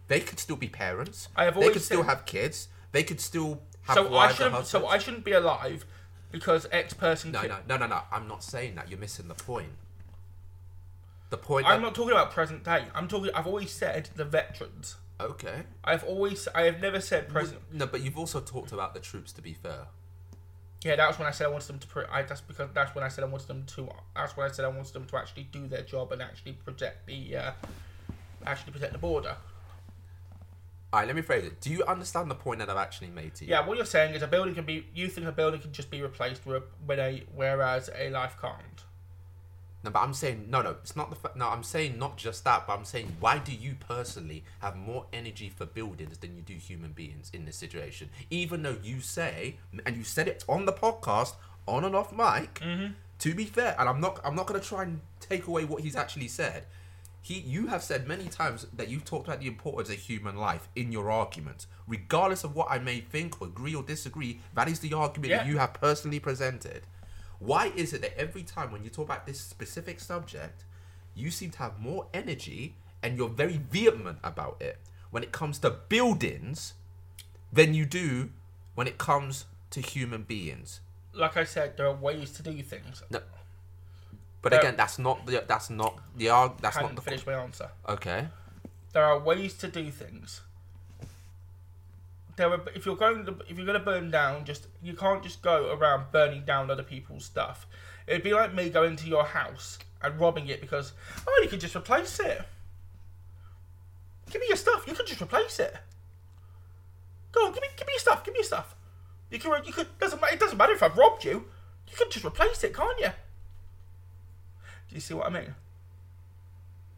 Speaker 4: They could still be parents.
Speaker 3: I have
Speaker 4: they
Speaker 3: always
Speaker 4: could still
Speaker 3: said-
Speaker 4: have kids. They could still have
Speaker 3: so I
Speaker 4: wives and
Speaker 3: shouldn't. So
Speaker 4: husbands.
Speaker 3: I shouldn't be alive because X person.
Speaker 4: No,
Speaker 3: ki-
Speaker 4: no, no, no, no. I'm not saying that. You're missing the point. The point.
Speaker 3: I'm
Speaker 4: that-
Speaker 3: not talking about present day. I'm talking. I've always said the veterans.
Speaker 4: Okay.
Speaker 3: I've always. I have never said present.
Speaker 4: No, but you've also talked about the troops. To be fair.
Speaker 3: Yeah, that's when I said I wanted them to. Pre- I, that's because that's when I said I wanted them to. That's when I said I wanted them to actually do their job and actually protect the. Uh, actually protect the border.
Speaker 4: All right. Let me phrase it. Do you understand the point that I've actually made to you?
Speaker 3: Yeah, what you're saying is a building can be. You think a building can just be replaced with, with a whereas a life can't.
Speaker 4: No, but I'm saying no, no. It's not the fact. No, I'm saying not just that, but I'm saying why do you personally have more energy for buildings than you do human beings in this situation? Even though you say, and you said it on the podcast, on and off mic. To be fair, and I'm not, I'm not gonna try and take away what he's actually said. He, you have said many times that you've talked about the importance of human life in your argument, regardless of what I may think, agree or disagree. That is the argument that
Speaker 3: Yeah.
Speaker 4: you have personally presented. Why is it that every time when you talk about this specific subject, you seem to have more energy and you're very vehement about it when it comes to buildings than you do when it comes to human beings?
Speaker 3: Like I said, there are ways to do things.
Speaker 4: No. But
Speaker 3: Uh,
Speaker 4: again, that's not the that's not the arg that's
Speaker 3: I
Speaker 4: not
Speaker 3: haven't
Speaker 4: the
Speaker 3: finished my answer.
Speaker 4: okay.
Speaker 3: There are ways to do things. There are, if you're going to, if you're going to burn down, just you can't just go around burning down other people's stuff. It'd be like me going to your house and robbing it because oh, you could just replace it. Give me your stuff. You could just replace it. Go on, give me, give me your stuff. Give me your stuff. You can, you could. Doesn't matter. It doesn't matter if I've robbed you. You can just replace it, can't you? Do you see what I mean?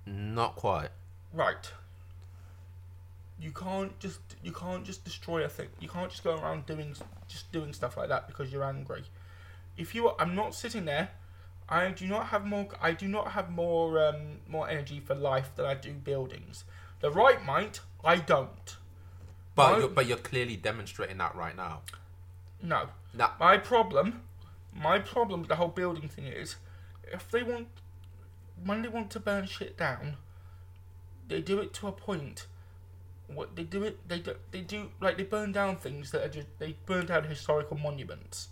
Speaker 4: Not quite.
Speaker 3: right you can't just you can't just destroy a thing you can't just go around doing just doing stuff like that because you're angry if you i'm not sitting there i do not have more i do not have more um, more energy for life than i do buildings the right might i don't
Speaker 4: But
Speaker 3: Why-
Speaker 4: you're, but you're clearly demonstrating that right now.
Speaker 3: no
Speaker 4: No.
Speaker 3: my problem my problem with the whole building thing is if they want when they want to burn shit down they do it to a point what they do it they do, they do like they burn down things that are just they burn down historical monuments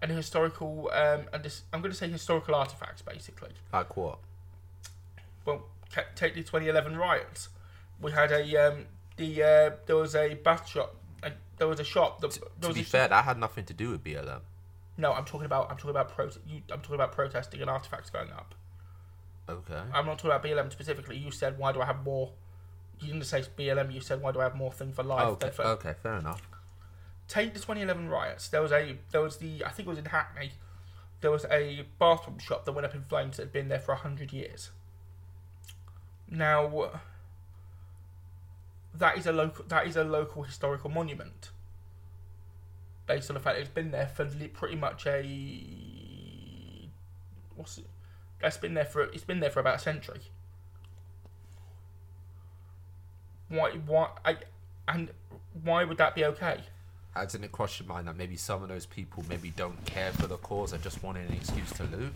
Speaker 3: and historical um and this, i'm going to say historical artifacts basically
Speaker 4: Like what?
Speaker 3: well ca- take the 2011 riots we had a um the uh there was a bath shop and there was a shop that there
Speaker 4: To
Speaker 3: was
Speaker 4: be
Speaker 3: a
Speaker 4: fair, that had nothing to do with BLM.
Speaker 3: no, I'm talking about I'm talking about protest. You, I'm talking about protesting and artifacts going up.
Speaker 4: Okay.
Speaker 3: I'm not talking about BLM specifically. You said why do I have more? You didn't say BLM. You said why do I have more thing for life?
Speaker 4: Oh, Okay.
Speaker 3: than for-"
Speaker 4: Okay. Fair enough.
Speaker 3: Take the 2011 riots. There was a there was the I think it was in Hackney. There was a bathroom shop that went up in flames that had been there for hundred years. Now, that is a local that is a local historical monument. Based on the fact it's been there for li- pretty much a what's it? That's been there for it's been there for about a century. Why? Why? I, and why would that be okay?
Speaker 4: Hasn't it crossed your mind that maybe some of those people maybe don't care for the cause and just wanted an excuse to loot?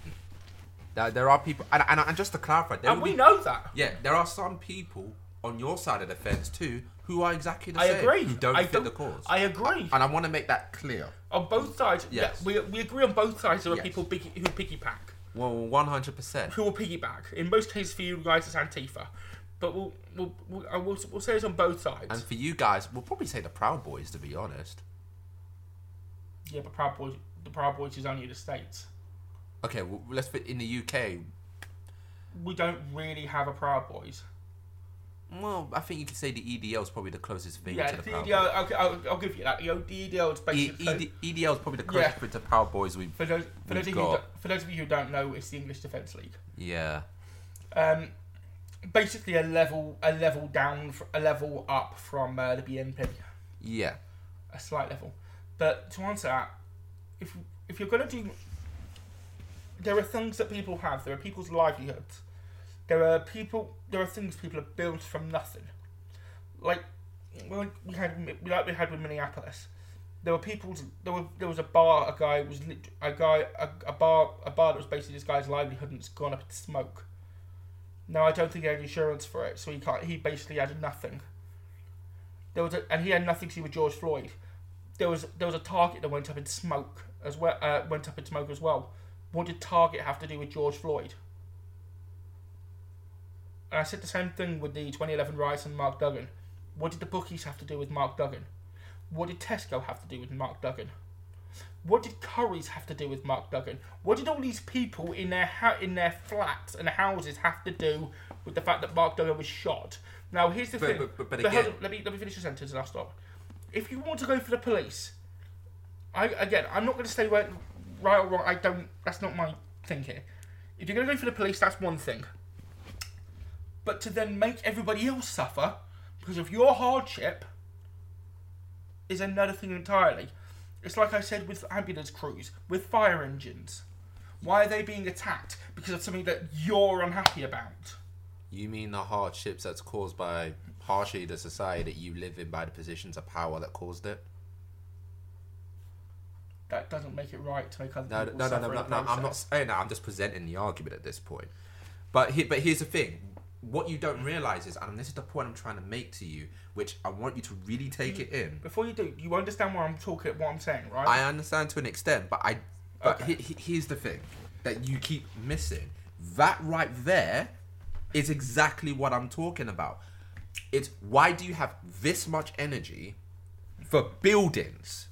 Speaker 4: There, there are people, and, and, and just to clarify, there
Speaker 3: and
Speaker 4: will
Speaker 3: we
Speaker 4: be-
Speaker 3: know that.
Speaker 4: Yeah, there are some people on your side of the fence too who are exactly the
Speaker 3: I
Speaker 4: same.
Speaker 3: agree.
Speaker 4: Who don't
Speaker 3: I
Speaker 4: fit
Speaker 3: don't-
Speaker 4: the cause.
Speaker 3: I agree.
Speaker 4: and I want to make that clear.
Speaker 3: on both sides,
Speaker 4: Yes.
Speaker 3: yeah, we, we agree on both sides. There are
Speaker 4: Yes.
Speaker 3: people piggy, who piggyback,
Speaker 4: Well, one hundred percent.
Speaker 3: who will piggyback. In most cases, for you guys, it's Antifa, but we'll we'll we'll, I will- we'll say it's on both sides.
Speaker 4: And for you guys, we'll probably say the Proud Boys to be honest.
Speaker 3: yeah, but Proud Boys, the Proud Boys is only in the states.
Speaker 4: Okay, well, let's fit in the UK.
Speaker 3: We don't really have a Proud Boys.
Speaker 4: Well, I think you could say the EDL is probably the closest thing
Speaker 3: Yeah,
Speaker 4: to the
Speaker 3: the
Speaker 4: Proud
Speaker 3: EDL, I'll, I'll, I'll give you that. The EDL is
Speaker 4: Boys. E-
Speaker 3: basically.
Speaker 4: ED- EDL is probably the closest
Speaker 3: Yeah.
Speaker 4: thing to Proud Boys we've,
Speaker 3: for those, for, those of
Speaker 4: we've
Speaker 3: you who
Speaker 4: got.
Speaker 3: don't- for those of you who don't know, it's the English Defence League.
Speaker 4: Yeah.
Speaker 3: um, basically a level a level down fr- a level up from uh, the BNP,
Speaker 4: Yeah.
Speaker 3: a slight level. But to answer that, if if you're gonna do, there are things that people have. There are people's livelihoods. There are people. There are things people have built from nothing. Like, like we had like we had with Minneapolis. There were people's. There were there was a bar. A guy was lit, a guy a, a bar a bar that was basically this guy's livelihood and it's gone up in smoke. No, I don't think he had insurance for it, so he can't. He basically had nothing. There There was a, and he had nothing to do with George Floyd. There was there was a target that went up in smoke as well. Uh, went up in smoke as well. What did Target have to do with George Floyd? And I said the same thing with the 2011 riots and Mark Duggan. What did the bookies have to do with Mark Duggan? What did Tesco have to do with Mark Duggan? What did Curry's have to do with Mark Duggan? What did all these people in their ha- in their flats and houses have to do with the fact that Mark Duggan was shot? Now here's the
Speaker 4: But-
Speaker 3: thing.
Speaker 4: but- but- but
Speaker 3: hold
Speaker 4: again-
Speaker 3: on, let me let me finish the sentence and I'll stop. If you want to go for the police, I again I'm not going to say right, right or wrong. I don't. That's not my thing here. If you're going to go for the police, that's one thing. But to then make everybody else suffer because of your hardship is another thing entirely. It's like I said with ambulance crews, with fire engines. Why are they being attacked? Because of something that you're unhappy about.
Speaker 4: You mean the hardships that's caused by partially the society that you live in by the positions of power that caused it?
Speaker 3: That doesn't make it right to make other
Speaker 4: No,
Speaker 3: people
Speaker 4: no, no,
Speaker 3: suffer.
Speaker 4: no,
Speaker 3: in
Speaker 4: no,
Speaker 3: the
Speaker 4: no, I'm not
Speaker 3: process.
Speaker 4: saying that. I'm just presenting the argument at this point. But he, but here's the thing: what you don't realize is, and this is the point I'm trying to make to you, which I want you to really take it in.
Speaker 3: Before you do, you understand what I'm talking, what I'm saying, right?
Speaker 4: I understand to an extent, but I, but he, he, here's the thing that you keep missing. That right there is exactly what I'm talking about. It's why do you have this much energy for buildings,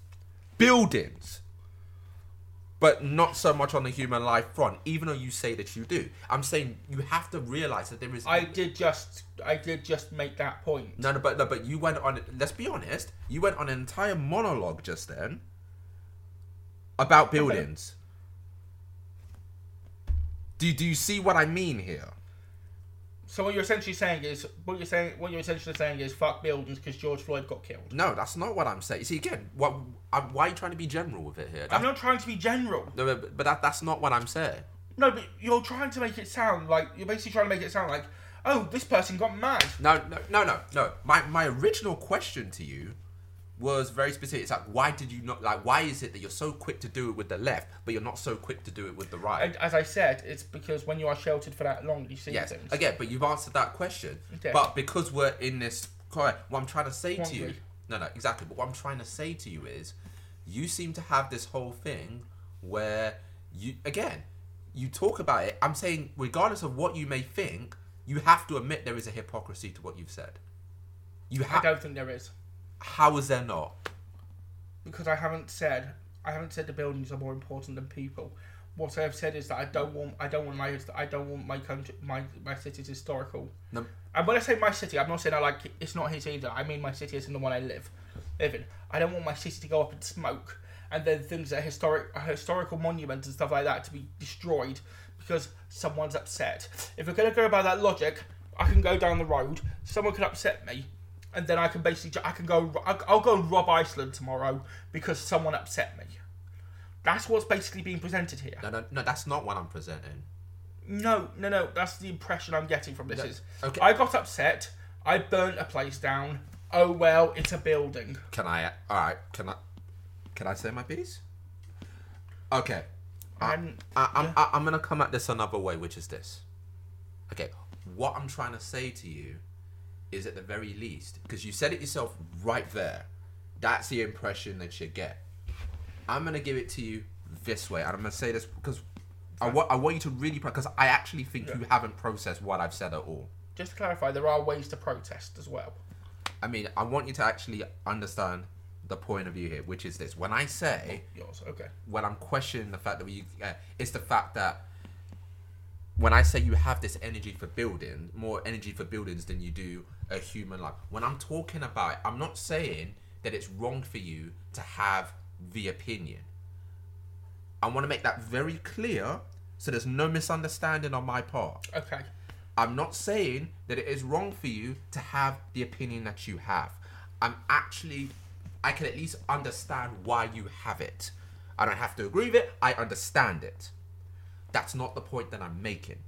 Speaker 4: buildings, but not so much on the human life front, even though you say that you do. I'm saying you have to realize that there is.
Speaker 3: I did just, I did just make that point.
Speaker 4: No, no, but no, but you went on. Let's be honest. You went on an entire monologue just then about buildings. Do do you see what I mean here?
Speaker 3: So what you're essentially saying is, what you're saying, what you're essentially saying is, fuck buildings because George Floyd got killed.
Speaker 4: No, that's not what I'm saying. See again, what I, why are you trying to be general with it here?
Speaker 3: I'm
Speaker 4: That's,
Speaker 3: not trying to be general.
Speaker 4: no, but but that that's not what I'm saying.
Speaker 3: No, but you're trying to make it sound like you're basically trying to make it sound like, oh, this person got mad.
Speaker 4: No, no, no, no, no. My my original question to you was very specific. It's like, why did you not like? Why is it that you're so quick to do it with the left, but you're not so quick to do it with the right?
Speaker 3: And as I said, it's because when you are sheltered for that long, you see
Speaker 4: Yes.
Speaker 3: things.
Speaker 4: Again, but you've answered that question.
Speaker 3: Okay.
Speaker 4: But because we're in this, correct. What I'm trying to say to you,
Speaker 3: Quandary.
Speaker 4: no, no, exactly. But what I'm trying to say to you is, you seem to have this whole thing where you, again, you talk about it. I'm saying, regardless of what you may think, you have to admit there is a hypocrisy to what you've said. You
Speaker 3: I
Speaker 4: have.
Speaker 3: don't think there is
Speaker 4: How is there not?
Speaker 3: because I haven't said I haven't said the buildings are more important than people. What I have said is that I don't want I don't want my I don't want my country my my city's historical.
Speaker 4: No.
Speaker 3: And when I say my city, I'm not saying I like it's not his either. I mean my city is in the one I live, live in. I don't want my city to go up in smoke, and then things that are historic, are historical monuments and stuff like that to be destroyed because someone's upset. If we're gonna go by that logic, I can go down the road. Someone can upset me, and then I can basically ju- I can go I'll I'll go and rob Iceland tomorrow because someone upset me. That's what's basically being presented here.
Speaker 4: No, no, no. That's not what I'm presenting.
Speaker 3: No, no, no. That's the impression I'm getting from this. Is
Speaker 4: okay.
Speaker 3: I got upset. I burnt a place down. Oh well, it's a building.
Speaker 4: Can I? All right. Can I? Can I say my piece? Okay. I,
Speaker 3: I'm-
Speaker 4: I, I'm, I, I'm gonna come at this another way, which is this. Okay. What I'm trying to say to you is, at the very least, because you said it yourself right there. That's the impression that you get. I'm gonna give it to you this way, and I'm gonna say this because I want I want you to really because I actually think you haven't processed what I've said at all.
Speaker 3: Just to clarify, there are ways to protest as well.
Speaker 4: I mean, I want you to actually understand the point of view here, which is this: when I say
Speaker 3: Yours, okay.
Speaker 4: when I'm questioning the fact that we, uh, it's the fact that when I say you have this energy for building, more energy for buildings than you do a human life. When I'm talking about it, I'm not saying that it's wrong for you to have the opinion. I want to make that very clear so there's no misunderstanding on my part.
Speaker 3: Okay.
Speaker 4: I'm not saying that it is wrong for you to have the opinion that you have. I'm actually, I can at least understand why you have it. I don't have to agree with it, I understand it. That's not the point that I'm making.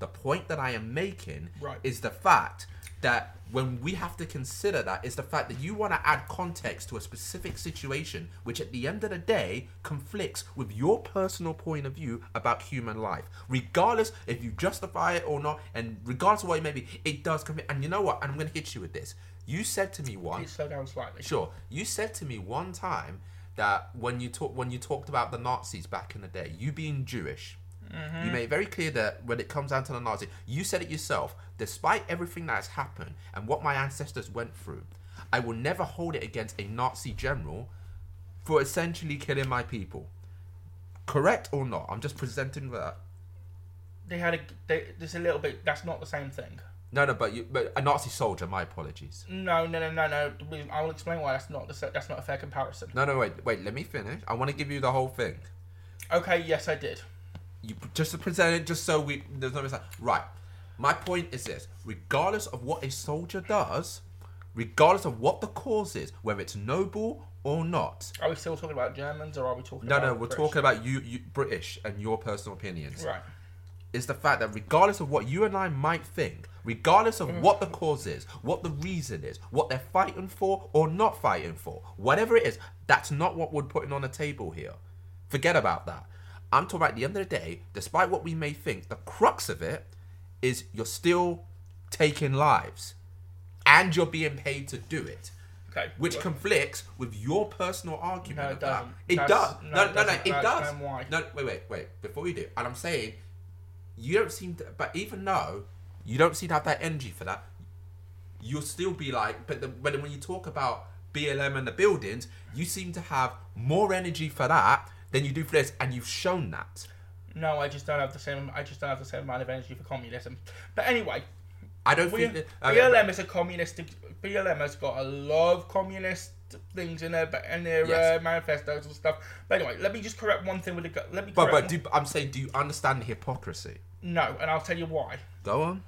Speaker 4: The point that I am making
Speaker 3: Right.
Speaker 4: is the fact that when we have to consider that is the fact that you want to add context to a specific situation which at the end of the day conflicts with your personal point of view about human life regardless if you justify it or not and regardless of what it may be it does come and you know what and i'm going to hit you with this you said to me once
Speaker 3: slow down slightly
Speaker 4: sure you said to me one time that when you talk when you talked about the nazis back in the day you being jewish
Speaker 3: Mhm.
Speaker 4: you made it very clear that when it comes down to the Nazi, you said it yourself. Despite everything that has happened and what my ancestors went through, I will never hold it against a Nazi general for essentially killing my people. Correct or not? I'm just presenting that.
Speaker 3: they had a they, there's a little bit that's not the same thing
Speaker 4: No, no, but you, but a Nazi soldier. My apologies.
Speaker 3: no no no no no The reason- i'll explain why that's not the, se- that's not a fair comparison
Speaker 4: No, no, wait, wait. Let me finish. I want to give you the whole thing.
Speaker 3: okay yes i did
Speaker 4: you just to present it just so we there's no mistake. Right. My point is this: regardless of what a soldier does, regardless of what the cause is, whether it's noble or not.
Speaker 3: are we still talking about germans or are we talking
Speaker 4: No,
Speaker 3: about
Speaker 4: no, we're
Speaker 3: British?
Speaker 4: talking about you, you, British, and your personal opinions.
Speaker 3: Right.
Speaker 4: Is the fact that regardless of what you and I might think, regardless of what the cause is, what the reason is, what they're fighting for or not fighting for, whatever it is, that's not what we're putting on the table here. Forget about that. I'm talking about at the end of the day, despite what we may think, the crux of it is you're still taking lives and you're being paid to do it.
Speaker 3: Okay.
Speaker 4: Which conflicts with your personal argument.
Speaker 3: No, it
Speaker 4: of that.
Speaker 3: doesn't.
Speaker 4: It
Speaker 3: That's-
Speaker 4: does.
Speaker 3: no,
Speaker 4: No,
Speaker 3: it
Speaker 4: no, no,
Speaker 3: doesn't.
Speaker 4: it
Speaker 3: No,
Speaker 4: does.
Speaker 3: explain why.
Speaker 4: No, wait, wait, wait. Before you do, and I'm saying, you don't seem to, but even though you don't seem to have that energy for that, you'll still be like, but, the, but then when you talk about BLM and the buildings, you seem to have more energy for that than you do for this, and you've shown that.
Speaker 3: no i just don't have the same i just don't have the same amount of energy for communism but anyway
Speaker 4: I don't
Speaker 3: we,
Speaker 4: think that- I mean,
Speaker 3: BLM is a communist. BLM has got a lot of communist things in their in their
Speaker 4: Yes.
Speaker 3: uh, manifestos and stuff. But anyway, let me just correct one thing with the. Let me.
Speaker 4: But,
Speaker 3: correct
Speaker 4: but do, I'm saying, do you understand the hypocrisy?
Speaker 3: one- no, and I'll tell you why.
Speaker 4: Go on.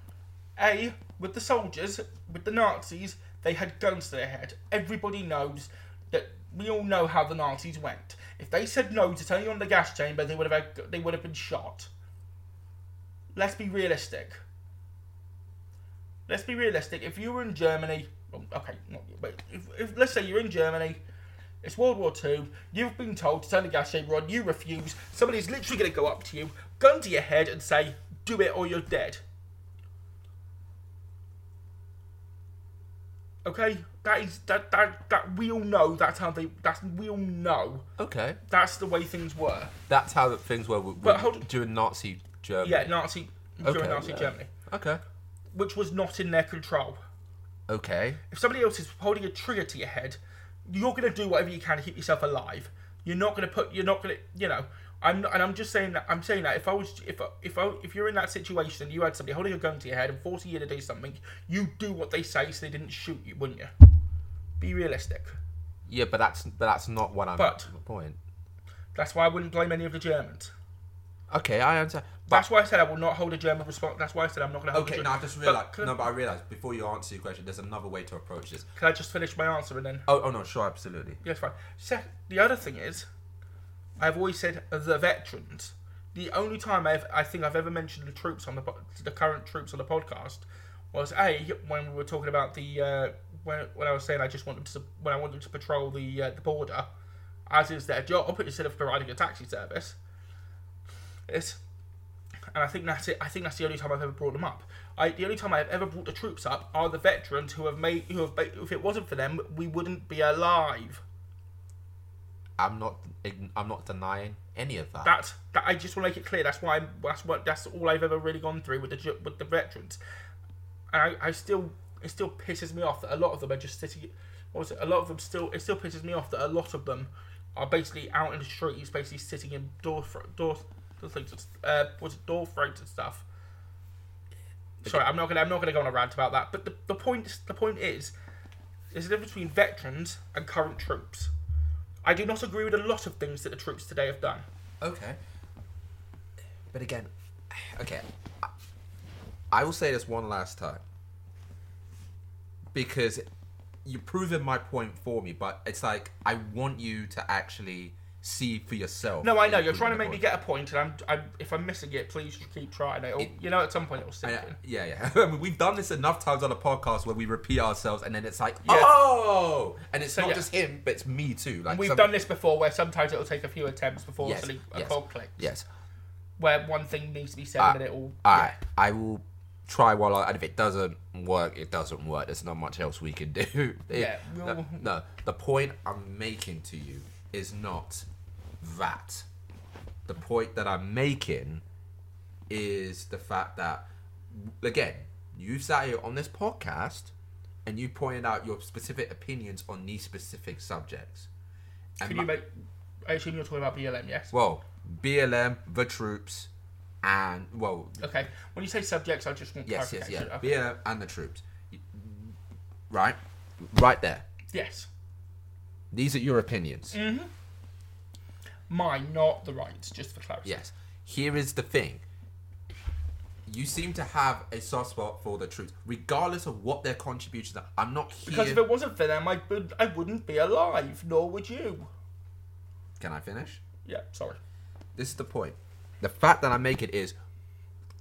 Speaker 3: A, with the soldiers, with the Nazis, they had guns to their head. Everybody knows that we all know how the Nazis went. If they said no to turning on the gas chamber, they would have had, they would have been shot. Let's be realistic. Let's be realistic. If you were in Germany, well, okay, not, but if, if let's say you're in Germany, it's World War Two. You've been told to turn the gas chamber on. You refuse. Somebody's literally going to go up to you, gun to your head, and say, "Do it or you're dead." Okay, that is that that that we all know. That's how they. That's we all know.
Speaker 4: Okay.
Speaker 3: That's the way things were.
Speaker 4: That's how things were with,
Speaker 3: But hold on.
Speaker 4: during Nazi Germany.
Speaker 3: Yeah, Nazi during
Speaker 4: Okay,
Speaker 3: Nazi
Speaker 4: yeah.
Speaker 3: Germany.
Speaker 4: Okay.
Speaker 3: Which was not in their control.
Speaker 4: Okay.
Speaker 3: If somebody else is holding a trigger to your head, you're gonna do whatever you can to keep yourself alive. You're not gonna put. You're not gonna. You know. I'm not, and I'm just saying that. I'm saying that if I was, if I, if I, if you're in that situation, and you had somebody holding a gun to your head and forcing you to do something, you do what they say, so they didn't shoot you, wouldn't you? Be realistic.
Speaker 4: Yeah, but that's but that's not what I'm.
Speaker 3: But-
Speaker 4: my point.
Speaker 3: That's why I wouldn't blame any of the Germans.
Speaker 4: Okay, I understand.
Speaker 3: That's why I said I will not hold a German response. That's why I said I'm not going to hold a
Speaker 4: Okay,
Speaker 3: German
Speaker 4: now I just realized.
Speaker 3: But can,
Speaker 4: no, but I realized before you answer your question, there's another way to approach this.
Speaker 3: can I just finish my answer and then.
Speaker 4: Oh, oh no, sure, absolutely.
Speaker 3: Yes, fine. Sec- the other thing is, I've always said the veterans. The only time I've, I think I've ever mentioned the troops on the po- the current troops on the podcast was a when we were talking about the uh, when, when I was saying I just wanted to when I wanted to patrol the uh, the border, as is their job instead of providing a taxi service. It's and I think that's it. I think that's the only time I've ever brought them up. I, the only time I've ever brought the troops up are the veterans who have made who have. ba- If it wasn't for them, we wouldn't be alive.
Speaker 4: I'm not. ign- I'm not denying any of that.
Speaker 3: That's that. I just want to make it clear. That's why. I'm, that's what. That's all I've ever really gone through with the ju- with the veterans. And I, I still it still pisses me off that a lot of them are just sitting. What was it? A lot of them still. It still pisses me off that a lot of them are basically out in the streets, basically sitting in door fr- door the things. Uh, was it door fronts and stuff? Sorry, I'm not gonna. I'm not gonna go on a rant about that. But the, the point. The point is, there's a difference between veterans and current troops. I do not agree with a lot of things that the troops today have done.
Speaker 4: Okay. But again, okay. I- I will say this one last time. Because you're proving my point for me, but it's like I want you to actually see for yourself.
Speaker 3: No, I know
Speaker 4: the
Speaker 3: you're trying to make me
Speaker 4: improvement
Speaker 3: get a point, and I'm, I'm if I'm missing it, please just keep trying. It'll, you know, at some point it'll sink in.
Speaker 4: Yeah, yeah. I uh, mean, We've done this enough times on the podcast where we repeat ourselves, and then it's like,
Speaker 3: Yeah.
Speaker 4: oh, and it's
Speaker 3: So,
Speaker 4: not
Speaker 3: yeah.
Speaker 4: just him, but it's me too. Like
Speaker 3: We've
Speaker 4: some-
Speaker 3: done this before, where sometimes it'll take a few attempts before
Speaker 4: Yes,
Speaker 3: something a
Speaker 4: yes.
Speaker 3: call clicks.
Speaker 4: Yes.
Speaker 3: Where one thing needs to be said,
Speaker 4: Uh,
Speaker 3: and it all.
Speaker 4: All right, I will try while I. And if it doesn't work, it doesn't work. There's not much else we can do. It-
Speaker 3: Yeah,
Speaker 4: no,
Speaker 3: we'll-
Speaker 4: no, the point I'm making to you is not that. The point that I'm making is the fact that, again, you sat here on this podcast and you pointed out your specific opinions on these specific subjects. And
Speaker 3: Can
Speaker 4: my-
Speaker 3: you make? I assume you're talking about BLM, yes?
Speaker 4: well, BLM, the troops, and well,
Speaker 3: Okay. When you say subjects, I just want
Speaker 4: Yes, yes,
Speaker 3: clarification.
Speaker 4: yeah.
Speaker 3: Okay.
Speaker 4: Yeah, and the troops. Right? Right there.
Speaker 3: Yes.
Speaker 4: These are your opinions.
Speaker 3: Mm-hmm. Mine, not the rights, just for clarity.
Speaker 4: Yes. Here is the thing. You seem to have a soft spot for the troops, regardless of what their contributions are. I'm not here.
Speaker 3: Because if it wasn't for them, I would I wouldn't be alive, nor would you.
Speaker 4: Can I finish?
Speaker 3: Yeah, sorry.
Speaker 4: This is the point. The fact that I make it is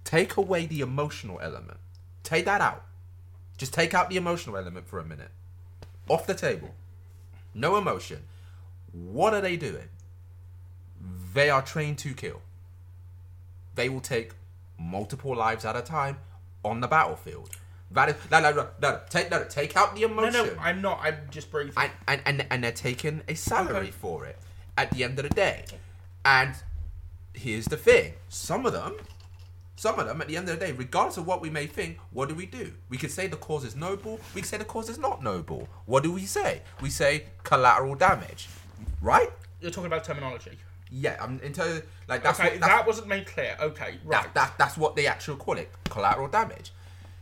Speaker 4: take away the emotional element. Take that out. Just take out the emotional element for a minute. Off the table. No emotion. What are they doing? They are trained to kill. They will take multiple lives at a time on the battlefield. That is no no no no take no, no take out the emotion
Speaker 3: No, no, I'm not. I'm just breathing.
Speaker 4: and, and, and, and they're taking a salary
Speaker 3: Okay.
Speaker 4: for it at the end of the day. And here's the thing some of them, some of them at the end of the day, regardless of what we may think, what do we do? We could say the cause is noble, we could say the cause is not noble. What do we say? We say collateral damage, right?
Speaker 3: You're talking about terminology.
Speaker 4: Yeah, I'm in terms like that's
Speaker 3: okay,
Speaker 4: what
Speaker 3: that
Speaker 4: that's,
Speaker 3: wasn't made clear. Okay, right.
Speaker 4: that, that, that's what they actually call it collateral damage.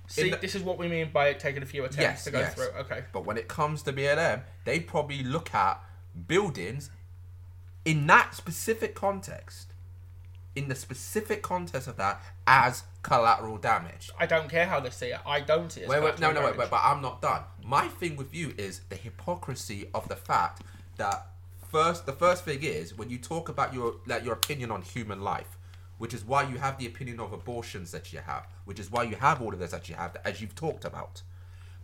Speaker 3: See,
Speaker 4: the-
Speaker 3: this is what we mean by taking a few attempts
Speaker 4: Yes,
Speaker 3: to go
Speaker 4: yes.
Speaker 3: through. Okay.
Speaker 4: But when it comes to BLM, they probably look at buildings in that specific context, in the specific context of that, as collateral damage.
Speaker 3: I don't care how they see it. I don't see it. as
Speaker 4: Wait, wait, no,
Speaker 3: collateral
Speaker 4: no, wait,
Speaker 3: damage.
Speaker 4: wait, but I'm not done. My thing with you is the hypocrisy of the fact that first, the first thing is when you talk about your like your opinion on human life, which is why you have the opinion of abortions that you have, which is why you have all of this that you have, as you've talked about.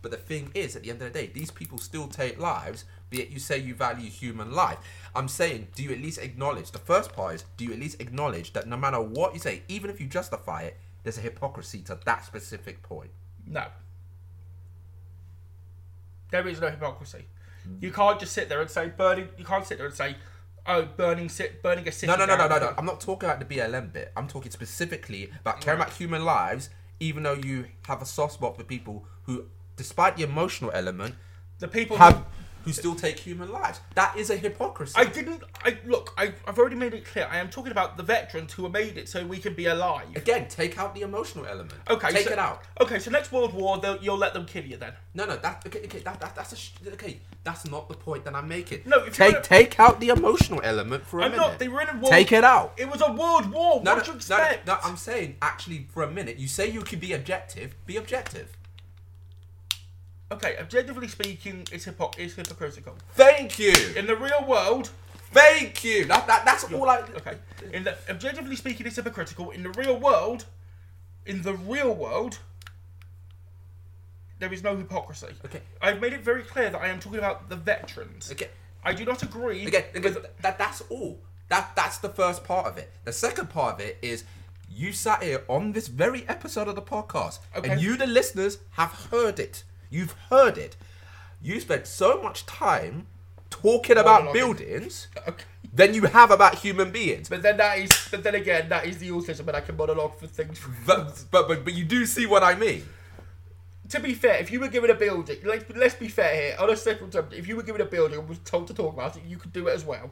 Speaker 4: But the thing is, at the end of the day, these people still take lives, be it you say you value human life. I'm saying, do you at least acknowledge? The first part is, do you at least acknowledge that no matter what you say, even if you justify it, there's a hypocrisy to that specific point?
Speaker 3: No. There is no hypocrisy.
Speaker 4: Hmm.
Speaker 3: You can't just sit there and say burning. You can't sit there and say, "Oh, burning, sit, burning a city."
Speaker 4: No, no, no, no,
Speaker 3: down."
Speaker 4: no, no. I'm not talking about the BLM bit. I'm talking specifically
Speaker 3: Mm.
Speaker 4: about caring about human lives, even though you have a soft spot for people who, despite the emotional element,
Speaker 3: The people
Speaker 4: have
Speaker 3: who-
Speaker 4: who still take human lives. That is a hypocrisy.
Speaker 3: I didn't. I look. I, I've already made it clear. I am talking about the veterans who made it so we can be alive.
Speaker 4: Again, take out the emotional element.
Speaker 3: Okay,
Speaker 4: take
Speaker 3: so-
Speaker 4: it out.
Speaker 3: Okay, so next World War, they'll- you'll let them kill you then.
Speaker 4: No, no, that okay, okay that, that that's a sh- okay. That's not the point that I'm making.
Speaker 3: No, if you
Speaker 4: take
Speaker 3: wanna-
Speaker 4: take out the emotional element for a
Speaker 3: I'm
Speaker 4: minute.
Speaker 3: not. They were in a world.
Speaker 4: Take it out.
Speaker 3: It was a world war.
Speaker 4: No,
Speaker 3: what do
Speaker 4: no,
Speaker 3: you
Speaker 4: no, no,
Speaker 3: expect?
Speaker 4: no, I'm saying actually for a minute. You say you can be objective. Be objective.
Speaker 3: Okay, objectively speaking, it's, hypo- it's hypocritical.
Speaker 4: Thank you.
Speaker 3: In the real world,
Speaker 4: Thank you. That, that that's all I.
Speaker 3: okay. In the objectively speaking, it's hypocritical. In the real world, in the real world, there is no hypocrisy.
Speaker 4: Okay.
Speaker 3: I've made it very clear that I am talking about the veterans.
Speaker 4: Okay.
Speaker 3: I do not agree.
Speaker 4: Again,
Speaker 3: with-
Speaker 4: again th- that that's all. That that's the first part of it. The second part of it is you sat here on this very episode of the podcast,
Speaker 3: Okay.
Speaker 4: and you, the listeners, have heard it. You've heard it. You spent so much time talking about
Speaker 3: Monologuing.
Speaker 4: buildings
Speaker 3: Okay.
Speaker 4: than you have about human beings. But
Speaker 3: But then that is. But then again, that is the autism, and I can monologue for things.
Speaker 4: but but, but, but you do see what I mean.
Speaker 3: to be fair, if you were given a building, let's let's be fair here. On a simple term, if you were given a building and was told to talk about it, you could do it as well.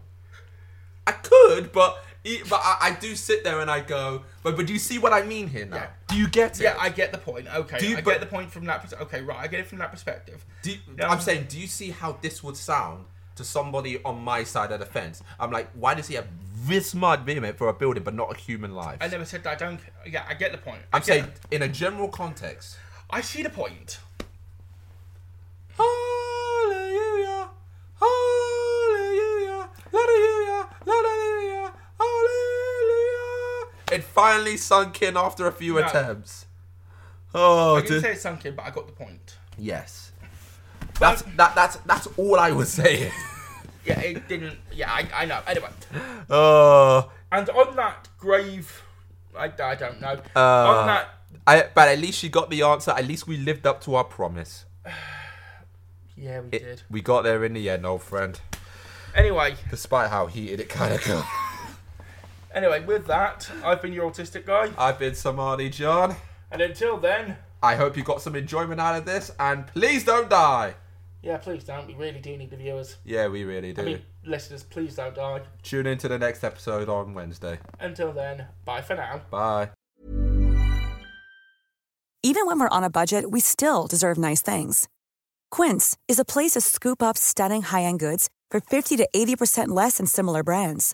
Speaker 4: I could, but e- but I, I do sit there and I go, but but do you see what I mean here now?
Speaker 3: Yeah.
Speaker 4: Do you get it?
Speaker 3: Yeah, I get the point. Okay,
Speaker 4: Do you-
Speaker 3: I
Speaker 4: but-
Speaker 3: get the point from that. pers- Okay, right, I get it from that perspective.
Speaker 4: Do you-
Speaker 3: No.
Speaker 4: I'm saying, do you see how this would sound to somebody on my side of the fence? I'm like, why does he have this mud vehement for a building but not a human life?
Speaker 3: I never said that. I don't. ca- Yeah, I get the point. I
Speaker 4: I'm
Speaker 3: get
Speaker 4: saying,
Speaker 3: it.
Speaker 4: in a general context,
Speaker 3: I see the point.
Speaker 4: hallelujah, hallelujah, hallelujah, finally sunk in after a few
Speaker 3: No.
Speaker 4: attempts. Oh,
Speaker 3: I didn't
Speaker 4: dear.
Speaker 3: say it sunk in, but I got the point.
Speaker 4: yes. That's that. That's that's all I was saying.
Speaker 3: Yeah, it didn't. Yeah, I, I know. Anyway,
Speaker 4: Oh.
Speaker 3: and on that grave, I, I don't know.
Speaker 4: Uh,
Speaker 3: on that,
Speaker 4: I, but at least she got the answer. At least we lived up to our promise.
Speaker 3: yeah, we
Speaker 4: It-
Speaker 3: did.
Speaker 4: we got there in the end, old friend.
Speaker 3: Anyway,
Speaker 4: Despite how heated it kind of got.
Speaker 3: anyway, with that, I've been your autistic guy,
Speaker 4: I've been Samani John.
Speaker 3: and until then,
Speaker 4: I hope you got some enjoyment out of this, and please don't die.
Speaker 3: yeah, please don't. We really do need the viewers.
Speaker 4: Yeah, we really do.
Speaker 3: I mean, listeners, please don't die.
Speaker 4: Tune in to the next episode on Wednesday.
Speaker 3: Until then, bye for now.
Speaker 4: Bye.
Speaker 7: Even when we're on a budget, we still deserve nice things. Quince is a place to scoop up stunning high end goods for 50 to 80% less than similar brands.